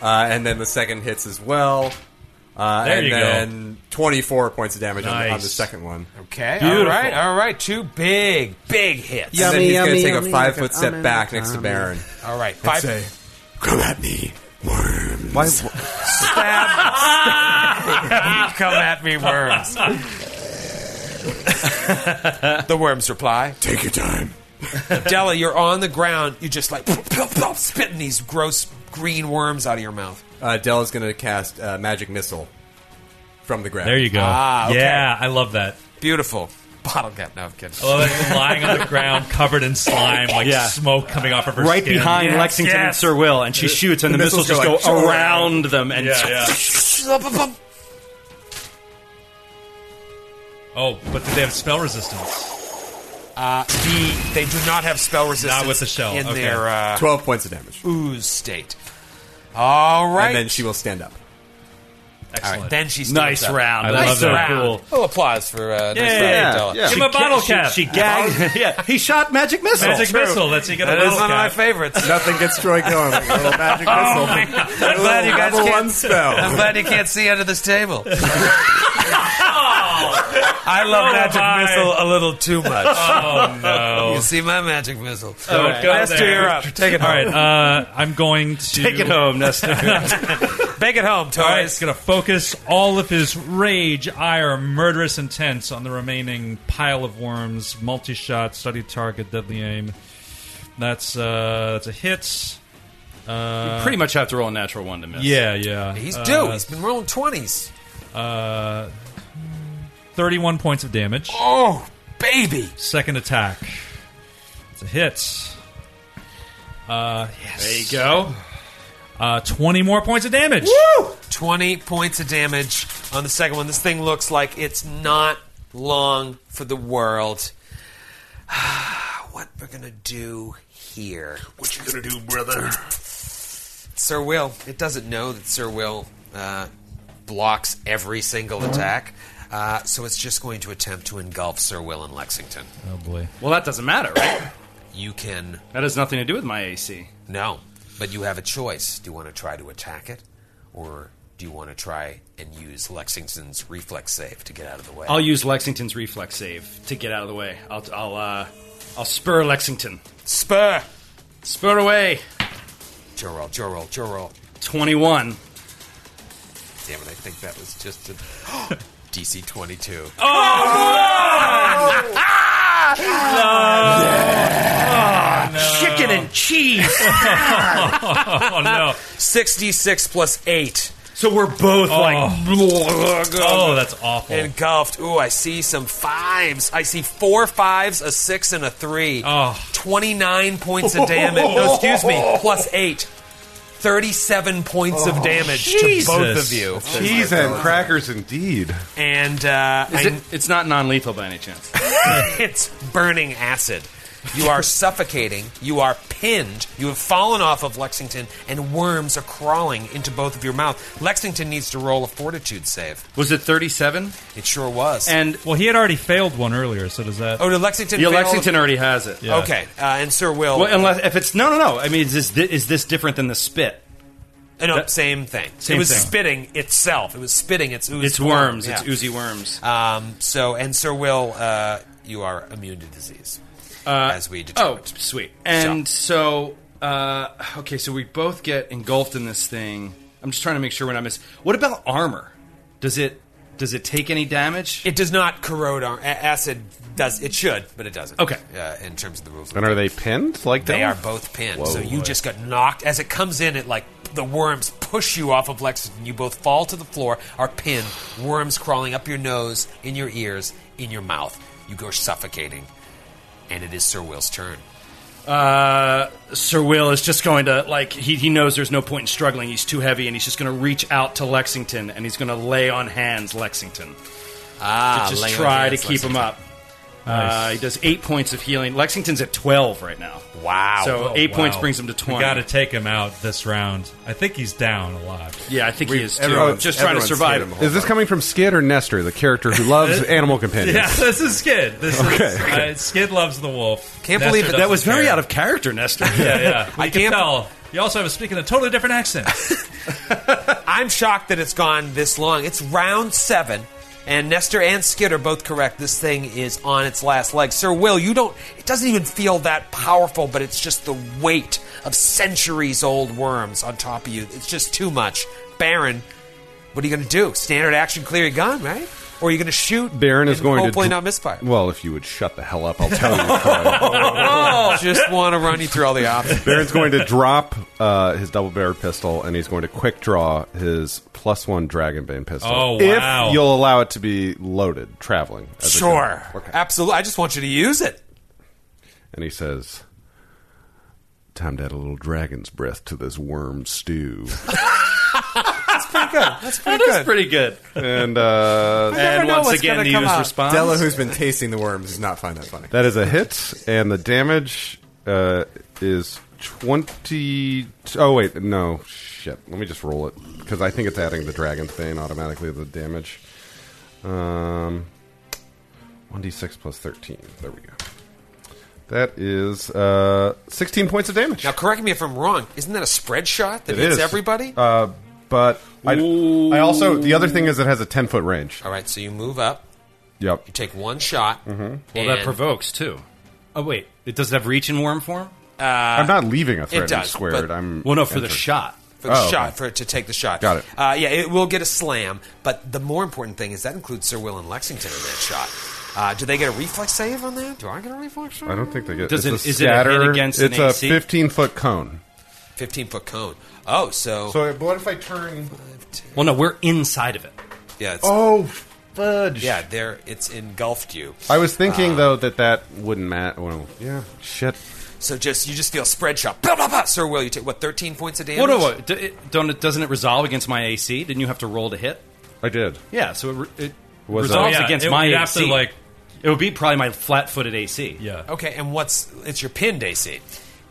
Uh, and then the second hits as well. Uh,
There
and
you go.
then 24 points of damage on, the, on the
Nice.
second one.
Okay. All
Beautiful.
right. All right. Two big, big hits.
and then
Yummy,
he's going to
yummy,
take a
yummy,
five
yummy,
foot step
yummy,
back next to
yummy.
Baron.
All right.
and
Five.
say, "Come at me, worm."
Why,
Come at me, worms. the worms reply.
Take your time.
Della, you're on the ground. You just like spitting these gross green worms out of your mouth.
Uh, Dell is going to cast uh, Magic Missile from the ground.
There you go.
Ah, okay.
Yeah, I love that.
Beautiful bottle cap. No, I'm kidding.
I love that lying on the ground, covered in slime, like
Yeah.
smoke coming off of her
right
skin.
behind Lexington and Sir Will, and she shoots, and the, missiles,
missiles go
just go around them. And
Yeah, yeah. Oh, but did they have spell resistance?
The, Uh, they do not have spell resistance.
Not with the shell,
in
okay.
their uh,
12 points of damage.
ooze state. All right.
And then she will stand up.
All
Excellent.
right. Then she stands
nice
up.
round.
I
That's
love
so
that.
cool.
Little applause for uh, nice round,
yeah,
Della.
yeah.
She
Give him a
ca-
bottle
she-
cap.
She, gagged. yeah, he shot magic missile.
Magic missile. That's you get a
That is
little
one of my
cap. Oh
favorites.
Nothing gets Troy going. Like a little Magic Missile.
I'm glad you guys
level
can't.
one spell.
I'm glad you can't see under this table. I love magic
my.
missile a little too much.
Oh no!
You see my magic missile.
Don't go
Nestor,
there.
you're up. Take it
All
home.
right, uh, I'm going to
Take it home, Nestor.
Bake it home,
All right, he's
Torres.
going to focus all of his rage, ire, murderous intent on the remaining pile of worms. Multi shot, study target, deadly aim. That's uh, that's a hit. Uh,
Pretty much have to roll a natural one to miss.
Yeah, yeah.
He's
Uh,
due. He's been rolling twenties.
Uh, 31 points of damage.
Oh, baby.
Second attack. It's a hit. Uh, yes.
There you go.
Uh, 20 more points of damage.
20 points of damage on the second one. This thing looks like it's not long for the world. what we're going to do here?
What you gonna do, brother?
Sir Will, it doesn't know that Sir Will uh, blocks every single attack. Uh, so it's just going to attempt to engulf Sir Will in Lexington.
Oh, boy.
Well, that doesn't matter, right?
You can
that has nothing to do with my AC.
No, but you have a choice. Do you want to try to attack it, or do you want to try and use Lexington's reflex save to get out of the way?
I'll use Lexington's reflex save to get out of the way. I'll I'll uh, I'll spur Lexington.
spur.
Spur away.
Joe roll, Joe roll, Joe roll.
Twenty-one.
Damn it! I think that was just a
Oh!
DC twenty-two. Ah,
Ah! Oh, Chicken and cheese.
Oh, no.
Sixty-six plus eight.
so we're both like
Oh, that's awful.
Engulfed. Ooh, I see some fives. I see four fives, a six, and a three.
Oh.
29 points of damage. No, excuse me. Plus eight. 37 points of damage
Oh, Jesus.
to both of you.
Cheese and crackers, indeed.
And uh,
Is
I-
it, it's not non-lethal by any chance.
it's burning acid. You are suffocating. You are pinned. You have fallen off of Lexington, and worms are crawling into both of your mouth. Lexington needs to roll a fortitude save.
Was it thirty-seven?
It sure was.
And
Well, he had already failed one earlier, so does that.
oh, did Lexington?
yeah,
fail?
Lexington already has it.
Yeah.
Okay, uh, and Sir Will.
Well, unless if it's no, no, no. I mean, is this is this different than the spit?
Uh, no,
That-
same thing.
Same
it was
thing.
spitting itself. It was spitting its ooze.
It's worms. It's
Yeah.
oozy worms.
Um, so, and Sir Will, uh, you are immune to disease, uh, as we
Oh,
determined.
sweet. And so, uh, okay, so we both get engulfed in this thing. I'm just trying to make sure we're not miss. What about armor? Does it does it take any damage?
It does not corrode our a- acid. Does it should, but it doesn't.
Okay.
uh, in terms of the rules.
And are they pinned like
They
that?
are both pinned. so you just got knocked as it comes in. It like the worms push you off of Lexington. You both fall to the floor, are pinned. Worms crawling up your nose, in your ears, in your mouth. You go suffocating, and it is Sir Will's turn.
uh, Sir Will is just going to like he he knows there's no point in struggling. He's too heavy, and he's just going to reach out to Lexington, and he's going to lay on hands Lexington.
Ah,
just
lay on
try to
hands,
keep
Lexington.
him up. Uh, he does eight points of healing. Lexington's at twelve right now.
Wow.
So
Oh,
eight
wow.
points brings him to
We
twenty.
got to take him out this round. I think he's down a lot.
Yeah, I think he is too.
everyone's-
just trying to
everyone's
survive.
scared of him.
Is this coming from Skid or Nestor, the character who loves animal companions?
Uh, Yeah, this is Skid. This is uh, Skid loves the wolf.
Can't believe it.
That was very
out of.
out of character, Nestor.
Yeah, yeah. We
I
can
can't-
tell. You also have a speaking a totally different accent.
I'm shocked that it's gone this long. It's round seven, and Nestor and Skid are both correct. This thing is on its last leg. Sir Will, you don't. It doesn't even feel that powerful, but it's just the weight of centuries old worms on top of you. It's just too much. Baron, what are you going to do? Standard action, clear your gun, right? Or are you going to shoot?
Baron is
and
going
hopefully
to
not misfire.
Well, if you would shut the hell up, I'll tell you. Troy.
Oh, just want to run you through all the options.
Baron's going to drop uh, his double barreled pistol and he's going to quick draw his plus one dragonbane pistol.
Oh, wow.
If you'll allow it to be loaded traveling. as a gun.
Sure,
Okay.
absolutely. I just want you to use it.
And he says, "Time to add a little dragon's breath to this worm stew."
Pretty good.
pretty good.
and uh,
never
And
know
once
what's
again,
gonna
the
come
user's
out.
response.
Della, who's been tasting the worms, does not find that funny.
That is a hit, and the damage uh, is 20. Oh, wait, no. Shit. Let me just roll it, because I think it's adding the Dragon's Bane automatically to the damage. Um, 1d6 plus 13. There we go. That is uh, 16 points of damage.
Now, correct me if I'm wrong. Isn't that a spread shot that
It
hits
is.
everybody?
Uh, but I, I also. The other thing is it has a 10 foot range.
all right, so you move up.
Yep. Mm-hmm.
You take one shot.
well, that provokes too. Oh wait, it does have reach in worm form.
I'm not leaving a threatening
Uh, does,
squared.
but-
I'm
Well, no, for the
entered.
shot.
for the
Oh, okay.
shot for it to take the shot.
Got it.
Uh, yeah, it will get a slam, but the more important thing is that includes Sir Will and Lexington in that shot. Uh, do they get a reflex save on that? Do I get a reflex save?
I don't think they get.
Does
it's
it-
a
is it a hit
scatter-
against
It's
an
a
AC?
15 foot cone.
Fifteen foot cone. Oh, so,
So what if I turn?
Well, no, we're inside of it.
yeah, it's,
Oh fudge!
yeah, there it's engulfed you.
Uh,
I was thinking though that that wouldn't matter. Well, yeah, shit.
So just you just feel spread shot. Blah, blah, blah. Sir Will, you take what thirteen points of damage.
What, what, what? Do- it- Don't it, doesn't it resolve against my AC? Didn't you have to roll to hit?
I did.
Yeah, so it, re- it
Was
resolves
that-
uh, Yeah,
against
it
my
would have
AC.
to, like-
it would be probably my flat-footed AC.
Yeah.
Okay, and what's it's your pinned AC,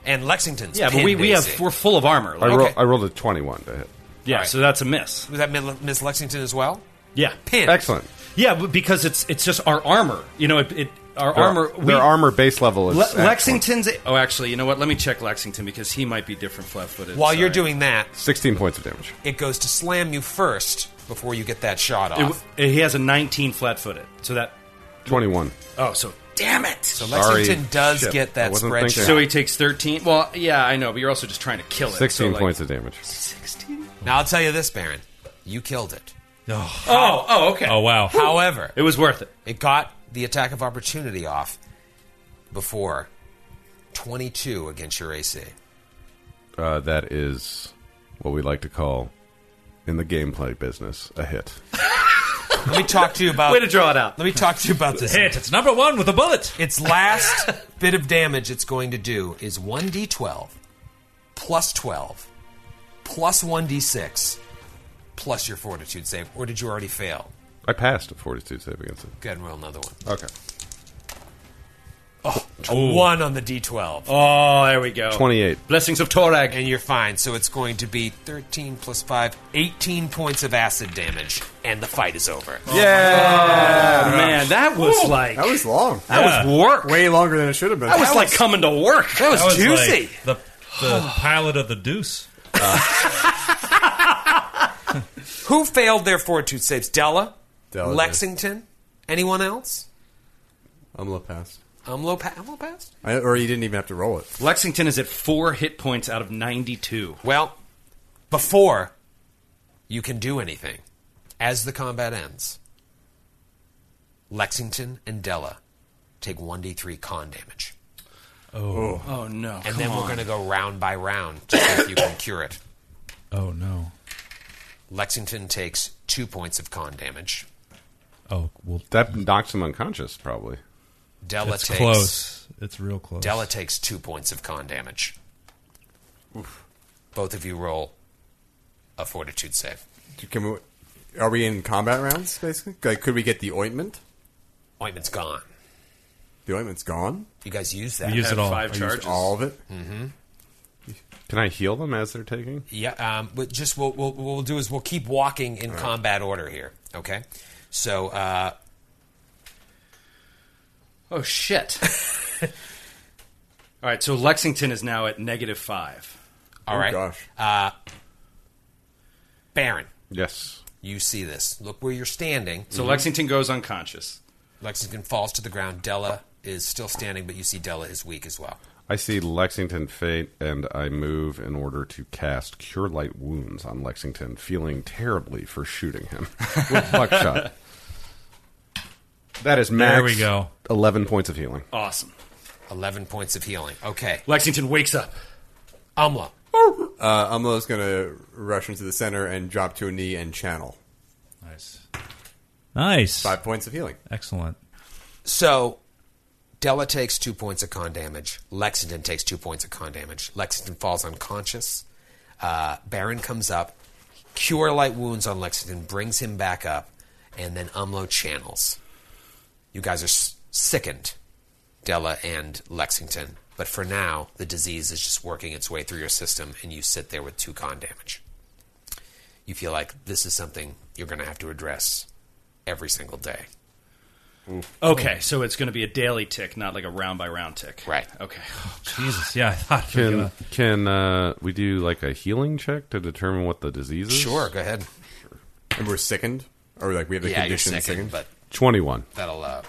and Lexington's.
yeah, but we,
pinned
we have
AC.
we're full of armor.
I,
Like,
roll-
Okay.
I rolled a 21 to hit.
yeah,
Alright.
so that's a miss.
Was that Mid- Miss Lexington as well?
Yeah,
Pinned.
Excellent.
yeah, but because it's it's just our armor. You know, it, it our
Their,
armor.
their
we-
armor base level is
Le-
excellent.
Lexington's. Oh, actually, you know what? Let me check Lexington because he might be different flat-footed.
While you're
Sorry.
doing that,
16 points of damage.
it goes to slam you first before you get that shot off.
It w- he has a 19 flat-footed. So that
21.
oh, so damn it. So
Sorry.
Lexington does
Shit,
get
I
that
wasn't
spread
thinking.
shot.
So he takes 13. Well, yeah, I know, but you're also just trying to kill it.
16
So, like-
points of damage.
Now I'll tell you this, Baron, you killed it.
Oh, oh, okay.
Oh wow.
However,
It was worth it.
It got the attack of opportunity off before 22 against your AC.
Uh, that is what we like to call, in the gameplay business, a hit.
Let me talk to you about.
Way to draw it out.
let me talk to you about this.
Hit. It's number one with a bullet.
Its last bit of damage it's going to do is 1d12 plus 12 plus 1d6 plus your fortitude save. Or did you already fail?
I passed a fortitude save against it.
Go ahead and roll another one.
Okay.
A one on the d12.
Oh, there we go.
28.
Blessings of Torag.
And you're fine, so it's going to be 13 plus 5, 18 points of acid damage, and the fight is over.
Oh Man, that was like.
That was long.
that was work.
Way longer than it should have been.
that was like coming to work. That was,
That was
juicy.
like the the pilot of the Deuce.
Uh, Who failed their fortitude saves? Della?
Della did.
Lexington? Anyone else?
I'm low pass.
Umlo, pa- Umlo passed?
I, or you didn't even have to roll it.
Lexington is at four hit points out of 92.
Well, before you can do anything, as the combat ends, Lexington and Della take 1d3 con damage.
Oh, no.
And then we're going to go round by round to see if you can cure it.
Oh no.
Lexington takes two points of con damage.
Oh well,
That knocks him unconscious, probably.
Della
It's
takes
close. It's real close.
Della takes two points of con damage. Both of you roll a fortitude save.
Can we, are we in combat rounds, basically? Like, could we get the ointment?
Ointment's gone.
The ointment's gone?
You guys use that.
We use it all.
Five
I used-
charges.
All of it?
Mm-hmm.
Can I heal them as they're taking?
Yeah. Um, but just we'll, we'll, what we'll do is we'll keep walking in combat order here. Okay. So uh,
Oh, shit. All right, so Lexington is now at negative five. Uh,
all
oh,
right,
gosh.
Baron,
Yes.
you see this. Look where you're standing. Mm-hmm.
So Lexington goes unconscious.
Lexington falls to the ground. Della is still standing, but you see Della is weak as well.
I see Lexington faint, and I move in order to cast Cure Light Wounds on Lexington, feeling terribly for shooting him with buckshot. That is max.
There we go.
Eleven points of healing.
Awesome.
Eleven points of healing. Okay.
Lexington wakes up.
Umla.
Uh, Umlo's going to rush into the center and drop to a knee and channel.
Nice.
Five points of healing.
Excellent.
So Della takes two points of con damage. Lexington takes two points of con damage. Lexington falls unconscious. Uh, Baron comes up, cure light wounds on Lexington, brings him back up, and then Umlo channels. You guys are s- sickened, Della and Lexington. But for now, the disease is just working its way through your system, and you sit there with two con damage. You feel like this is something you're going to have to address every single day.
Okay, so it's going to be a daily tick, not like a round by round tick.
Right. Oh,
Okay.
Jesus. Yeah. I thought we were
Can
gonna-
can uh, we do like a healing check to determine what the disease is?
Sure, go ahead.
And we're sickened? Or, like, we have the
yeah, you're
condition
sickened,
sickened?
but
Twenty-one.
that'll uh,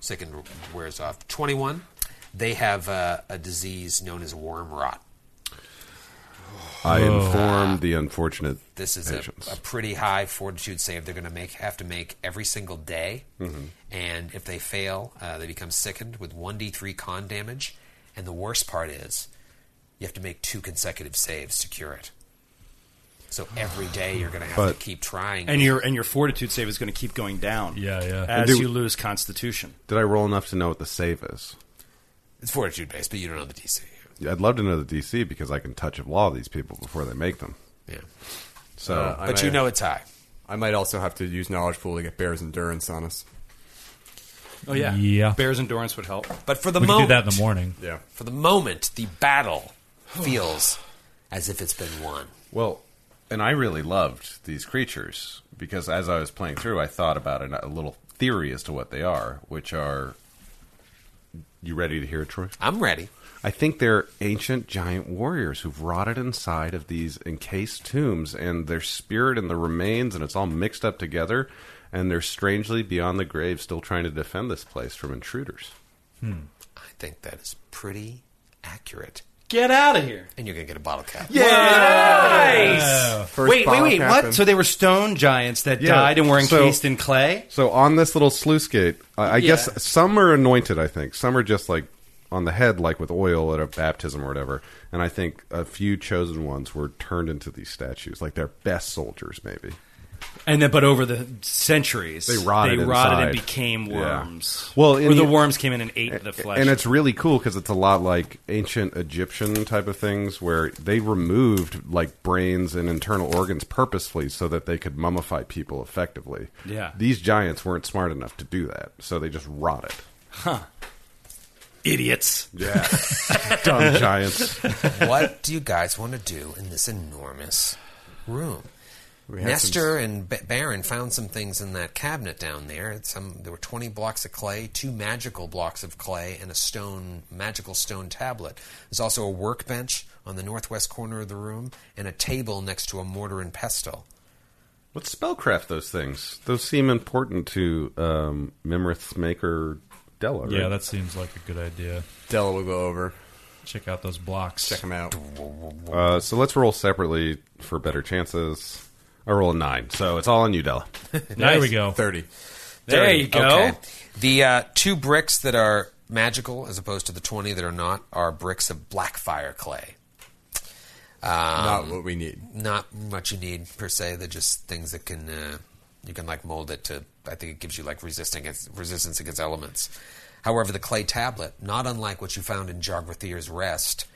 sickened wears off. Twenty-one. They have uh, a disease known as worm rot.
I informed the unfortunate
This is a,
patients.
a pretty high fortitude save they're going to make have to make every single day,
Mm-hmm.
and if they fail, uh, they become sickened with one d three con damage. And the worst part is, you have to make two consecutive saves to cure it. So every day you're going to have
But-
to keep trying.
And your and your fortitude save is going to keep going down.
Yeah, yeah.
As
Do-
you lose constitution.
Did I roll enough to know what the save is?
It's fortitude based, but you don't know the DC.
I'd love to know the DC because I can touch a law of these people before they make them.
Yeah. Uh,
So
I
But you
might-
know it's high.
I might also have to use knowledge pool to get Bear's endurance on us.
Oh yeah,
Yeah.
Bears endurance would help.
But for the
We can do
moment,
that in the morning.
Yeah.
for the moment, the battle feels as if it's been won.
Well, and I really loved these creatures because as I was playing through, I thought about an, a little theory as to what they are, which are. You ready to hear it, Troy?
I'm ready.
I think they're ancient giant warriors who've rotted inside of these encased tombs, and their spirit and the remains, and it's all mixed up together, and they're strangely beyond the grave, still trying to defend this place from intruders.
Hmm. I think that is pretty accurate.
Get out of here.
And you're gonna get a bottle cap.
First
wait, wait,
bottle
wait!
cap
What?
and-
So they were stone giants that
Yeah,
died and were
so-
encased in clay.
So on this little sluice gate, I, I
Yeah.
guess some are anointed. I think some are just like on the head, like with oil at a baptism or whatever. And I think a few chosen ones were turned into these statues, like their best soldiers, maybe.
And then, but over the centuries,
They rotted
They rotted and
inside.
became
Yeah.
worms.
Well,
or
in
the,
the-
worms came in and ate the flesh.
And it's really cool because it's a lot like ancient Egyptian type of things where they removed like brains and internal organs purposefully so that they could mummify people effectively.
Yeah.
These giants weren't smart enough to do that, so they just rotted.
idiots.
Yeah. Dumb giants.
what do you guys want to do in this enormous room?
had
Nestor and B- Baron found some things in that cabinet down there. Some there were twenty blocks of clay, two magical blocks of clay, and a stone magical stone tablet. There's also a workbench on the northwest corner of the room, and a table next to a mortar and pestle.
Let's spellcraft those things. Those seem important to um, Mimrith's maker Della. Right?
Yeah, that seems like a good idea.
Della will go over,
Check out those blocks.
check him out.
uh, so let's roll separately for better chances. I roll a nine, so it's all on you, Della.
There we go.
Thirty.
There you go.
Okay. The uh, two bricks that are magical, as opposed to the twenty that are not, are bricks of black fire clay. Um,
Not what we need.
not what you need per se. They're just things that can uh, you can like mold it to. I think it gives you like resisting against, resistance against elements. However, the clay tablet, not unlike what you found in Jargrathir's Rest,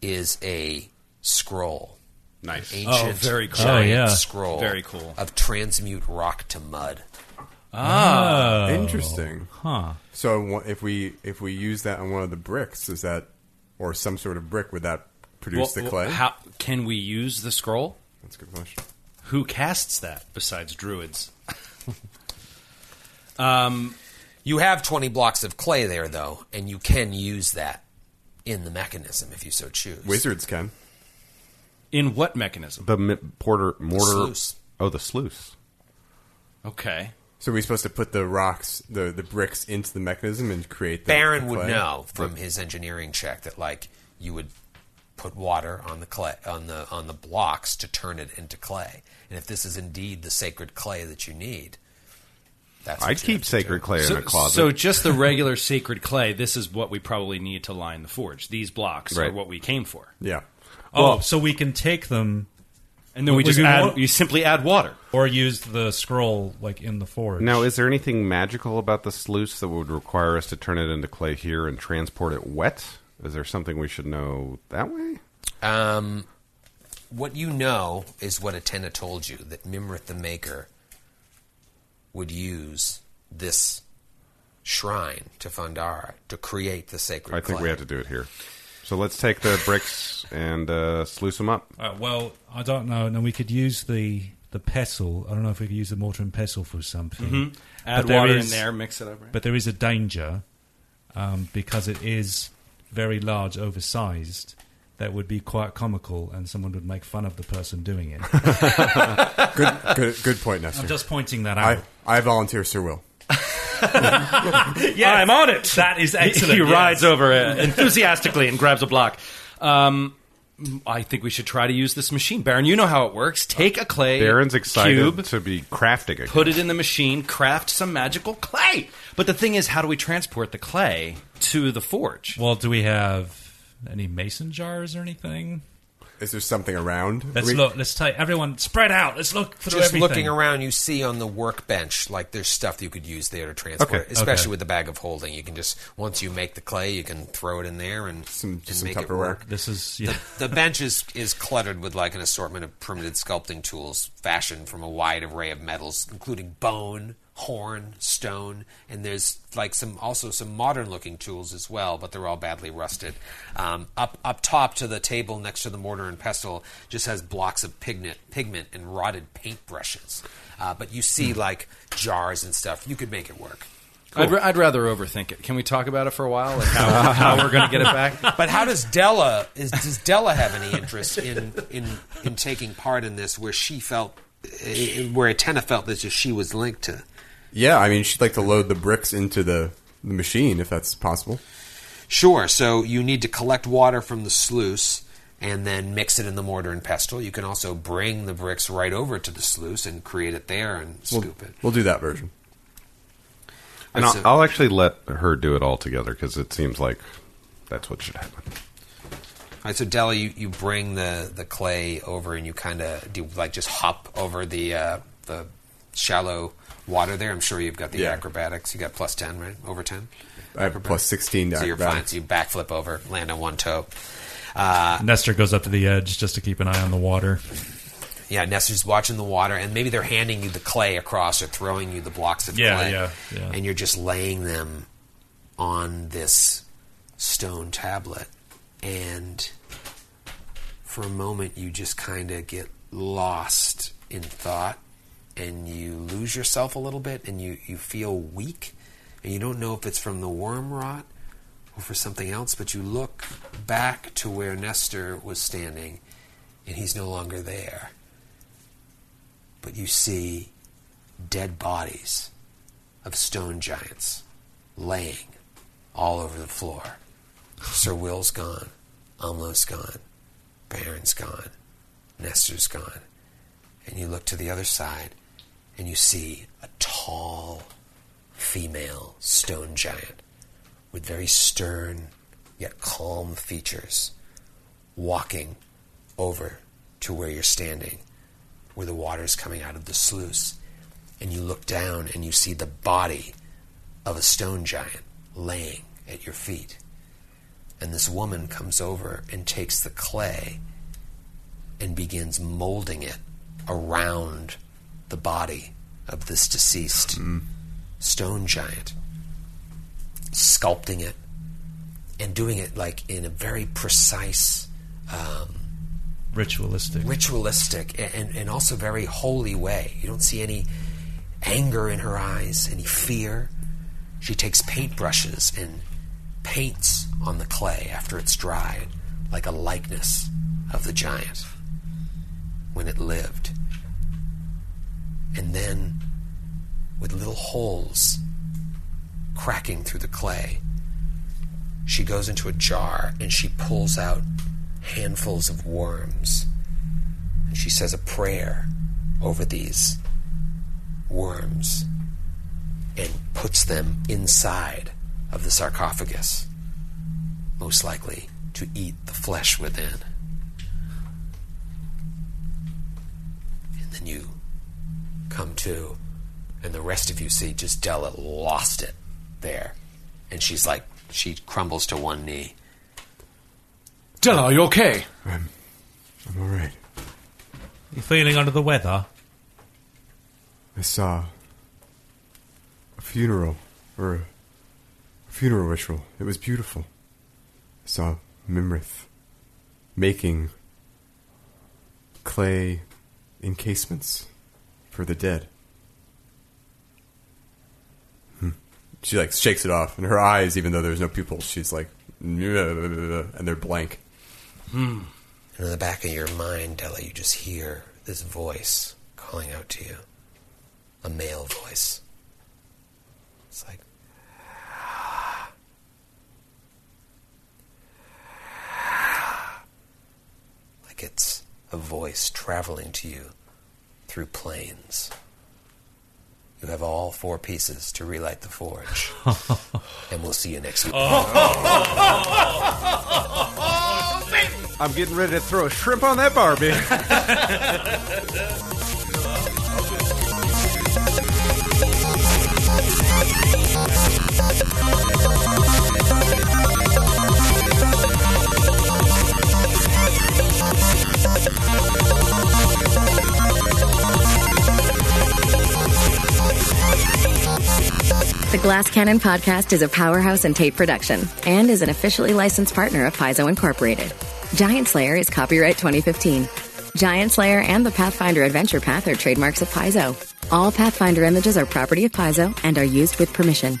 is a scroll.
Nice.
Ancient,
very cool.
giant
Oh, yeah.
scroll.
Very cool.
Of transmute rock to mud.
Ah.
Ah,
Interesting. Huh. So wha- if we if we use that on one of the bricks, is that or some sort of brick would that produce the
Well,
clay?
How can we use the scroll?
That's a good question.
Who casts that besides druids? Um,
You have 20 blocks of clay there, though, and you can use that in the mechanism if you so choose.
Wizards can.
In what mechanism?
The mi- porter mortar.
Sluice.
Oh, the sluice.
Okay.
So we're supposed to put the rocks, the the bricks into the mechanism and create. the
Baron
the
would
clay?
know from his engineering check that like you would put water on the clay on the on the blocks to turn it into clay. And if this is indeed the sacred clay that you need, that's what
I'd
you
keep
have to
sacred
do.
clay in
So,
a closet.
so just the regular sacred clay. This is what we probably need to line the forge. These blocks are
Right.
what we came for,
Yeah.
Oh, so we can take them
and then we
Would
just
you
add.
want-
You simply add water.
or use the scroll like in the forge.
now, is there anything magical about the sluice that would require us to turn it into clay here and transport it wet? Is there something we should know that way?
Um, what you know is what Atena told you that Mimrith the Maker would use this shrine to Fandara to create the sacred
I think
clay.
we have to do it here. So let's take the bricks and uh, sluice them up.
Uh, well, I don't know. No, we could use the the pestle. I don't know if we could use the mortar and pestle for something.
Mm-hmm. Add
But there
water
is-
in there, mix it up. right?
But there is a danger um, because it is very large, oversized. That would be quite comical, and someone would make fun of the person doing it.
Good good good point,
I'm
Nestor.
just pointing that out.
I I volunteer, Sir Will.
Yeah, I'm on it.
That is excellent,
He
yes.
rides over it enthusiastically and grabs a block. Um, I think we should try to use this machine, Baron. You know how it works. Take a clay
Baron's excited
cube,
to be crafting again.
put it in the machine, craft some magical clay. But the thing is, how do we transport the clay to the forge?
well, do we have any mason jars or anything?
Is there something around?
Let's
We-
look. Let's tell everyone spread out. Let's look through
Just
everything.
looking around, you see on the workbench like there's stuff you could use there to transport,
Okay,
it, especially
okay.
with the bag of holding. You can just once you make the clay, you can throw it in there and
Some-
and
some
make it
Tupperware.
work.
This is yeah.
The bench is is cluttered with like an assortment of primitive sculpting tools fashioned from a wide array of metals, including bone, horn, stone, and there's like some also some modern looking tools as well, but they're all badly rusted. Um, up up top to the table next to the mortar and pestle just has blocks of pigment pigment and rotted paintbrushes. Uh, but you see like jars and stuff. You could make it work.
I'd, ra- I'd rather overthink it. Can we talk about it for a while? Like how, how we're going to get it back?
But how does Della is does Della have any interest in in in taking part in this where she felt eh, where Atena felt that she was linked to?
Yeah, I mean, she'd like to load the bricks into the, the machine if that's possible.
Sure. So you need to collect water from the sluice and then mix it in the mortar and pestle. You can also bring the bricks right over to the sluice and create it there and
We'll,
scoop it.
we'll do that version.
And
That's
I'll,
a-
I'll actually let her do it all together because it seems like that's what should happen.
All right, so Della, you, you bring the, the clay over and you kind of do like just hop over the uh, the shallow water there. I'm sure you've got the
Yeah.
acrobatics. You got plus ten, right? Over ten.
I have a plus 16 to
So you're fine.
acrobatics.
So you backflip over, land on one toe. Uh,
Nestor goes up to the edge just to keep an eye on the water.
yeah, Nestor's watching the water, and maybe they're handing you the clay across or throwing you the blocks of
Yeah,
clay.
yeah, yeah.
And you're just laying them on this stone tablet. And for a moment, you just kind of get lost in thought and you lose yourself a little bit and you, you feel weak. And you don't know if it's from the worm rot or for something else, but you look back to where Nestor was standing and he's no longer there. But you see dead bodies of stone giants laying all over the floor. Sir Will's gone. Umlo's gone. Baron's gone. Nestor's gone. And you look to the other side and you see a tall female stone giant with very stern yet calm features walking over to where you're standing, where the water's coming out of the sluice. And you look down and you see the body of a stone giant laying at your feet. And this woman comes over and takes the clay and begins molding it around the body of this deceased stone giant, sculpting it and doing it like in a very precise, um,
Ritualistic.
ritualistic a- and, and also very holy way. You don't see any anger in her eyes, any fear. She takes paintbrushes and paints on the clay after it's dried, like a likeness of the giant when it lived. And then, with little holes cracking through the clay, she goes into a jar and she pulls out handfuls of worms and she says a prayer over these worms and puts them inside of the sarcophagus, most likely to eat the flesh within. And then you come to, and the rest of you see just Della lost it there. And she's like, she crumbles to one knee.
Della, are you okay?
I'm all right.
You feeling under the weather?
I saw a funeral or a funeral ritual. It was beautiful. I saw Mimrith making clay encasements for the dead. Hmm. She like shakes it off, and her eyes, even though there's no pupils, she's like, and they're blank.
And in the back of your mind, Della, you just hear this voice calling out to you. A male voice. It's like, like it's a voice traveling to you through planes. You have all four pieces to relight the forge. and we'll see you next week.
Satan!
I'm getting ready to throw a shrimp on that barbie.
The Glass Cannon podcast is a powerhouse and tape production and is an officially licensed partner of Paizo Incorporated. Giant Slayer is copyright 2015. Giant Slayer and the Pathfinder Adventure Path are trademarks of Paizo. All Pathfinder images are property of Paizo and are used with permission.